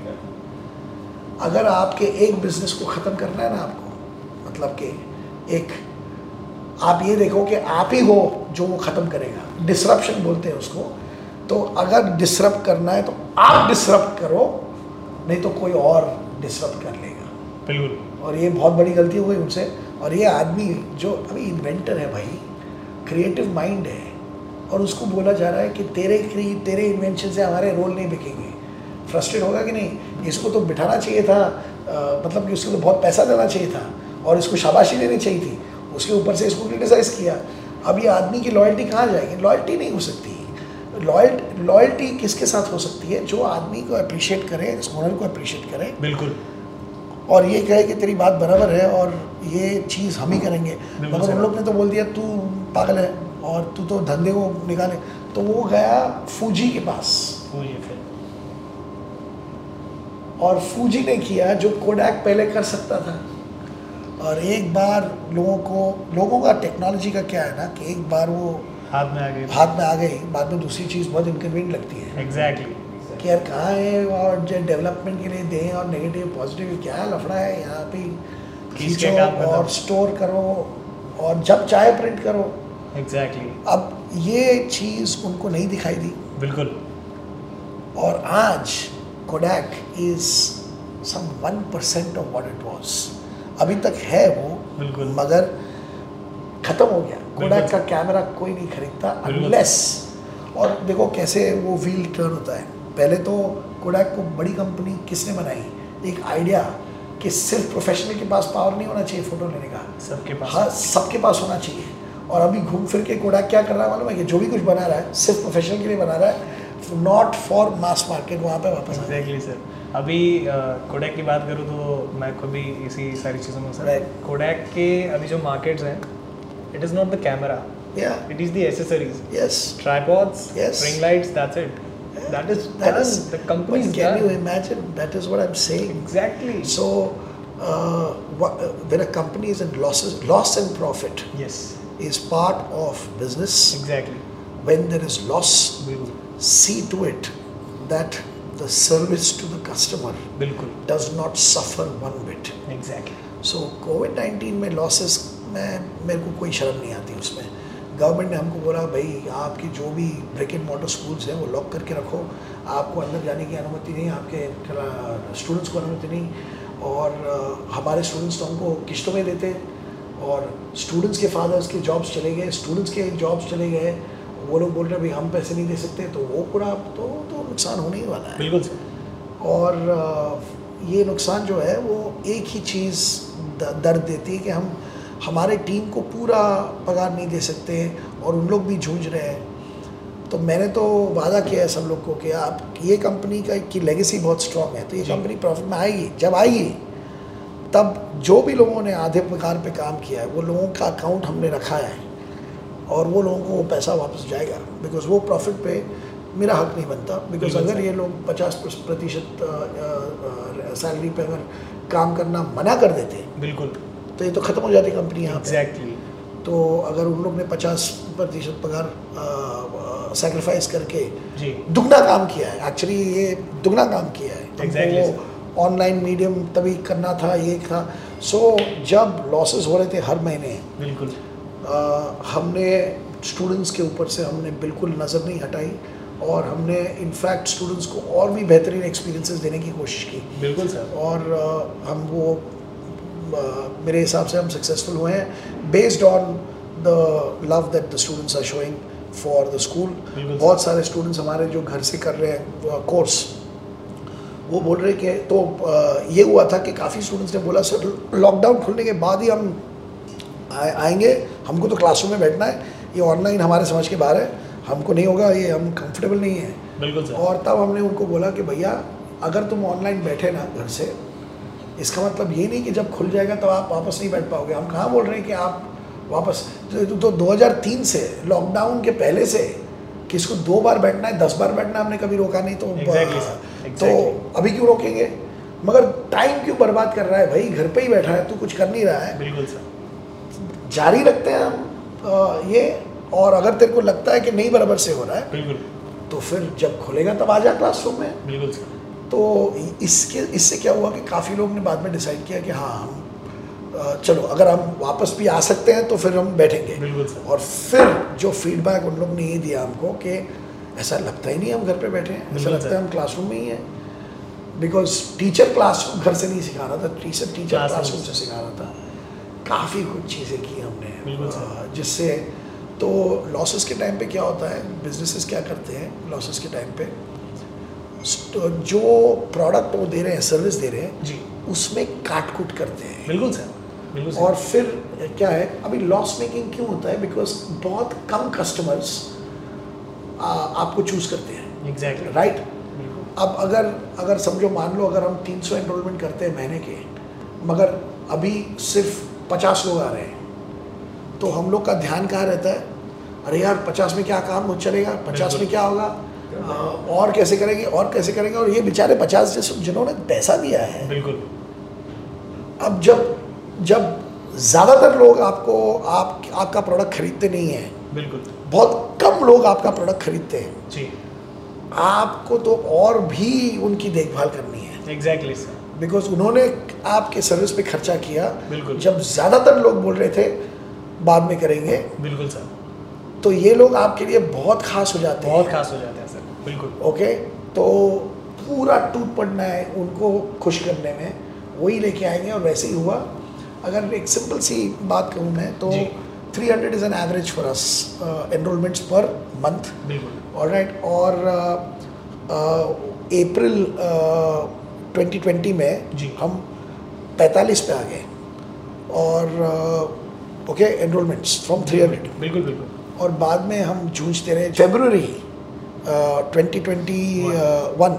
अगर आपके एक बिजनेस को ख़त्म करना है ना आपको मतलब कि एक आप ये देखो कि आप ही हो जो वो ख़त्म करेगा डिसरप्शन बोलते हैं उसको तो अगर डिसरप्ट करना है तो आप डिसरप्ट करो नहीं तो कोई और डिसरप्ट कर लेगा
बिल्कुल
और ये बहुत बड़ी गलती हो गई उनसे और ये आदमी जो अभी इन्वेंटर है भाई क्रिएटिव माइंड है और उसको बोला जा रहा है कि तेरे क्रि- तेरे इन्वेंशन से हमारे रोल नहीं बिकेंगे फ्रस्ट्रेट होगा कि नहीं इसको तो बिठाना चाहिए था अ, मतलब कि उसको तो बहुत पैसा देना चाहिए था और इसको शाबाशी देनी चाहिए थी उसके ऊपर से इसको क्रिटिसाइज किया अब ये आदमी की लॉयल्टी कहाँ जाएगी लॉयल्टी नहीं हो सकती लॉयल लॉयल्टी किसके साथ हो सकती है जो आदमी को अप्रिशिएट करे इस हुनर को अप्रिशिएट करे
बिल्कुल
और ये कहे कि तेरी बात बराबर है और ये चीज़ हम ही करेंगे
बिल्कुल
मगर
सही
उन लोग ने तो बोल दिया तू पागल है और तू तो धंधे को निकाले तो वो गया फूजी के पास
वो ये फिर
और फूजी ने किया जो कोडैक पहले कर सकता था और एक बार लोगों को लोगों का टेक्नोलॉजी का क्या है ना कि एक बार वो
हाथ में आ गए
हाथ में आ गई बाद में दूसरी चीज़ बहुत इनकन्वीनियंट लगती है
एग्जैक्टली
कि यार कहाँ है और जो डेवलपमेंट के लिए दें और नेगेटिव पॉजिटिव क्या लफड़ा है यहाँ पे
खींच के
खींचो
काम खत्म।
और स्टोर करो और जब चाहे प्रिंट करो
एग्जैक्टली
अब ये चीज़ उनको नहीं दिखाई दी
बिल्कुल
और आज Kodak is some one percent of what it was अभी तक है वो
बिल्कुल।
मगर खत्म हो गया कोडैक
बिल्कुल।
का कैमरा कोई नहीं खरीदता
बिल्कुल।
अनलेस और देखो कैसे वो व्हील टर्न होता है पहले तो कोडैक को बड़ी कंपनी किसने बनाई एक आइडिया कि सिर्फ प्रोफेशनल के पास पावर नहीं होना चाहिए फोटो लेने का
सबके
हाँ
पास
सबके पास होना चाहिए और अभी घूम फिर के कोडा क्या कर रहा है मालूम है कि जो भी कुछ बना रहा है सिर्फ प्रोफेशनल के लिए बना रहा है नॉट फॉर मास मार्केट वहाँ पे वापस आ जाए
एग्जैक्टली सर अभी कोडैक की बात करूँ तो मैं खुद भी इसी सारी चीज़ों में सर
Right.
कोडैक के अभी जो मार्केट्स हैं it is not the camera
या
it is the accessories
yes
tripods
Yes.
Ring lights that's it that is
That is
the company
but can you imagine that is what I'm saying
exactly
so uh, what, uh, when a company is in losses loss and profit
yes
is part of business
exactly
when there is loss
बिल्कुल
see to it that the service to the customer
बिल्कुल
does not suffer one bit
exactly
so covid nineteen में losses में मेरे को कोई शर्म नहीं आती उसमें गवर्नमेंट ने हमको बोला भाई आपकी जो भी ब्रेक एंड मॉडल स्कूल्स हैं वो लॉक करके रखो आपको अंदर जाने की अनुमति नहीं आपके स्टूडेंट्स को अनुमति नहीं और अ, हमारे स्टूडेंट्स तो हमको किस्तों में देते हैं और स्टूडेंट्स के फादर्स के जॉब्स चले गए स्टूडेंट्स के जॉब्स चले गए वो लोग बोल रहे हैं भाई हम पैसे नहीं दे सकते तो वो पूरा तो तो नुकसान होने ही वाला है
बिल्कुल सर
और अ, ये नुकसान जो है वो एक ही चीज़ द- दर्द देती है कि हम हमारे टीम को पूरा पगार नहीं दे सकते और उन लोग भी जूझ रहे हैं तो मैंने तो वादा किया है सब लोग को कि आप ये कंपनी का की लेगेसी बहुत स्ट्रांग है तो ये
जी।
कंपनी प्रॉफिट में आएगी जब आएगी तब जो भी लोगों ने आधे पगार पे काम किया है वो लोगों का अकाउंट हमने रखा है और वो लोगों को वो पैसा वापस जाएगा बिकॉज वो प्रॉफिट पे मेरा हक नहीं बनता बिकॉज
बिल्कुल
अगर
सर।
ये लोग पचास प्रतिशत सैलरी पे अगर काम करना मना कर देते
बिल्कुल
तो ये तो ख़त्म हो जाती कंपनी यहाँ पे
एग्जैक्टली
तो अगर उन लोग ने पचास प्रतिशत पगार सेक्रीफाइस करके
जी
दुगना काम किया है एक्चुअली ये दुगना काम किया है हमको
Exactly,
वो ऑनलाइन मीडियम तभी करना था ये था सो जब लॉसेस हो रहे थे हर महीने
बिल्कुल
अ, हमने स्टूडेंट्स के ऊपर से हमने बिल्कुल नज़र नहीं हटाई और हमने इनफैक्ट स्टूडेंट्स को और भी बेहतरीन एक्सपीरियंसेस देने की कोशिश की
बिल्कुल सर
और अ, हम वो अ, मेरे हिसाब से हम सक्सेसफुल हुए हैं based on the love that the students are showing for the school
बिल्कुल।
बहुत सारे स्टूडेंट्स हमारे जो घर से कर रहे हैं कोर्स वो बोल रहे कि तो अ, ये हुआ था कि काफ़ी स्टूडेंट्स ने बोला सर लॉकडाउन खुलने के बाद ही हम आए- आएंगे हमको तो क्लासरूम में बैठना है ये ऑनलाइन हमारे समझ के बाहर है हमको नहीं होगा ये हम कंफर्टेबल नहीं है
बिल्कुल सर
और तब हमने उनको बोला कि भैया अगर तुम ऑनलाइन बैठे ना घर से इसका मतलब ये नहीं कि जब खुल जाएगा तो आप वापस नहीं बैठ पाओगे हम कहाँ बोल रहे हैं कि आप वापस तो, तो, तो 2003 से लॉकडाउन के पहले से किसको दो बार बैठना है दस बार बैठना है, हमने कभी रोका नहीं तो
Exactly, sir. Exactly.
तो अभी क्यों रोकेंगे मगर टाइम क्यों बर्बाद कर रहा है भाई घर पे ही बैठा है तू कुछ कर नहीं रहा है
बिल्कुल सर
जारी रखते हैं हम अ, ये और अगर तेरे को लगता है कि नहीं बराबर से हो रहा है
बिल्कुल
तो फिर जब खुलेगा तब आ जा क्लासरूम में
बिल्कुल सर
तो इसके इससे क्या हुआ कि काफ़ी लोग ने बाद में डिसाइड किया कि हाँ हम अ, चलो अगर हम वापस भी आ सकते हैं तो फिर हम बैठेंगे
बिल्कुल सर
और फिर जो फीडबैक उन लोग ने ये दिया हमको कि ऐसा लगता ही नहीं हम घर पे बैठे हैं ऐसा
बिल्कुल
लगता
सर।
है हम क्लासरूम में ही हैं बिकॉज टीचर क्लासरूम घर से नहीं सिखा रहा था टीचर टीचर
Classroom
क्लासरूम
से।
से सिखा रहा था काफ़ी कुछ चीज़ें की हमने
बिल्कुल सर।
अ, जिससे तो लॉसेस के टाइम पे क्या होता है बिजनेसेस क्या करते हैं लॉसेस के टाइम पे स्ट- जो प्रोडक्ट वो दे रहे हैं सर्विस दे रहे हैं
जी
उसमें काट कूट करते हैं
बिल्कुल सर बिल्कुल सर
और फिर क्या है अभी लॉस मेकिंग क्यों होता है बिकॉज बहुत कम कस्टमर्स आपको चूज करते हैं
एग्जैक्टली
राइट
बिल्कुल
अब अगर अगर समझो मान लो अगर हम 300 एनरोलमेंट करते हैं महीने के मगर अभी सिर्फ 50 लोग आ रहे हैं तो हम लोग का ध्यान कहाँ रहता है अरे यार 50 में क्या काम हो चलेगा 50 में
बिल्कुल।
क्या होगा अ, और कैसे करेंगे और कैसे करेंगे और ये बेचारे 50 जिस जिन्होंने पैसा दिया है
बिल्कुल
अब जब जब ज़्यादातर लोग आपको आप आपका प्रोडक्ट खरीदते नहीं हैं
बिल्कुल
बहुत कम लोग आपका प्रोडक्ट खरीदते हैं
जी
आपको तो और भी उनकी देखभाल करनी है
एग्जैक्टली सर
बिकॉज उन्होंने आपके सर्विस पे खर्चा किया
बिल्कुल।
जब ज़्यादातर लोग बोल रहे थे बाद में करेंगे
बिल्कुल सर
तो ये लोग आपके लिए बहुत खास हो जाते हैं
बहुत खास हो जाते हैं सर बिल्कुल
ओके तो पूरा टूट पड़ना है उनको खुश करने में वही लेके आएंगे और वैसे ही हुआ अगर एक सिंपल सी बात कहूँ मैं तो
जी।
300 hundred is an average for us enrollments per month
बिल्कुल
ऑल राइट और uh, April twenty twenty uh, में
जी।
हम पैंतालीस पे आ गए और uh, okay enrollments from three hundred
बिल्कुल बिल्कुल
और बाद में हम जूझते रहे फेब्रुवरी ट्वेंटी ट्वेंटी वन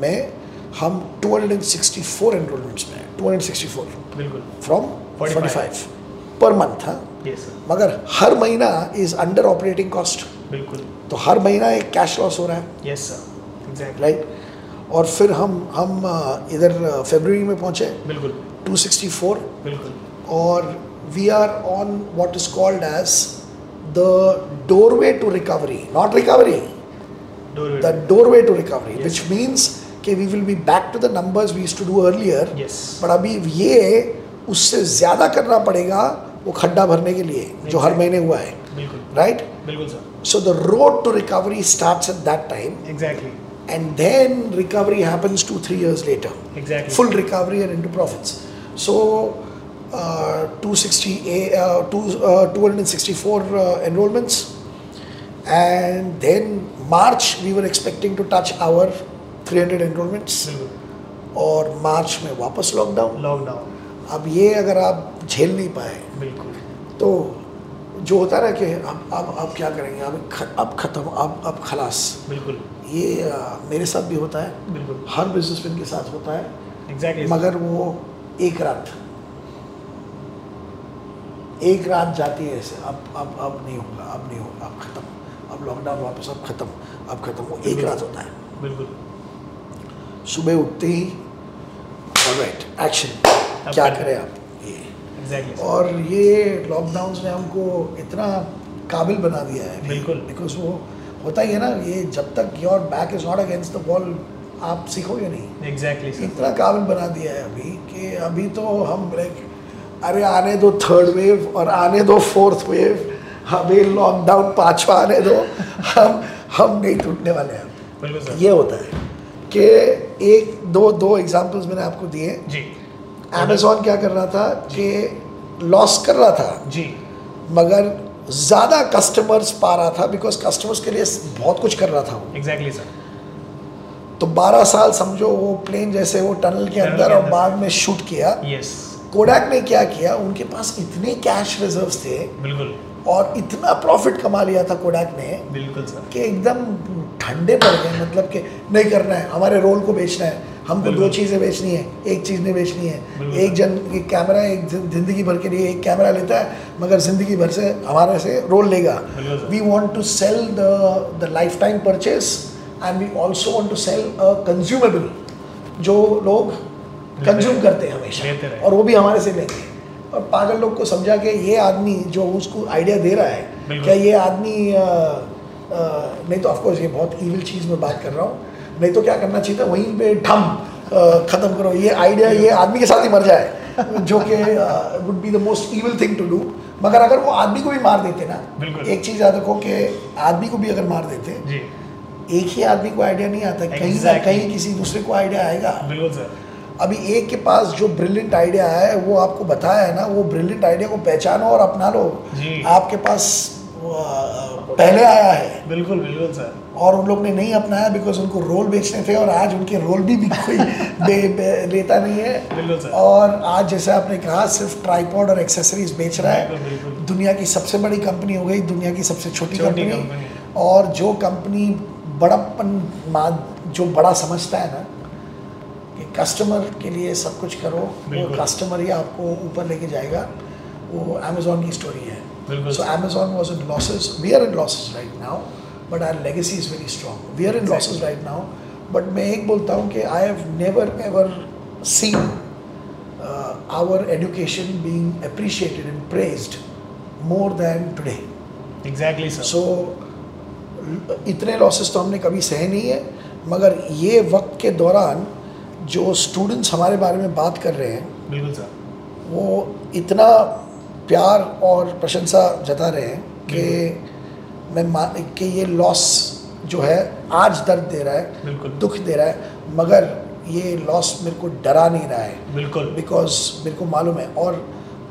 में हम 264 एनरोलमेंट्स में 264
बिल्कुल
फ्रॉम
45.
45 पर मंथ हाँ
यस सर
मगर हर महीना इज अंडर ऑपरेटिंग कॉस्ट
बिल्कुल
तो हर महीना एक कैश लॉस हो रहा है
यस सर एग्जैक्टली
राइट और फिर हम हम अ, इधर फेब्रवरी में पहुंचे
बिल्कुल
264
बिल्कुल
और we are on what is called as the doorway to recovery not recovery
door
the doorway to recovery
Yes.
which means कि we will be back to the numbers we used to do earlier
yes
पर अभी ये उससे ज़्यादा करना पड़ेगा वो खड्डा भरने के लिए जो हर
Exactly.
महीने हुआ है
बिल्कुल
राइट
बिल्कुल sir
so the road to recovery starts at that time
exactly
and then recovery happens two three years later
एग्जैक्टली
full recovery and into profits so uh, 260 uh, two, uh, 264 uh, enrollments and then march we were expecting to touch our 300 enrollments और March में वापस lockdown
lockdown
अब ये अगर आप झेल नहीं पाए
बिल्कुल
तो जो होता ना कि अब अब अब क्या करेंगे अब ख- अब ख़त्म अब अब खलास
बिल्कुल
ये अ, मेरे साथ भी होता है
बिल्कुल
हर बिजनेसमैन के साथ होता है
एग्जैक्टली
मगर वो एक रात एक रात जाती है ऐसे अब अब अब नहीं होगा अब नहीं होगा अब ख़त्म अब लॉकडाउन वापस अब ख़त्म अब ख़त्म वो एक रात होता है
बिल्कुल
सुबह उठते ही राइट एक्शन
करना।
क्या करें आप ये
एग्जैक्टली
और ये लॉकडाउन ने हमको इतना काबिल बना दिया है
बिल्कुल।
बिकॉज वो होता ही है ना ये जब तक your back is not against the wall आप सीखोगे नहीं
एग्जैक्टली सर
इतना काबिल बना दिया है अभी कि अभी तो हम लाइक अरे आने दो थर्ड वेव और आने दो फोर्थ वेव हमें लॉकडाउन पांचवा आने दो हम हम नहीं टूटने वाले हैं
बिल्कुल सर
ये होता है कि एक दो दो एग्जांपल्स मैंने आपको दिए
जी
अमेजोन क्या कर रहा था कि लॉस कर रहा था
जी
मगर ज़्यादा कस्टमर्स पा रहा था बिकॉज कस्टमर्स के लिए बहुत कुछ कर रहा था वो
एग्जैक्टली सर
तो 12 साल समझो वो प्लेन जैसे वो टनल के
Tunnel
अंदर
के
और
अंदर।
बाद में शूट किया
यस
कोडैक ने क्या किया उनके पास इतने कैश रिजर्व्स थे
बिल्कुल
और इतना प्रॉफिट कमा लिया था कोडैक ने
बिल्कुल सर
कि एकदम ठंडे पड़ गए मतलब कि नहीं करना है हमारे रोल को बेचना है हमको दो
बिल्कुल।
चीज़ें बेचनी है एक चीज़ नहीं बेचनी है
बिल्कुल।
एक जन एक कैमरा एक जिन- जिंदगी भर के लिए एक कैमरा लेता है मगर जिंदगी भर से हमारे से रोल लेगा
बिल्कुल sir.
We want to sell the the lifetime purchase and we also want to sell a consumable जो लोग
लेते
कंज्यूम
रहे।
करते हैं
लेते
हमेशा
रहे।
और वो भी हमारे से लेंगे और पागल लोग को समझा के ये आदमी जो उसको आइडिया दे रहा है
बिल्कुल।
क्या ये आदमी अ, अ, नहीं तो ऑफकोर्स ये बहुत ईविल चीज़ में बात कर रहा हूँ नहीं तो क्या करना चाहिए था वहीं पे ढम ख़त्म करो ये आइडिया ये आदमी के साथ ही मर जाए जो कि would be the most evil thing to do मगर अगर वो आदमी को भी मार देते ना
बिल्कुल।
एक चीज़ याद रखो कि आदमी को भी अगर मार देते
जी
एक ही आदमी को आइडिया नहीं आता कहीं ना
Exactly.
कहीं किसी दूसरे को आइडिया आएगा
बिल्कुल सर
अभी एक के पास जो ब्रिलियंट आइडिया है वो आपको बताया है ना वो ब्रिलियंट आइडिया को पहचानो और अपना लो
जी।
आपके पास अ, पहले आया है
बिल्कुल बिल्कुल सर
और उन लोग ने नहीं अपनाया बिकॉज उनको रोल बेचने थे और आज उनके रोल भी, भी कोई बे, बे, लेता नहीं है
बिल्कुल सर
और आज जैसे आपने कहा सिर्फ ट्राईपॉड और एक्सेसरीज बेच रहा है
बिल्कुल, बिल्कुल।
दुनिया की सबसे बड़ी कंपनी हो गई दुनिया की सबसे छोटी
छोटी
कंपनी
कंपनी।
और जो कंपनी बड़प्पन मान- जो बड़ा समझता है ना कि कस्टमर के लिए सब कुछ करो वो
बिल्कुल।
कस्टमर ही आपको ऊपर लेके जाएगा वो अमेजोन की स्टोरी है
बिल्कुल
So
sir
Amazon was in losses. We are in losses right now, but our legacy is very strong. We are in losses right now, but मैं एक बोलता हूँ कि I have never ever seen uh, our education being appreciated and praised more than today.
Exactly sir
So इतने losses तो हमने कभी सहे नहीं है मगर ये वक्त के दौरान जो students हमारे बारे में बात कर रहे हैं
बिल्कुल सर
वो इतना प्यार और प्रशंसा जता रहे हैं कि मैं मान कि ये लॉस जो है आज दर्द दे रहा है
बिल्कुल
दुख दे रहा है मगर ये लॉस मेरे को डरा नहीं रहा है
बिल्कुल
बिकॉज मेरे को मालूम है और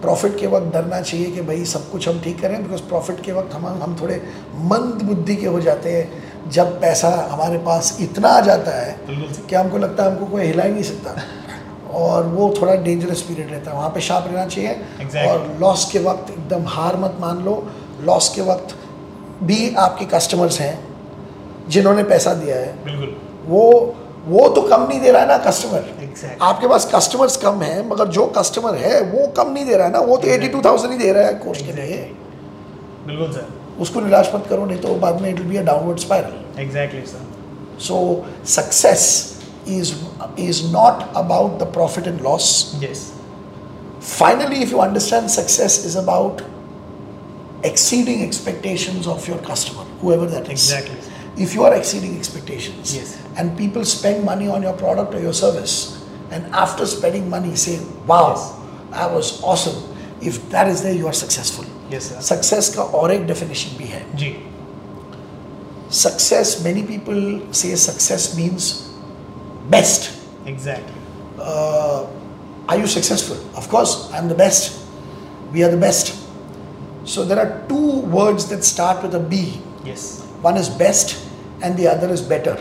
प्रॉफिट के वक्त डरना चाहिए कि भाई सब कुछ हम ठीक करें बिकॉज प्रॉफिट के वक्त हम हम थोड़े मंद बुद्धि के हो जाते हैं जब पैसा हमारे पास इतना आ जाता है
बिल्कुल सर
कि हमको लगता है हमको कोई हिला ही नहीं सकता और वो थोड़ा डेंजरस पीरियड रहता है वहाँ पे शार्प रहना चाहिए
Exactly.
और लॉस के वक्त एकदम हार मत मान लो लॉस के वक्त भी आपके कस्टमर्स हैं जिन्होंने पैसा दिया है
बिल्कुल
वो वो तो कम नहीं दे रहा है ना कस्टमर
एग्जैक्ट
आपके पास कस्टमर्स कम हैं मगर जो कस्टमर है वो कम नहीं दे रहा है ना वो तो एटी टू थाउजेंड ही दे रहा है कोर्स के लिए
बिल्कुल सर
उसको निराश मत करो नहीं तो बाद में it will be a downward spiral
exactly sir
So success is is not about the profit and loss.
Yes
Finally, if you understand success is about exceeding expectations of your customer, whoever that is.
Exactly, sir.
If you are exceeding expectations
Yes.
and people spend money on your product or your service and after spending money say, Wow, that was awesome. If that is there, you are successful.
Yes sir
Success का और एक definition भी है
जी
success many people say success means best
exactly
uh, Are you successful? Of course, I'm the best. We are the best. So there are two words that start with a B.
Yes.
One is best and the other is better.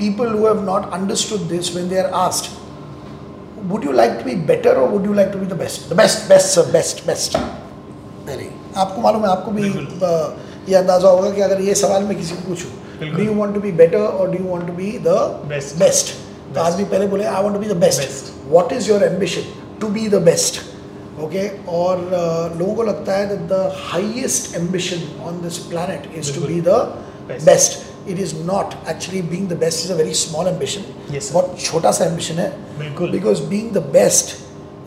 People who have not understood this when they are asked, would you like to be better or would you like to be the best? The best, best, sir, best, best. Very. आपको मालूम है आपको भी अ, ये अंदाजा होगा कि अगर ये सवाल मैं किसी को पूछूं
बिल्कुल।
Do you want to be better और do you want to be the
Best.
Best तो आदमी पहले बोले I want to be the
Best.
Best what is your ambition to be the best okay और अ, लोगों को लगता है that the highest ambition on this planet is to
बिल्कुल।
Be the
Best.
Best it is not actually being the best is a very small ambition
Yes, sir.
बहुत छोटा सा एम्बिशन है
बिल्कुल।
because being the best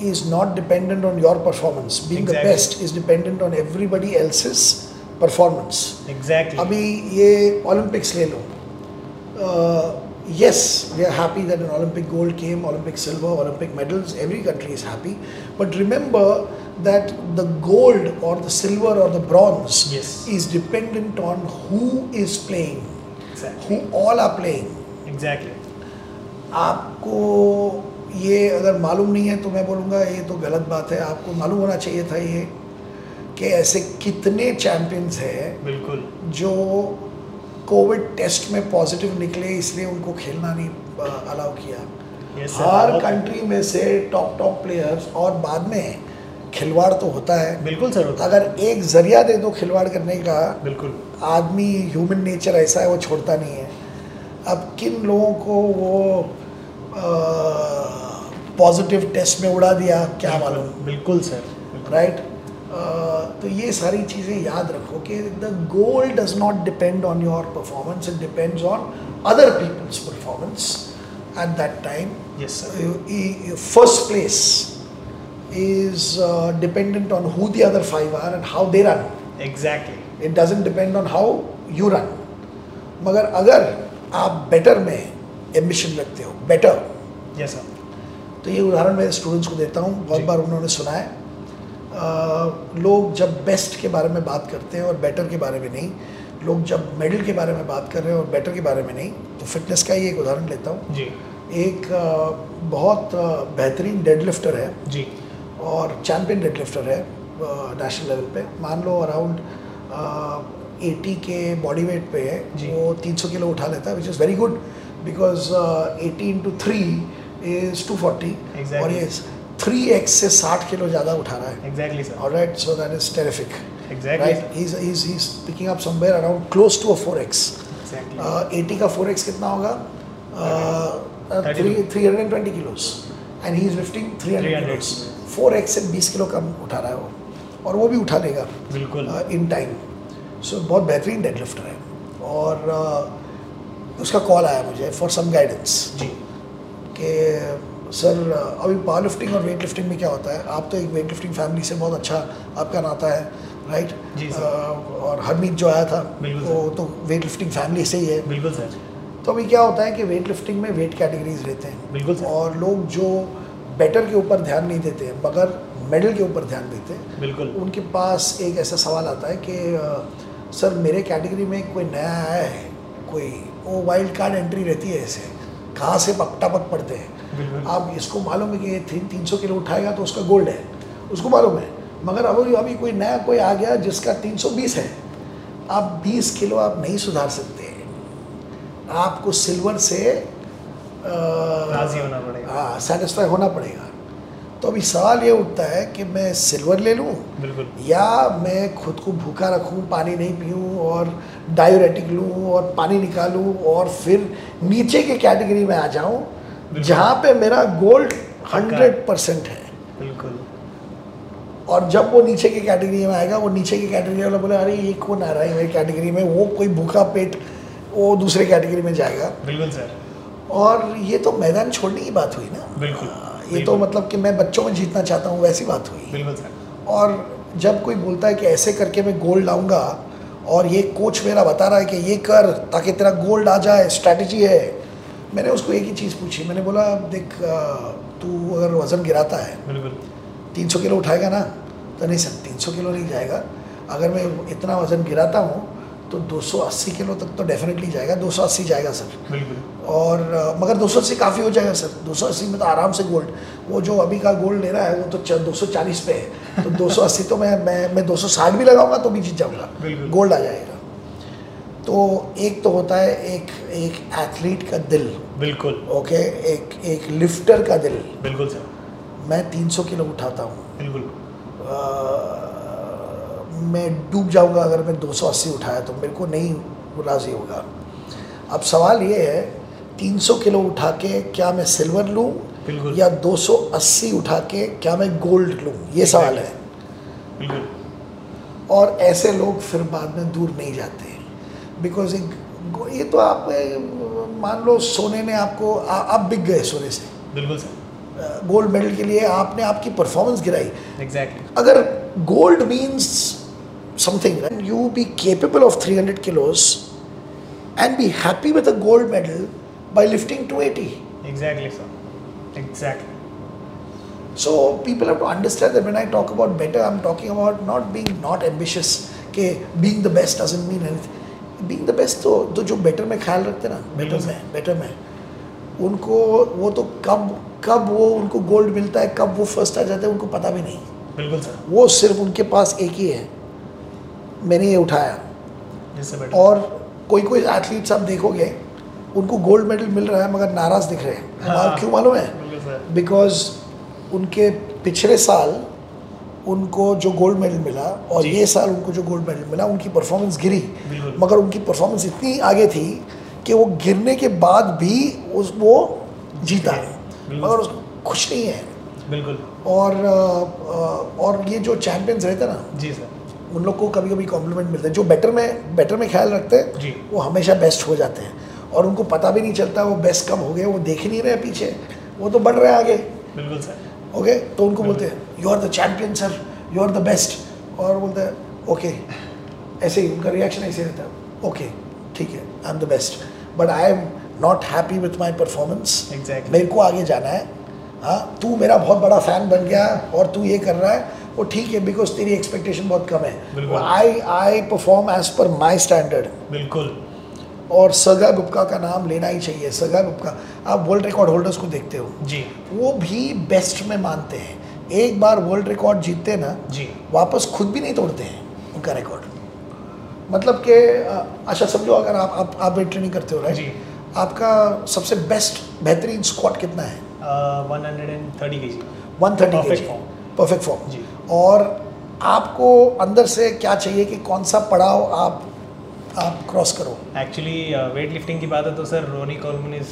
is not dependent on your performance being
Exactly.
the best is dependent on everybody else's performance
Exactly.
अभी ये Olympics ले लो yes we are happy that an Olympic gold came Olympic silver Olympic medals every country is happy but remember that the gold और the silver और the bronze
Yes.
Is dependent on who is playing
Exactly.
Who all are playing
Exactly.
आपको ये अगर मालूम नहीं है तो मैं बोलूँगा ये तो गलत बात है आपको मालूम होना चाहिए था ये कि ऐसे कितने चैम्पियंस हैं
बिल्कुल
जो कोविड टेस्ट में पॉजिटिव निकले इसलिए उनको खेलना नहीं अलाउ किया
Yes, sir.
हर
बहुत-
कंट्री में से टॉप टॉप प्लेयर्स और बाद में खिलवाड़ तो होता है
बिल्कुल सर होता
अगर एक जरिया दे दो खिलवाड़ करने का
बिल्कुल
आदमी ह्यूमन नेचर ऐसा है वो छोड़ता नहीं है अब किन लोगों को वो पॉजिटिव टेस्ट में उड़ा दिया क्या मालूम
बिल्कुल सर
राइट तो ये सारी चीज़ें याद रखो कि the goal does not depend on your performance it depends on other people's performance at that time
yes sir
e, first place is dependent on who the other five are and how they run
exactly
it doesn't depend on how you run मगर अगर आप better में ambition रखते हो better
yes sir
तो ये उदाहरण मैं स्टूडेंट्स को देता हूँ बहुत
जी।
बार उन्होंने सुना है अ, लोग जब बेस्ट के बारे में बात करते हैं और बेटर के बारे में नहीं लोग जब मेडल के बारे में बात कर रहे हैं और बेटर के बारे में नहीं तो फिटनेस का ही एक उदाहरण लेता हूँ
जी
एक अ, बहुत अ, बेहतरीन डेडलिफ्टर है
जी
और चैम्पियन डेडलिफ्टर है नेशनल लेवल पे मान लो अराउंड एटी के बॉडी वेट पे है
जी।
वो तीन सौ किलो उठा लेता है which is very good because eighty into three is two forty
Exactly.
और ये थ्री एक्स से साठ किलो ज़्यादा उठा रहा है
एग्जैक्टली सर
और right so that is terrific
exactly
right is is is picking up somewhere around close to a four x
exactly
eighty Uh, का फोर एक्स कितना होगा Uh,
Thirty
three
two.
Three hundred and twenty kilos and he is lifting three hundred
300
kilos four x से बीस kilo कम उठा रहा है वो और वो भी उठा लेगा uh,
बिल्कुल
इन टाइम सो बहुत बेहतरीन डेडलिफ्टर है और uh, उसका कॉल आया मुझे फॉर सम गाइडेंस
जी
कि सर uh, अभी पावर लिफ्टिंग और वेट लिफ्टिंग में क्या होता है आप तो एक वेट लिफ्टिंग फैमिली से बहुत अच्छा आपका नाता है राइट
जी, सर।
और हरमीत जो आया था
बिल्कुल,
वो तो वेट लिफ्टिंग फैमिली से ही है
बिल्कुल सर
तो अभी क्या होता है कि वेट लिफ्टिंग में वेट कैटेगरीज रहते हैं
बिल्कुल सर।
और लोग जो बेटर के ऊपर ध्यान नहीं देते हैं मगर मेडल के ऊपर ध्यान देते हैं
बिल्कुल
उनके पास एक ऐसा सवाल आता है कि अ, सर मेरे कैटेगरी में कोई नया आया है कोई वो वाइल्ड कार्ड एंट्री रहती है ऐसे कहाँ से पकटापक पड़ते हैं
बिल्कुल
आप इसको मालूम है कि ये थ्री तीन सौ किलो उठाएगा तो उसका गोल्ड है उसको मालूम है मगर अभी अभी कोई नया कोई आ गया जिसका तीन सौ बीस है आप बीस किलो आप नहीं सुधार सकते आपको सिल्वर से
राजी
राजी
होना पड़ेगा।
हाँ सेटिस्फाई होना पड़ेगा तो अभी सवाल ये उठता है कि मैं सिल्वर ले लूँ
बिल्कुल
या मैं खुद को भूखा रखूं पानी नहीं पीऊं और डायोरेटिक लूं और पानी निकालूं और फिर नीचे के कैटेगरी में आ जाऊं
बिल्कुल।
जहां पे मेरा गोल्ड हंड्रेड परसेंट है
बिल्कुल
और जब वो नीचे के कैटेगरी में आएगा वो नीचे के कैटेगरी वाला बोले अरे ये कौन आ रहा है मेरी कैटेगरी में वो कोई भूखा पेट वो दूसरे कैटेगरी में जाएगा
बिल्कुल सर
और ये तो मैदान छोड़ने की बात हुई ना
बिल्कुल।
ये तो
बिल्कुल।
मतलब कि मैं बच्चों में जीतना चाहता हूँ वैसी बात हुई
बिल्कुल सर
और जब कोई बोलता है कि ऐसे करके मैं गोल्ड लाऊंगा और ये कोच मेरा बता रहा है कि ये कर ताकि तेरा गोल्ड आ जाए स्ट्रैटेजी है मैंने उसको एक ही चीज़ पूछी मैंने बोला देख अ, तू अगर वज़न गिराता है
बिल्कुल
300 किलो उठाएगा ना तो नहीं सर 300 किलो नहीं जाएगा अगर मैं इतना वज़न गिराता हूँ तो 280 किलो तक तो डेफिनेटली जाएगा 280 जाएगा सर
बिल्कुल
और अ, मगर 280 काफ़ी हो जाएगा सर 280 में तो आराम से गोल्ड वो जो अभी का गोल्ड ले रहा है वो तो च- 240 पे है तो 280 तो मैं मैं मैं 260 भी लगाऊंगा तो भी जीत जाऊंगा
बिल्कुल।
गोल्ड आ जाएगा तो एक तो होता है एक एक एथलीट का दिल
बिल्कुल
ओके एक एक लिफ्टर का दिल
बिल्कुल सर
मैं 300 किलो उठाता हूँ
बिल्कुल
अ, मैं डूब जाऊंगा अगर मैं 280 उठाया तो मेरे को नहीं राजी होगा अब सवाल ये है 300 किलो उठा के क्या मैं सिल्वर लूं
बिल्कुल।
या 280 उठा के क्या मैं गोल्ड लूं ये सवाल है
बिल्कुल
और ऐसे लोग फिर बाद में दूर नहीं जाते बिकॉज ये तो आप अ, मान लो सोने ने आपको आ, आप बिक गए सोने से
बिल्कुल सर
गोल्ड मेडल के लिए आपने आपकी परफॉर्मेंस गिराई
एग्जैक्टली
अगर gold means something you be capable of 300 kilos and be happy with a gold medal by lifting 280
exactly sir exactly
so people have to understand that when i talk about better i'm talking about not being not ambitious के being the best doesn't mean anything being the best तो तो जो better में ख्याल रखते हैं ना better में बेटर में उनको वो तो कब कब वो उनको गोल्ड मिलता है कब वो फर्स्ट आ जाते हैं उनको पता भी नहीं
बिल्कुल सर
वो सिर्फ उनके पास एक ही है मैंने ये उठाया
जिससे बेटर
और कोई कोई एथलीट्स आप देखोगे उनको गोल्ड मेडल मिल रहा है मगर नाराज दिख रहे हैं
हाँ।
और क्यों मालूम है
बिल्कुल सर
बिकॉज उनके पिछले साल उनको जो गोल्ड मेडल मिला और
जी।
ये साल उनको जो गोल्ड मेडल मिला उनकी परफॉर्मेंस गिरी
बिल्कुल।
मगर उनकी परफॉर्मेंस इतनी आगे थी कि वो गिरने के बाद भी उस वो जीता
बिल्कुल।
मगर उसको खुश नहीं है
बिल्कुल
और अ, अ, और ये जो चैंपियंस रहते हैं ना
जी सर
उन लोग को कभी कभी कॉम्प्लीमेंट मिलते हैं जो बेटर में बेटर में ख्याल रखते
जी।
हैं वो हमेशा बेस्ट हो जाते हैं और उनको पता भी नहीं चलता वो बेस्ट कब हो गए वो देख ही नहीं रहे पीछे वो तो बढ़ रहे हैं आगे
बिल्कुल सर
ओके तो उनको
Hmm.
बोलते हैं you are the champion sir you are the best और बोलते हैं ओके ऐसे ही उनका रिएक्शन ऐसे ही रहता है ओके ठीक है I am the best but I am not happy with my performance
Exactly.
मेरे को आगे जाना है हाँ तू मेरा बहुत बड़ा फैन बन गया और तू ये कर रहा है वो ठीक है बिकॉज तेरी एक्सपेक्टेशन बहुत कम
बिल्कुल।
है I I perform as per my standard
बिल्कुल
और सगा गुप्का का नाम लेना ही चाहिए सगा गुप्का आप वर्ल्ड रिकॉर्ड होल्डर्स को देखते हो
जी
वो भी बेस्ट में मानते हैं एक बार वर्ल्ड रिकॉर्ड जीतते हैं ना
जी
वापस खुद भी नहीं तोड़ते हैं उनका रिकॉर्ड मतलब कि अ, अच्छा समझो अगर आप आप आप वेट ट्रेनिंग करते हो
जी।
राइट आपका सबसे बेस्ट बेहतरीन स्क्वाट कितना है
one hundred and thirty K G
130 thirty
Perfect form.
Perfect
जी।
फॉर्म और आपको अंदर से क्या चाहिए कि कौन सा पड़ाव आप आप क्रॉस करो
एक्चुअली वेट लिफ्टिंग की बात है तो sir Ronnie Coleman is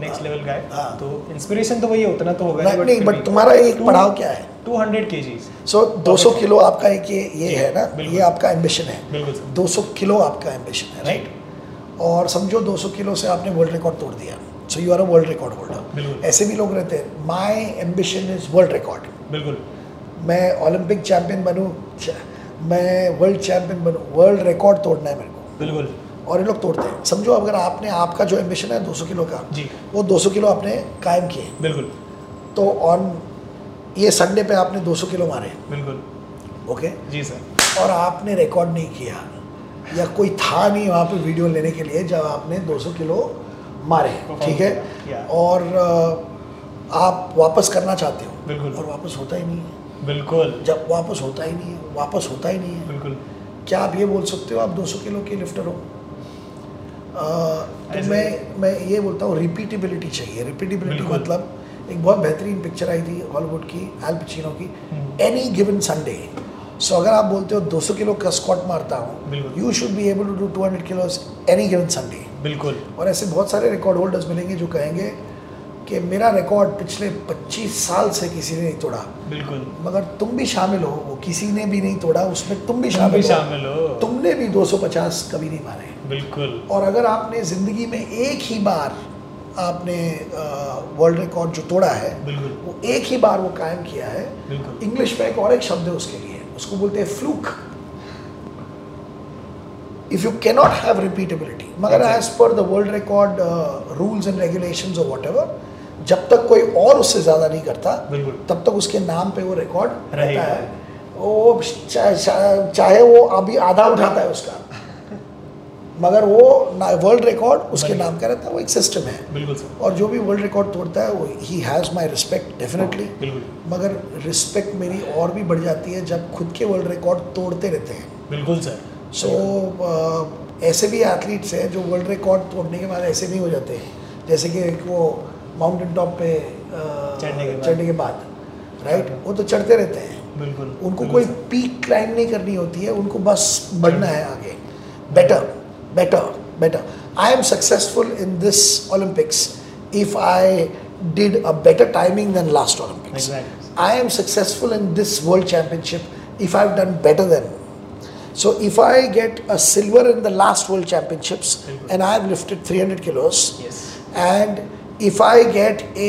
next level का है
हाँ।
तो इंस्पिरेशन तो वही है, उतना तो होगा
नहीं बट तुम्हारा एक पड़ाव क्या है
two hundred K G
so so, 200 kilo आपका एक ये ये है ना
बिल्कुल।
ये आपका एम्बिशन है
बिल्कुल सर
200 किलो आपका एम्बिशन है राइट और समझो 200 किलो से आपने वर्ल्ड रिकॉर्ड तोड़ दिया so you are a world record
बिल्कुल।
होल्डर ऐसे भी लोग रहते हैं my ambition is world record
बिल्कुल
मैं ओलंपिक चैंपियन बनूँ मैं वर्ल्ड चैंपियन बनूँ वर्ल्ड रिकॉर्ड तोड़ना है मेरे को
बिल्कुल
और ये लोग तोड़ते हैं समझो अगर आपने आपका जो एम्बिशन है 200 किलो का
जी
वो 200 किलो आपने कायम किए
बिल्कुल
तो ऑन ये संडे पे आपने 200 किलो मारे
बिल्कुल
ओके
जी सर
और आपने रिकॉर्ड नहीं किया या कोई था नहीं वहाँ पे वीडियो लेने के लिए जब आपने 200 किलो मारे
Perform
ठीक है
किया।
और अ, आप वापस करना चाहते हो
बिल्कुल।
और वापस होता ही नहीं है
बिल्कुल
जब वापस होता ही नहीं है वापस होता ही नहीं है
बिल्कुल
क्या आप ये बोल सकते हो आप 200 किलो के लिफ्टर हो अ, तो
ऐसे-
मैं मैं ये बोलता हूँ रिपीटेबिलिटी चाहिए रिपीटेबिलिटी
बिल्कुल।
मतलब एक बहुत बेहतरीन पिक्चर आई थी हॉलीवुड की एल पिचिनो की
हम्म।
एनी गिवन संडे सो अगर आप बोलते हो 200 किलो का स्क्वाट मारता हूँ
बिल्कुल।
You should be able to do 200 kilos any given Sunday
बिल्कुल
और ऐसे बहुत सारे रिकॉर्ड होल्डर्स मिलेंगे जो कहेंगे कि मेरा रिकॉर्ड पिछले 25 साल से किसी ने नहीं तोड़ा
बिल्कुल
मगर तुम भी शामिल हो वो किसी ने भी नहीं तोड़ा उसमें तुम भी
तुम भी
शामिल हो
शामिल हो
तुमने भी 250 कभी नहीं मारे
बिल्कुल
और अगर आपने ज़िंदगी में एक ही बार आपने वर्ल्ड रिकॉर्ड जो तोड़ा है
बिल्कुल
वो एक ही बार वो कायम किया है
बिल्कुल
इंग्लिश में एक और एक शब्द है उसके लिए उसको बोलते हैं fluke if you cannot have repeatability मगर as per the world record rules and regulations और वॉट जब तक कोई और उससे ज़्यादा नहीं करता
बिल्कुल।
तब तक उसके नाम पे वो रिकॉर्ड
रहेगा।
रहता है वो चाहे, चाहे वो अभी आधा उठाता है उसका मगर वो वर्ल्ड रिकॉर्ड उसके नाम का रहता है वो एक सिस्टम है
बिल्कुल सर
और जो भी वर्ल्ड रिकॉर्ड तोड़ता है वो ही हैज़ माई रिस्पेक्ट डेफिनेटली
बिल्कुल
मगर रिस्पेक्ट मेरी और भी बढ़ जाती है जब खुद के वर्ल्ड रिकॉर्ड तोड़ते रहते हैं
बिल्कुल सर
सो अ, ऐसे भी एथलीट्स हैं जो वर्ल्ड रिकॉर्ड तोड़ने के बाद ऐसे भी हो जाते हैं जैसे कि एक वो माउंटेन टॉप पे अ,
चढ़ने के बाद।
चढ़ने के बाद राइट वो तो चढ़ते रहते हैं
बिल्कुल
उनको
बिल्कुल
कोई
सर।
पीक क्लाइम नहीं करनी होती है उनको बस बढ़ना है आगे better better better I am successful in this Olympics if I did a better timing than last Olympics
Exactly.
I am successful in this world championship if I've done better than. So if I get a silver in the last world championships and I've lifted 300 kilos,
Yes.
and if I get a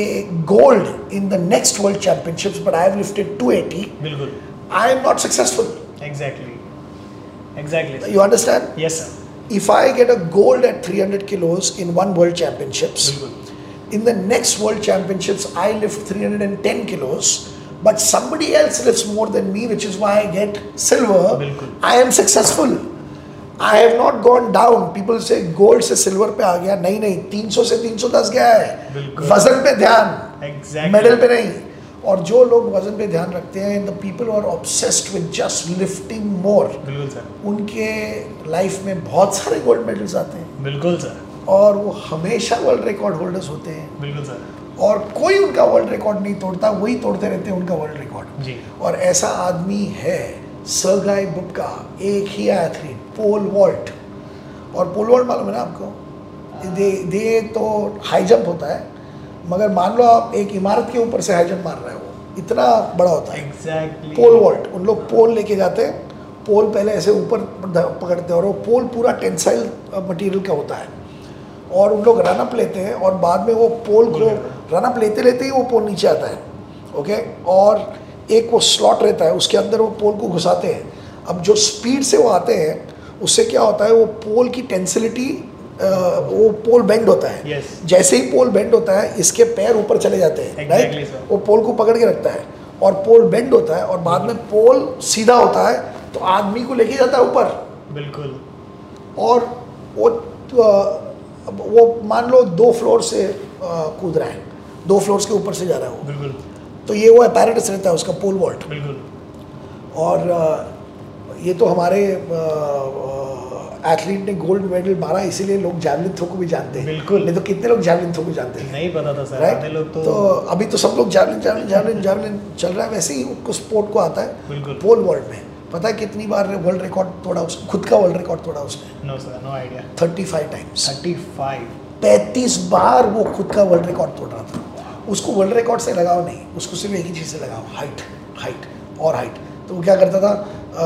gold in the next world championships but I've lifted 280,
बिल्कुल
I am not successful.
Exactly exactly
You understand?
Yes sir
If I get a gold at 300 kilos in one world championships,
बिल्कुल
in the next world championships i lift 310 kilos but somebody else lifts more than me which is why i get silver
बिल्कुल।
i am successful i have not gone down people say gold से silver पे आ गया नहीं नहीं 300 से 310 गया है
बिल्कुल।
वजन पे ध्यान
एग्जैक्टली
मेडल पे नहीं और जो लोग वजन पे ध्यान रखते हैं the people are obsessed with just lifting more
बिल्कुल सर
उनके लाइफ में बहुत सारे गोल्ड मेडल्स आते हैं
बिल्कुल सर
और वो हमेशा वर्ल्ड रिकॉर्ड होल्डर्स होते हैं
बिल्कुल सर
और कोई उनका वर्ल्ड रिकॉर्ड नहीं तोड़ता वही तोड़ते रहते हैं उनका वर्ल्ड रिकॉर्ड
जी
और ऐसा आदमी है सरगाई बुबका एक ही एथलीट पोल वॉल्ट और पोल वॉल्ट मालूम है ना आपको दे दे तो हाई जंप होता है मगर मान लो आप एक इमारत के ऊपर से हाई जंप मार रहे हो इतना बड़ा होता है
एग्जैक्टली
पोल वॉल्ट उन लोग पोल लेके जाते हैं पोल पहले ऐसे ऊपर ध- पकड़ते हैं और वो पोल पूरा टेंसाइल मटेरियल का होता है और उन लोग रनअप लेते हैं और बाद में वो पोल को रनअप लेते लेते ही वो पोल नीचे आता है ओके और एक वो स्लॉट रहता है उसके अंदर वो पोल को घुसाते हैं अब जो स्पीड से वो आते हैं उससे क्या होता है वो पोल की टेंसिलिटी वो पोल बेंड होता है
Yes.
जैसे ही पोल बेंड होता है इसके पैर ऊपर चले जाते हैं
Exactly,
right?
sir.
वो पोल को पकड़ के रखता है और पोल बेंड होता है और बाद में पोल सीधा होता है तो आदमी को लेके जाता है ऊपर
बिल्कुल
और वो अ, वो मान लो दो फ्लोर से अ, कूद रहा है दो फ्लोर्स के ऊपर से जा रहा है
बिल्कुल
वो तो ये वो अपैरेटस रहता है उसका पोल वॉल्ट
बिल्कुल
और अ, ये तो हमारे एथलीट ने गोल्ड मेडल मारा इसीलिए लोग जैवलिन थ्रो को भी जानते हैं
बिल्कुल।
नहीं तो कितने लोग जैवलिन थ्रो को जानते हैं
नहीं पता था सर आधे लोग
राइट
तो
तो अभी तो सब लोग जैवलिन जैवलिन जैवलिन जैवलिन चल रहा है वैसे ही उसको स्पोर्ट को आता है
बिल्कुल।
पोल वर्ल्ड में पता है कितनी बार वर्ल्ड रिकॉर्ड तोड़ा उसने खुद का वर्ल्ड रिकॉर्ड तोड़ा उसने
no sir no idea
thirty five times
35
पैंतीस बार वो खुद का वर्ल्ड रिकॉर्ड तोड़ रहा था उसको वर्ल्ड रिकॉर्ड से लगाव नहीं उसको सिर्फ एक ही चीज़ से लगाव हाइट हाइट और हाइट तो वो क्या करता था अ,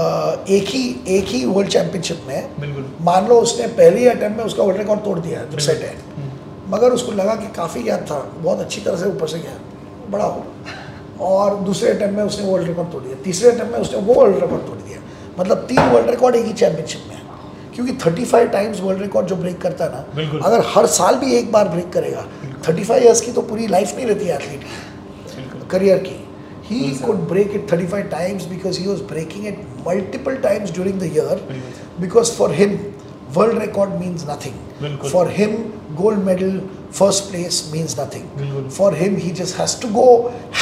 एक ही एक ही वर्ल्ड चैंपियनशिप में
बिल्कुल
मान लो उसने पहले ही अटैम्प्ट में उसका वर्ल्ड रिकॉर्ड तोड़ दिया जो सेट है
हम्म,
मगर उसको लगा कि काफ़ी ज्ञात था बहुत अच्छी तरह से ऊपर से गया बड़ा हो और दूसरे अटैम्प में उसने वर्ल्ड रिकॉर्ड तोड़ दिया तीसरे अटैम्प में उसने वो वर्ल्ड रिकॉर्ड तोड़ दिया मतलब तीन वर्ल्ड रिकॉर्ड एक ही चैंपियनशिप में है क्योंकि 35 टाइम्स वर्ल्ड रिकॉर्ड जो ब्रेक करता है
बिल्कुल।
ना अगर हर साल भी एक बार ब्रेक करेगा 35 इयर्स की तो पूरी लाइफ नहीं रहती एथलीट की
बिल्कुल
करियर की ही could break it 35 times because he was breaking it multiple times during the year
बिल्कुल sir
because for him world record means nothing
बिल्कुल।
for him gold medal first place means nothing
बिल्कुल।
for him he just has to go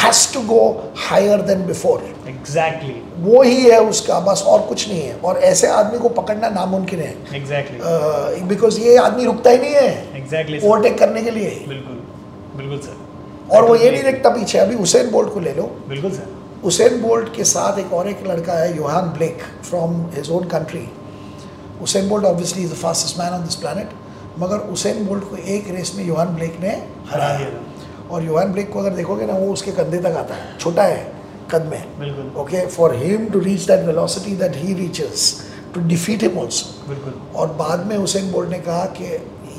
has to go higher than before
exactly
वो ही है उसका बस और कुछ नहीं है और ऐसे आदमी को पकड़ना नामुमकिन है
एग्जैक्टली
Uh, बिकॉज ये आदमी रुकता ही नहीं है
एग्जैक्टली सर
ओवरटेक करने के लिए
बिल्कुल बिल्कुल सर
और वो ये नहीं देखता पीछे अभी हुसैन बोल्ट को ले लो
बिल्कुल सर
हुसैन बोल्ट के साथ एक और एक लड़का है Yohan Blake from his own country Usain Bolt obviously is the fastest man on this planet मगर हुसैन बोल्ट को एक रेस में योहान ब्लेक ने हरा
हरा
दिया
दिया
और योहान ब्लेक को अगर देखोगे ना वो उसके कंधे तक आता है छोटा है कद में
बिल्कुल
okay for him to reach that velocity that he reaches to defeat him also
बिल्कुल
और बाद में हुसैन बोल्ट ने कहा कि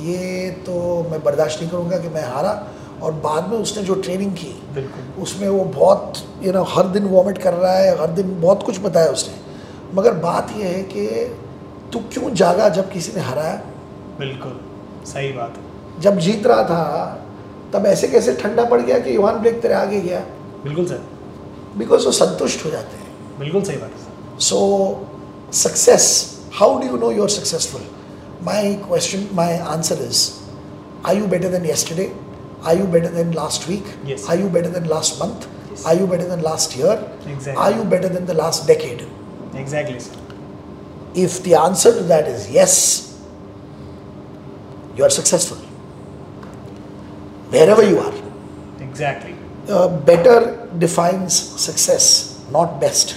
ये तो मैं बर्दाश्त नहीं करूँगा कि मैं हारा और बाद में उसने जो ट्रेनिंग की
बिल्कुल
उसमें वो बहुत यू नो हर दिन वॉमिट कर रहा है हर दिन बहुत कुछ बताया उसने मगर बात यह है कि तू क्यों जागा जब किसी ने हराया
बिल्कुल सही बात है
जब जीत रहा था तब ऐसे कैसे ठंडा पड़ गया कि योहान ब्लेक तेरे आगे गया
बिल्कुल सर
बिकॉज वो संतुष्ट हो जाते हैं
बिल्कुल सही बात है sir
So, success. How do you know you're successful? My question, my answer is Are you better than yesterday? Are you better than last week?
Yes.
Are you better than last month?
Yes.
Are you better than last year?
Exactly.
Are you better than the last decade?
Exactly, sir.
If the answer to that is yes, you are successful. Wherever you are,
Exactly.
uh, better defines success, not best.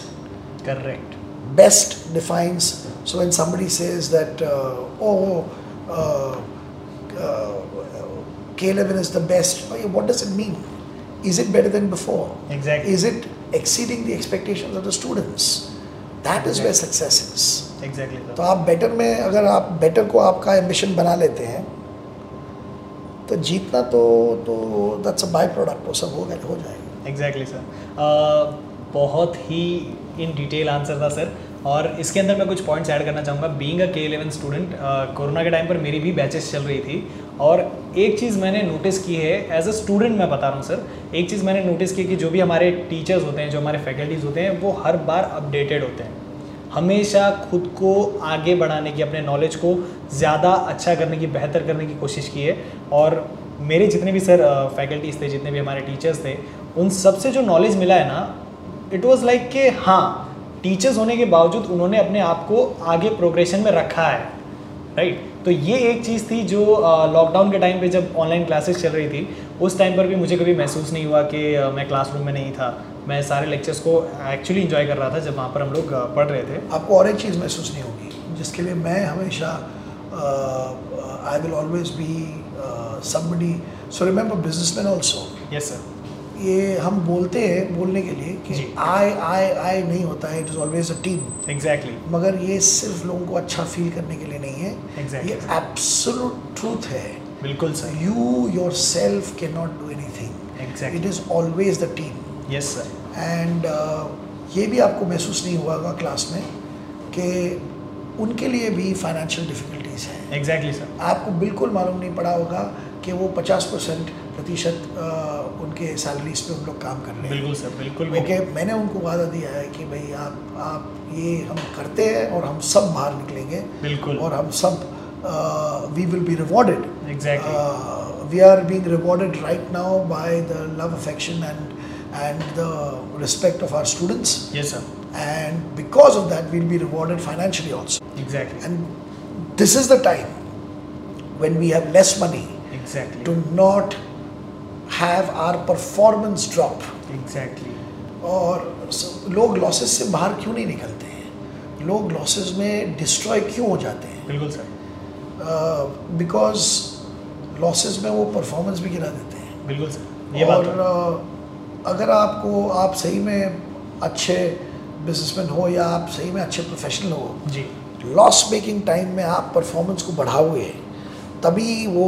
Correct.
best defines so when somebody says that uh, oh uh, uh, k11 is the best okay, what does it mean is it better than before
Exactly.
is it exceeding the expectations of the students that is where success is
Exactly,
तो
sir.
आप better में अगर आप better को आपका ambition बना लेते हैं तो जीतना तो तो दैट्स अ बाय प्रोडक्ट वो सब हो गया हो जाएगा
एग्जैक्टली सर Uh, बहुत ही इन डिटेल आंसर था सर और इसके अंदर मैं कुछ पॉइंट्स ऐड करना चाहूँगा being a K eleven student uh, corona के टाइम पर मेरी भी बैचेस चल रही थी और एक चीज़ मैंने नोटिस की है एज अ स्टूडेंट मैं बता रहा हूँ सर एक चीज़ मैंने नोटिस की कि जो भी हमारे टीचर्स होते हैं जो हमारे फैकल्टीज़ होते हैं वो हर बार अपडेटेड होते हैं हमेशा खुद को आगे बढ़ाने की अपने नॉलेज को ज़्यादा अच्छा करने की बेहतर करने की कोशिश की है और मेरे जितने भी सर फैकल्टीज थे जितने भी हमारे टीचर्स थे उन सबसे जो नॉलेज मिला है ना इट वॉज़ लाइक के हाँ टीचर्स होने के बावजूद उन्होंने अपने आप को आगे प्रोग्रेशन में रखा है राइट तो ये एक चीज़ थी जो लॉकडाउन के टाइम पे जब ऑनलाइन क्लासेस चल रही थी उस टाइम पर भी मुझे कभी महसूस नहीं हुआ कि अ, मैं क्लासरूम में नहीं था मैं सारे लेक्चर्स को एक्चुअली इंजॉय कर रहा था जब वहाँ पर हम लोग अ, पढ़ रहे थे
आपको और एक चीज़ महसूस नहीं होगी जिसके लिए मैं हमेशा I will always be somebody so remember businessman also
yes sir
ये हम बोलते हैं बोलने के लिए कि
जी।
आई आई आई नहीं होता है it is always a team
exactly
मगर ये सिर्फ लोगों को अच्छा फील करने के लिए नहीं है
Exactly.
ये एब्सोलूट ट्रूथ है
बिल्कुल sir
you yourself can not do anything it
exactly
is always the team
yes sir
and uh, ये भी आपको महसूस नहीं हुआ होगा क्लास में कि उनके लिए भी फाइनेंशियल डिफिकल्टीज हैं
एग्जैक्टली सर
आपको बिल्कुल मालूम नहीं पड़ा होगा कि वो 50 परसेंट प्रतिशत uh, उनके सैलरीज पे हम लोग काम कर रहे हैं
बिल्कुल सर बिल्कुल भी
ओके मैंने उनको वादा दिया है कि भाई आप आप ये हम करते हैं और हम सब बाहर निकलेंगे
बिल्कुल
और हम uh, सब we will be rewarded
exactly
uh, we are being rewarded right now by the love affection and and the respect of our students
yes sir
and because of that we'll be rewarded financially also
exactly
and this is the time when we have less money to
exactly
not have our performance drop
exactly
और स- लोग losses से बाहर क्यों नहीं निकलते हैं लोग लॉसेस में डिस्ट्रॉय क्यों हो जाते हैं
बिल्कुल सर
बिकॉज लॉसेस में वो परफॉर्मेंस भी गिरा देते हैं
बिल्कुल सर ये
और
बात तो-
अ, अगर आपको आप सही में अच्छे बिजनेसमैन हो या आप सही में अच्छे प्रोफेशनल हो
जी
लॉस मेकिंग टाइम में आप परफॉर्मेंस को बढ़ाओगे तभी वो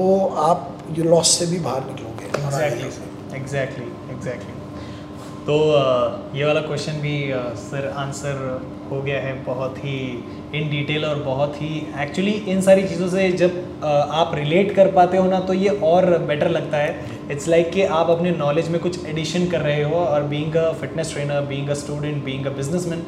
आप ये लॉस से भी बाहर निकलोगे और आगे जाओगे।
एग्जैक्टली एग्जैक्टली एग्जैक्टली तो अ, ये वाला क्वेश्चन भी अ, सर आंसर हो गया है बहुत ही इन डिटेल और बहुत ही एक्चुअली इन सारी चीज़ों से जब अ, आप रिलेट कर पाते हो ना तो ये और बेटर लगता है इट्स लाइक like कि आप अपने नॉलेज में कुछ एडिशन कर रहे हो और being a fitness trainer being a student being a businessman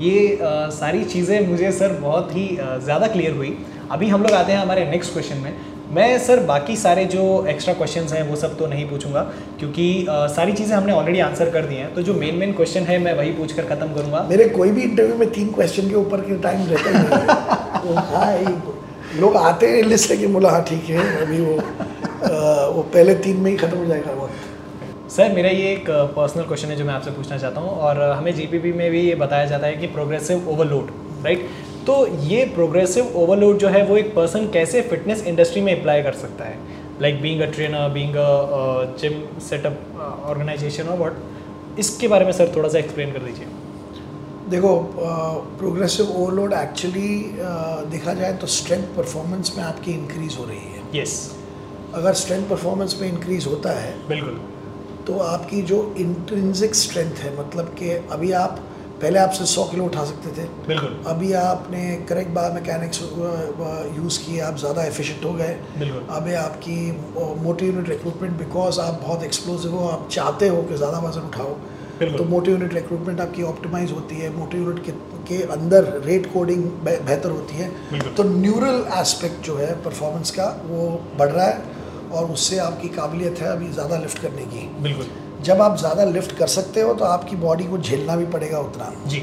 ये अ, सारी चीज़ें मुझे सर बहुत ही ज़्यादा क्लियर हुई अभी हम लोग आते हैं हमारे नेक्स्ट क्वेश्चन में मैं सर बाकी सारे जो एक्स्ट्रा क्वेश्चंस हैं वो सब तो नहीं पूछूंगा क्योंकि अ, सारी चीज़ें हमने ऑलरेडी आंसर कर दी हैं तो जो मेन मेन क्वेश्चन है मैं वही पूछ कर ख़त्म करूंगा
मेरे कोई भी इंटरव्यू में तीन क्वेश्चन के ऊपर के टाइम रहता ही नहीं है। वो हाँ ये- लोग आते हैं लिस्ट लेके बोला हाँ ठीक है अभी वो अ, वो पहले तीन में ही खत्म हो जाएगा वक्त
सर मेरा ये एक पर्सनल क्वेश्चन है जो मैं आपसे पूछना चाहता हूँ और अ, हमें जीपीपी में भी ये बताया जाता है कि प्रोग्रेसिव ओवरलोड राइट तो ये प्रोग्रेसिव ओवरलोड जो है वो एक पर्सन कैसे फिटनेस इंडस्ट्री में अप्लाई कर सकता है like being a trainer being a gym setup organisation और वॉट इसके बारे में सर थोड़ा सा एक्सप्लेन कर दीजिए
देखो प्रोग्रेसिव ओवरलोड एक्चुअली देखा जाए तो स्ट्रेंथ परफॉर्मेंस में आपकी इंक्रीज हो रही है
यस
अगर स्ट्रेंथ परफॉर्मेंस में इंक्रीज होता है
बिल्कुल
तो आपकी जो इंट्रिंसिक स्ट्रेंथ है मतलब कि अभी आप पहले आपसे 100 किलो उठा सकते थे
बिल्कुल
अभी आपने करेक्ट बार मैकेनिक्स यूज़ किए आप ज़्यादा एफिशिएंट हो गए
बिल्कुल
अब ये आपकी मोटर यूनिट रिक्रूटमेंट बिकॉज आप बहुत एक्सप्लोसिव हो आप चाहते हो कि ज़्यादा वजन उठाओ
बिल्कुल।
तो मोटी यूनिट रिक्रूटमेंट आपकी ऑप्टिमाइज होती है मोटी यूनिट के, के अंदर रेट कोडिंग बेहतर होती है
बिल्कुल।
तो न्यूरल एस्पेक्ट जो है परफॉर्मेंस का वो बढ़ रहा है और उससे आपकी काबिलियत है अभी ज़्यादा लिफ्ट करने की
बिल्कुल
जब आप ज़्यादा लिफ्ट कर सकते हो तो आपकी बॉडी को झेलना भी पड़ेगा उतना
जी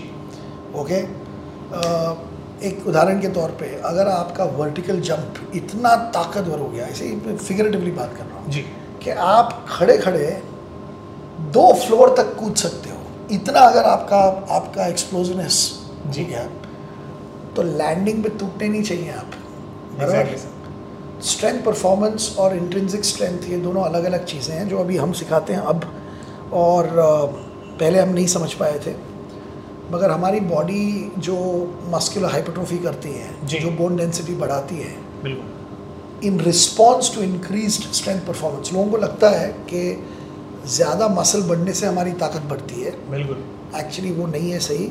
ओके अ, Uh, एक उदाहरण के तौर पे अगर आपका वर्टिकल जंप इतना ताकतवर हो गया ऐसे फिगरेटिवली बात कर रहा हूँ
जी
कि आप खड़े खड़े दो फ्लोर तक कूद सकते हो इतना अगर आपका आपका एक्सप्लोजिवनेस
जी।
जी गया तो लैंडिंग पे टूटने नहीं चाहिए आप
एग्जैक्टली
बराबर स्ट्रेंथ परफॉर्मेंस और इंट्रेंसिक स्ट्रेंथ ये दोनों अलग अलग चीज़ें हैं जो अभी हम सिखाते हैं अब और अ, पहले हम नहीं समझ पाए थे मगर हमारी बॉडी जो मस्कुलर हाइपरट्रोफी करती
जी।
है जो बोन डेंसिटी बढ़ाती है
बिल्कुल
in response to increase strength performance लोगों को लगता है कि ज़्यादा मसल बढ़ने से हमारी ताकत बढ़ती है
बिल्कुल
एक्चुअली वो नहीं है सही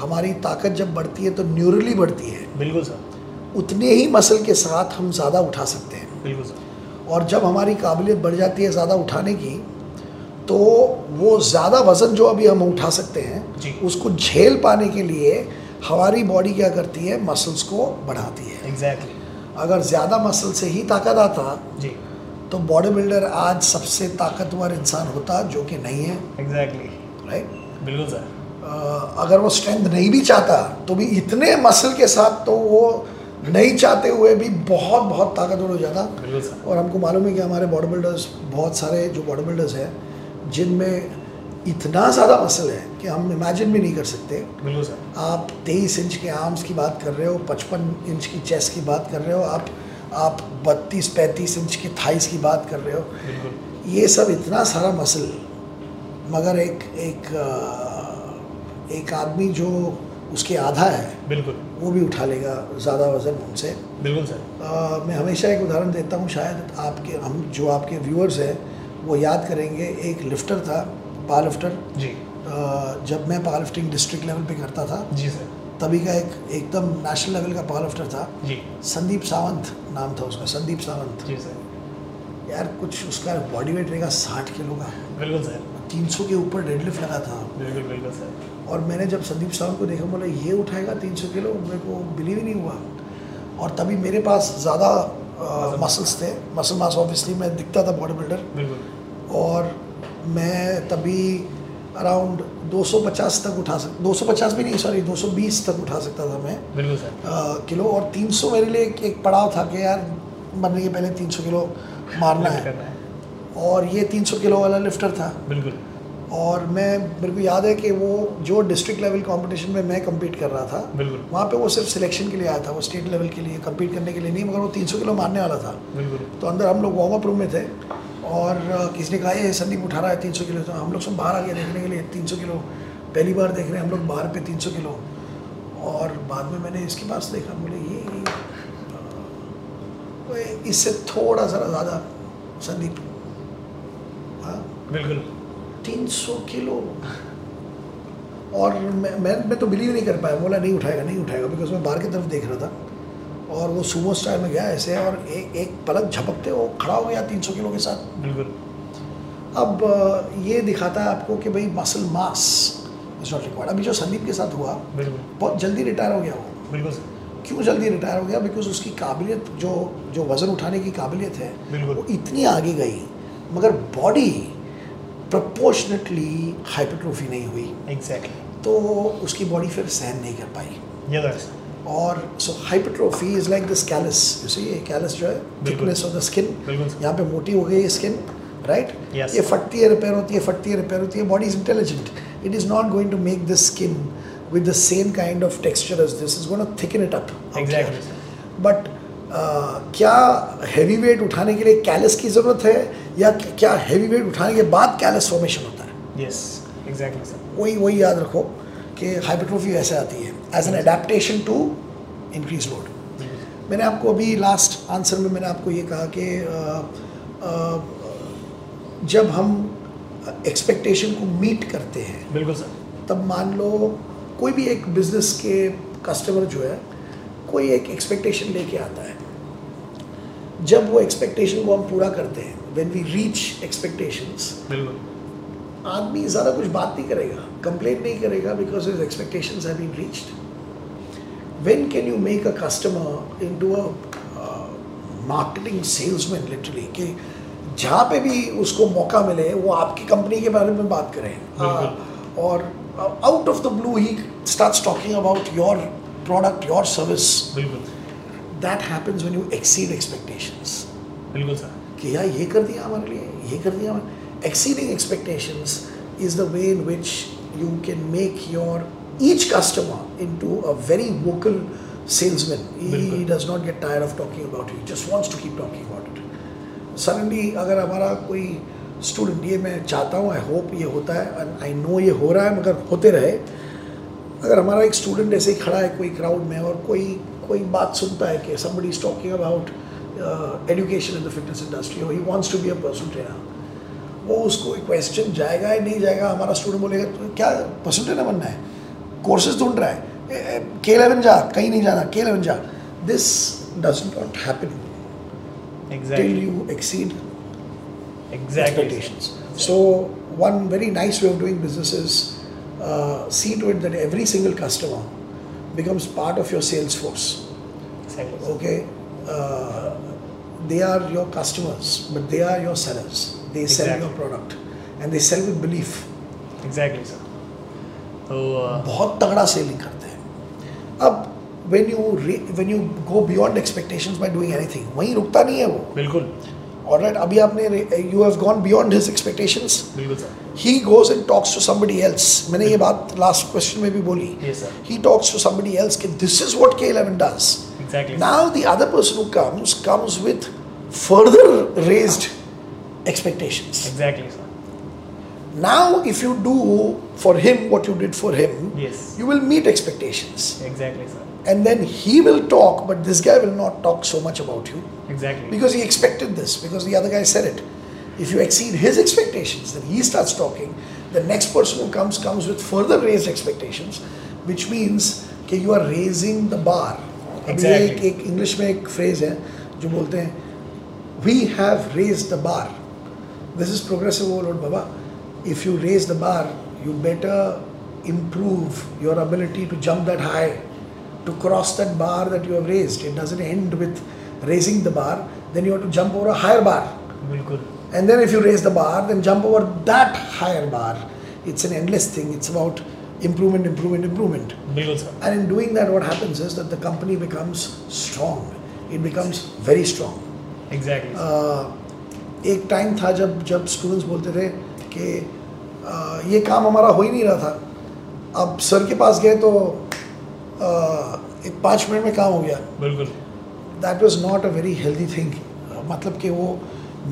हमारी ताकत जब बढ़ती है तो न्यूरली बढ़ती है
बिल्कुल सर
उतने ही मसल के साथ हम ज़्यादा उठा सकते हैं
बिल्कुल सर
और जब हमारी काबिलियत बढ़ जाती है ज़्यादा उठाने की तो वो ज़्यादा वज़न जो अभी हम उठा सकते
जी।
हैं उसको झेल पाने के लिए हमारी बॉडी क्या करती है मसल्स को बढ़ाती है
एग्जैक्टली
अगर ज़्यादा मसल से ही ताकत आता
जी
तो बॉडी बिल्डर आज सबसे ताकतवर इंसान होता जो कि नहीं है
एग्जैक्टली
राइट
बिल्कुल सर
अगर वो स्ट्रेंथ नहीं भी चाहता तो भी इतने मसल के साथ तो वो नहीं चाहते हुए भी बहुत बहुत ताकतवर हो जाता
बिल्कुल सर
और हमको मालूम है कि हमारे बॉडी बिल्डर्स बहुत सारे जो बॉडी बिल्डर्स हैं जिनमें इतना ज़्यादा मसल है कि हम इमेजिन भी नहीं कर सकते
बिल्कुल सर
आप तेईस इंच के आर्म्स की बात कर रहे हो पचपन इंच की चेस्ट की बात कर रहे हो आप आप बत्तीस पैंतीस इंच की थाइस की बात कर रहे हो
बिल्कुल
ये सब इतना सारा मसल मगर एक एक अ, एक आदमी जो उसके आधा है
बिल्कुल
वो भी उठा लेगा ज़्यादा वज़न उनसे
बिल्कुल सर
अ, मैं हमेशा एक उदाहरण देता हूँ शायद आपके हम जो आपके व्यूअर्स हैं वो याद करेंगे एक लिफ्टर था पावर लिफ्टर
जी
अ, जब मैं पावर लिफ्टिंग डिस्ट्रिक्ट लेवल पे करता था
जी सर
तभी का एक एकदम नेशनल लेवल का पावर लिफ्टर था
जी
संदीप सावंत नाम था उसका संदीप सावंत
जी सर
यार कुछ उसका बॉडी वेट रहेगा साठ किलो का
बिल्कुल सर
तीन सौ के ऊपर डेडलिफ्ट लगा था
बिल्कुल बिल्कुल सर
और मैंने जब संदीप साहब को देखा बोला ये उठाएगा तीन सौ किलो मेरे को बिलीव ही नहीं हुआ और तभी मेरे पास ज़्यादा मसल्स थे मसल मास ऑब्वियसली मैं दिखता था बॉडी बिल्डर
बिल्कुल
और मैं तभी अराउंड 250 तक उठा सक 250 भी नहीं सॉरी 220 तक उठा सकता था मैं
बिल्कुल सर
अ, किलो और 300 मेरे लिए एक, एक पड़ाव था कि यार मरने के पहले 300 किलो मारना
Lift
है
करना है
और ये 300 किलो वाला लिफ्टर था
बिल्कुल
और मैं मेरे को याद है कि वो जो डिस्ट्रिक्ट लेवल कंपटीशन में मैं कम्पीट कर रहा था
बिल्कुल
वहाँ पे वो सिर्फ सिलेक्शन के लिए आया था वो स्टेट लेवल के लिए कम्पीट करने के लिए नहीं मगर वो 300 किलो मारने वाला था
बिल्कुल
तो अंदर हम लोग वार्म अप रूम में थे और अ, किसी ने कहा ये संदीप उठा रहा है 300 किलो तो हम लोग सब बाहर आ गए देखने के लिए 300 किलो पहली बार देख रहे हैं हम लोग बाहर पे 300 किलो और बाद में मैंने इसके पास देखा बोले ये ये, अ, ये इससे थोड़ा ज़रा ज़्यादा संदीप हाँ
बिल्कुल
तीन सौ किलो और मैं मैं मैं तो बिलीव नहीं कर पाया बोला नहीं उठाएगा नहीं उठाएगा बिकॉज मैं बाहर की तरफ देख रहा था और वो सुबह स्टाइल में गया ऐसे और एक एक पलक झपकते वो खड़ा हो गया तीन सौ किलो के साथ
बिल्कुल
अब अ, ये दिखाता है आपको कि भाई muscle mass is not required अभी जो संदीप के साथ हुआ
बिल्कुल
बहुत जल्दी रिटायर हो गया वो
बिल्कुल सर
क्यों जल्दी रिटायर हो गया बिकॉज उसकी काबिलियत जो जो वज़न उठाने की काबिलियत है
बिल्कुल।
वो इतनी आगे गई मगर बॉडी प्रपोर्शनेटली हाइपरट्रोफी नहीं हुई
एग्जैक्टली
तो उसकी बॉडी फिर सहन नहीं कर पाई
ये तो है सर
और so hypertrophy is like this callus जैसे ये कैलस जो है
बिल्कुल।
थिकनेस ऑफ द स्किन
बिल्कुल सर
यहाँ पे मोटी हो गई है स्किन राइट
Yes.
ये फटती है रिपेयर होती है फटती है रिपेयर होती है body is intelligent it is not going to make this skin with the same kind of texture as this is going to thicken it up
Exactly, sir.
But uh, क्या heavy weight उठाने के लिए callus की ज़रूरत है या क्या heavy weight उठाने के बाद कैलस फॉर्मेशन होता है
यस एग्जैक्टली सर
वही वही याद रखो कि हाइपरट्रोफी ऐसे आती है as an adaptation to increase load
बिल्कुल sir.
मैंने आपको अभी लास्ट आंसर में मैंने आपको ये कहा कि अ, अ, जब हम एक्सपेक्टेशन को मीट करते हैं
बिल्कुल सर
तब मान लो कोई भी एक बिजनेस के कस्टमर जो है कोई एक एक्सपेक्टेशन लेके आता है जब वो एक्सपेक्टेशन को हम पूरा करते हैं व्हेन वी रीच एक्सपेक्टेशंस
बिल्कुल
आदमी ज़्यादा कुछ बात नहीं करेगा कंप्लेन नहीं करेगा because his expectations have been reached when can you make a customer into a uh, marketing salesman literally कि जहाँ पे भी उसको मौका मिले वो आपकी कंपनी के बारे में बात करें
बिल्कुल।
Uh, और out of the blue he starts talking about your product your service
बिल्कुल
that happens when you exceed expectations
बिल्कुल सर
कि यार ये कर दिया हमारे लिए ये कर दिया हमारे exceeding expectations is the way in which you can make your each customer into a very vocal salesman he
बिल्कुल।
Does not get tired of talking about you just wants to keep talking about it suddenly अगर हमारा कोई student ये मैं चाहता हूँ I hope ये होता है आई नो ये हो रहा है मगर होते रहे अगर हमारा एक स्टूडेंट ऐसे ही खड़ा है कोई क्राउड में और कोई कोई बात सुनता है कि somebody is talking uh, about education in the fitness industry और he wants to be a personal trainer वो उसको क्वेश्चन जाएगा या नहीं जाएगा हमारा स्टूडेंट बोलेगा "तो क्या पर्सनल ट्रेनर बनना है कोर्सेज ढूंढ रहा है के इलेवन जा कहीं नहीं जाना के इलेवन जा this does not happen till
exactly
you exceed
exactly
expectations. So one very nice way of doing business is uh, see to it that every single customer becomes part of your sales force. Okay, uh, they are your customers, but they are your sellers. They sell
Exactly.
your product, and they sell with belief.
Exactly sir तो uh,
बहुत तगड़ा selling करते हैं अब when you re- when you go beyond expectations by doing anything वहीं रुकता नहीं है वो
बिल्कुल
और अभी आपने you have gone beyond his expectations
बिल्कुल sir
he goes and talks to somebody else मैंने ये बात लास्ट क्वेश्चन में भी बोली
ये sir
he talks to somebody else कि this is what K11 does
exactly
now the other person who comes comes with further raised expectations
exactly sir
now if you do for him what you did for him
yes
you will meet expectations
exactly sir
and then he will talk but this guy will not talk so much about you
exactly
because he expected this because the other guy said it if you exceed his expectations then he starts talking the next person who comes comes with further raised expectations which means कि you are raising the bar अभी ये
Exactly.
एक, एक English में एक phrase है जो बोलते हैं we have raise the bar this is progressive overload बाबा if you raise the bar you better improve your ability to jump that high to cross that bar that you have raised it doesn't end with raising the bar then you have to jump over a higher bar
बिल्कुल
and then if you raise the bar then jump over that higher bar it's an endless thing it's about improvement improvement improvement
बिल्कुल सर
and in doing that what happens is that the company becomes strong it becomes very strong
exactly
uh, एक time था जब जब students बोलते थे कि uh, ये काम हमारा हो ही नहीं रहा था अब सर के पास गए तो uh, एक पाँच मिनट में काम हो गया
बिल्कुल
that was not a very healthy thing मतलब कि वो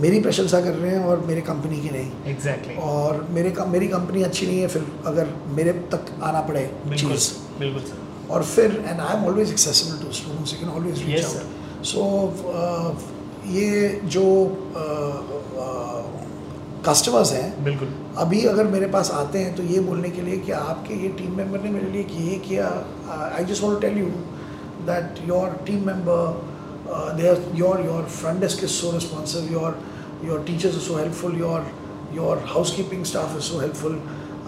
मेरी प्रशंसा कर रहे हैं और मेरे कंपनी की नहीं
एग्जैक्टली
और मेरे का मेरी कंपनी अच्छी नहीं है फिर अगर मेरे तक आना पड़े
बिल्कुल
चीज़
बिल्कुल सर
और फिर and I am always accessible to students you can always reach
Yes,
out so uh, ये जो कस्टमर्स हैं
बिल्कुल
अभी अगर मेरे पास आते हैं तो ये बोलने के लिए कि आपके ये टीम मेंबर ने मेरे लिए कि ये किया I just want to tell you that your team member they your your front desk is so responsive your your teachers is so helpful your your housekeeping staff is so helpful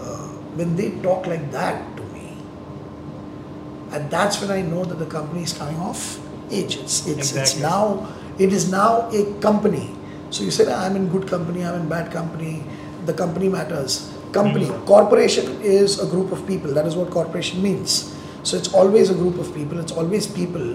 Uh, when they talk like that to me and that's when i know that the company is coming off age it's it's, it's
Exactly.
now it is now a company so you said i'm in good company i'm in bad company the company matters company
Mhm.
corporation is a group of people that is what corporation means so it's always a group of people it's always people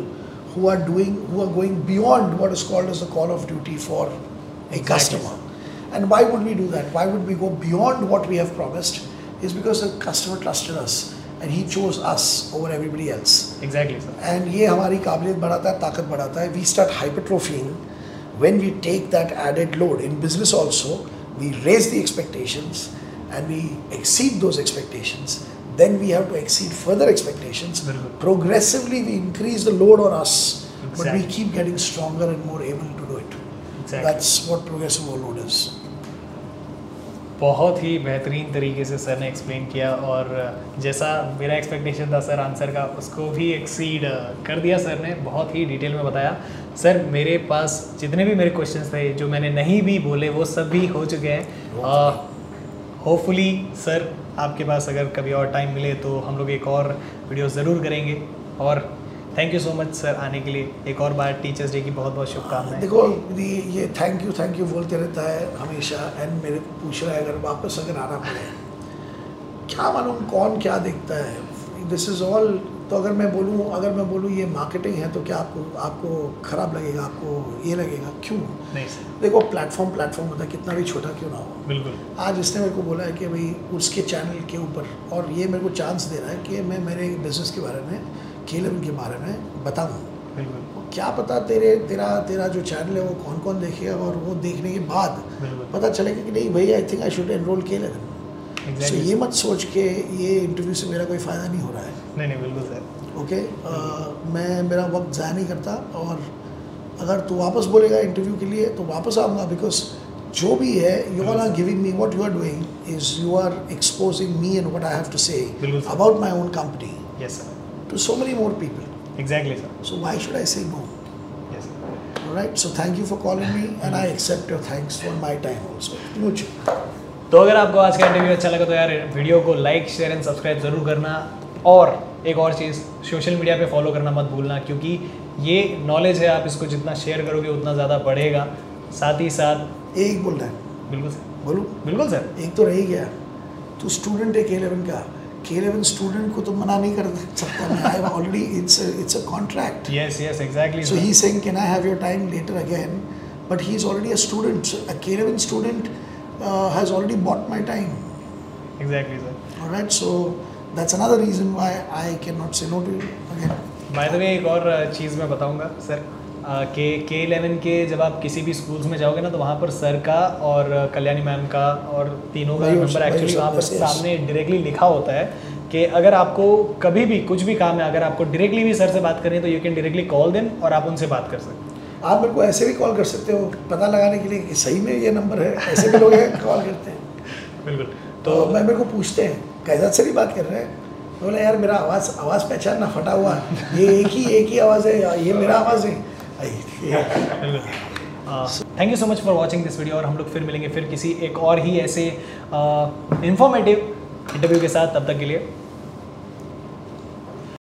who are doing who are going beyond what is called as the call of duty for a
Exactly.
customer and why would we do that? Why would we go beyond what we have promised? Is because the customer trusted us and he chose us over everybody else.
Exactly sir
And ये हमारी काबिलियत बढ़ाता है ताकत बढ़ाता है we start hypertrophying when we take that added load in business also we raise the expectations and we exceed those expectations then we have to exceed further expectations
बिल्कुल।
progressively we increase the load on us but we
Exactly.
keep getting stronger and more able to do it
एग्जैक्टली
that's what progressive overload is
बहुत ही बेहतरीन तरीके से सर ने explain किया और जैसा मेरा एक्सपेक्टेशन था सर आंसर का उसको भी एक्सीड कर दिया सर ने बहुत ही डिटेल में बताया सर मेरे पास जितने भी मेरे क्वेश्चंस थे जो मैंने नहीं भी बोले वो सब भी हो चुके हैं अ, होपफुली सर आपके पास अगर कभी और टाइम मिले तो हम लोग एक और वीडियो ज़रूर करेंगे और thank you so much sir आने के लिए एक और बार टीचर्स डे की बहुत बहुत शुभकामनाएं
देखो ये- ये थैंक यू थैंक यू बोलते रहता है हमेशा एंड मेरे को पूछ रहा है अगर वापस अगर आना पड़े क्या मालूम कौन क्या देखता है दिस इज़ ऑल तो अगर मैं बोलूँ अगर मैं बोलूँ ये मार्केटिंग है तो क्या आपको आपको ख़राब लगेगा आपको ये लगेगा क्यों
नहीं सर
देखो प्लेटफॉर्म प्लेटफॉर्म होता है कितना भी छोटा क्यों ना हो
बिल्कुल
आज इसने मेरे को बोला है कि भाई उसके चैनल के ऊपर और ये मेरे को चांस दे रहा है कि मैं मेरे बिजनेस के बारे में खेल के बारे में बताऊँ
बिल्कुल
क्या पता तेरे तेरा तेरा जो चैनल है वो कौन कौन देखेगा और वो देखने के बाद
बिल्कुल
पता चलेगा कि नहीं भाई I think I should enrol के लेवन सो
एग्जैक्टली
ये मत सोच के ये इंटरव्यू से मेरा कोई फ़ायदा नहीं हो रहा है
नहीं नहीं बिल्कुल सर
ओके अ, मैं मेरा वक्त ज़ाया नहीं करता और अगर तू वापस बोलेगा इंटरव्यू के लिए तो वापस आऊँगा बिकॉज जो भी है you all are giving me what you are doing is you are exposing me and what I have to say
बिल्कुल sir
about my own company
yes sir
to so many more people
exactly sir
so why should I say no
yes
All right, so thank you for calling me and I accept your thanks for my time also. Mucho.
तो अगर आपको आज का interview अच्छा लगा तो यार video को लाइक शेयर एंड सब्सक्राइब ज़रूर करना और एक और चीज़ सोशल मीडिया पे फॉलो करना मत भूलना क्योंकि ये नॉलेज है आप इसको जितना शेयर करोगे उतना ज़्यादा बढ़ेगा साथ ही साथ
एक बोलना है
बिल्कुल सर
बोलूं
बिल्कुल सर
एक तो रह ही गया तू स्टूडेंट है के इलेवन का के इलेवन स्टूडेंट को तो मना नहीं कर सकता मैं I already it's it's a contract
yes yes exactly
so he saying can I have your time later again but he is already a student a K eleven student has already bought my time
exactly sir
all right so that's another reason why I can not say no to again
by the way एक और uh, चीज़ मैं बताऊंगा sir के K eleven के जब आप किसी भी स्कूल्स में जाओगे ना तो वहाँ पर सर का और अ, कल्याणी मैम का और तीनों का
भाई उस-
नंबर
भाई
एक्चुअली
उस-
वहाँ पर
yes, yes.
सामने डायरेक्टली लिखा होता है कि अगर आपको कभी भी कुछ भी काम है अगर आपको डायरेक्टली भी सर से बात करनी है तो you can directly call them और आप उनसे बात कर सकते हैं
आप मेरे को ऐसे भी कॉल कर सकते हो पता लगाने के लिए कि सही में ये नंबर है ऐसे भी लोग हैं कॉल करते हैं
बिल्कुल
तो मैं मेरे को पूछते हैं कैजात से भी बात कर रहे हैं तो बोला यार मेरा आवाज़ आवाज़ पहचानना फटा हुआ है। ये एक ही एक ही आवाज़ है या ये मेरा आवाज़ है आई-
thank you so much for watching this video और हम लोग फिर मिलेंगे फिर किसी एक और ही ऐसे इंफॉर्मेटिव इंटरव्यू uh, के साथ तब तक के लिए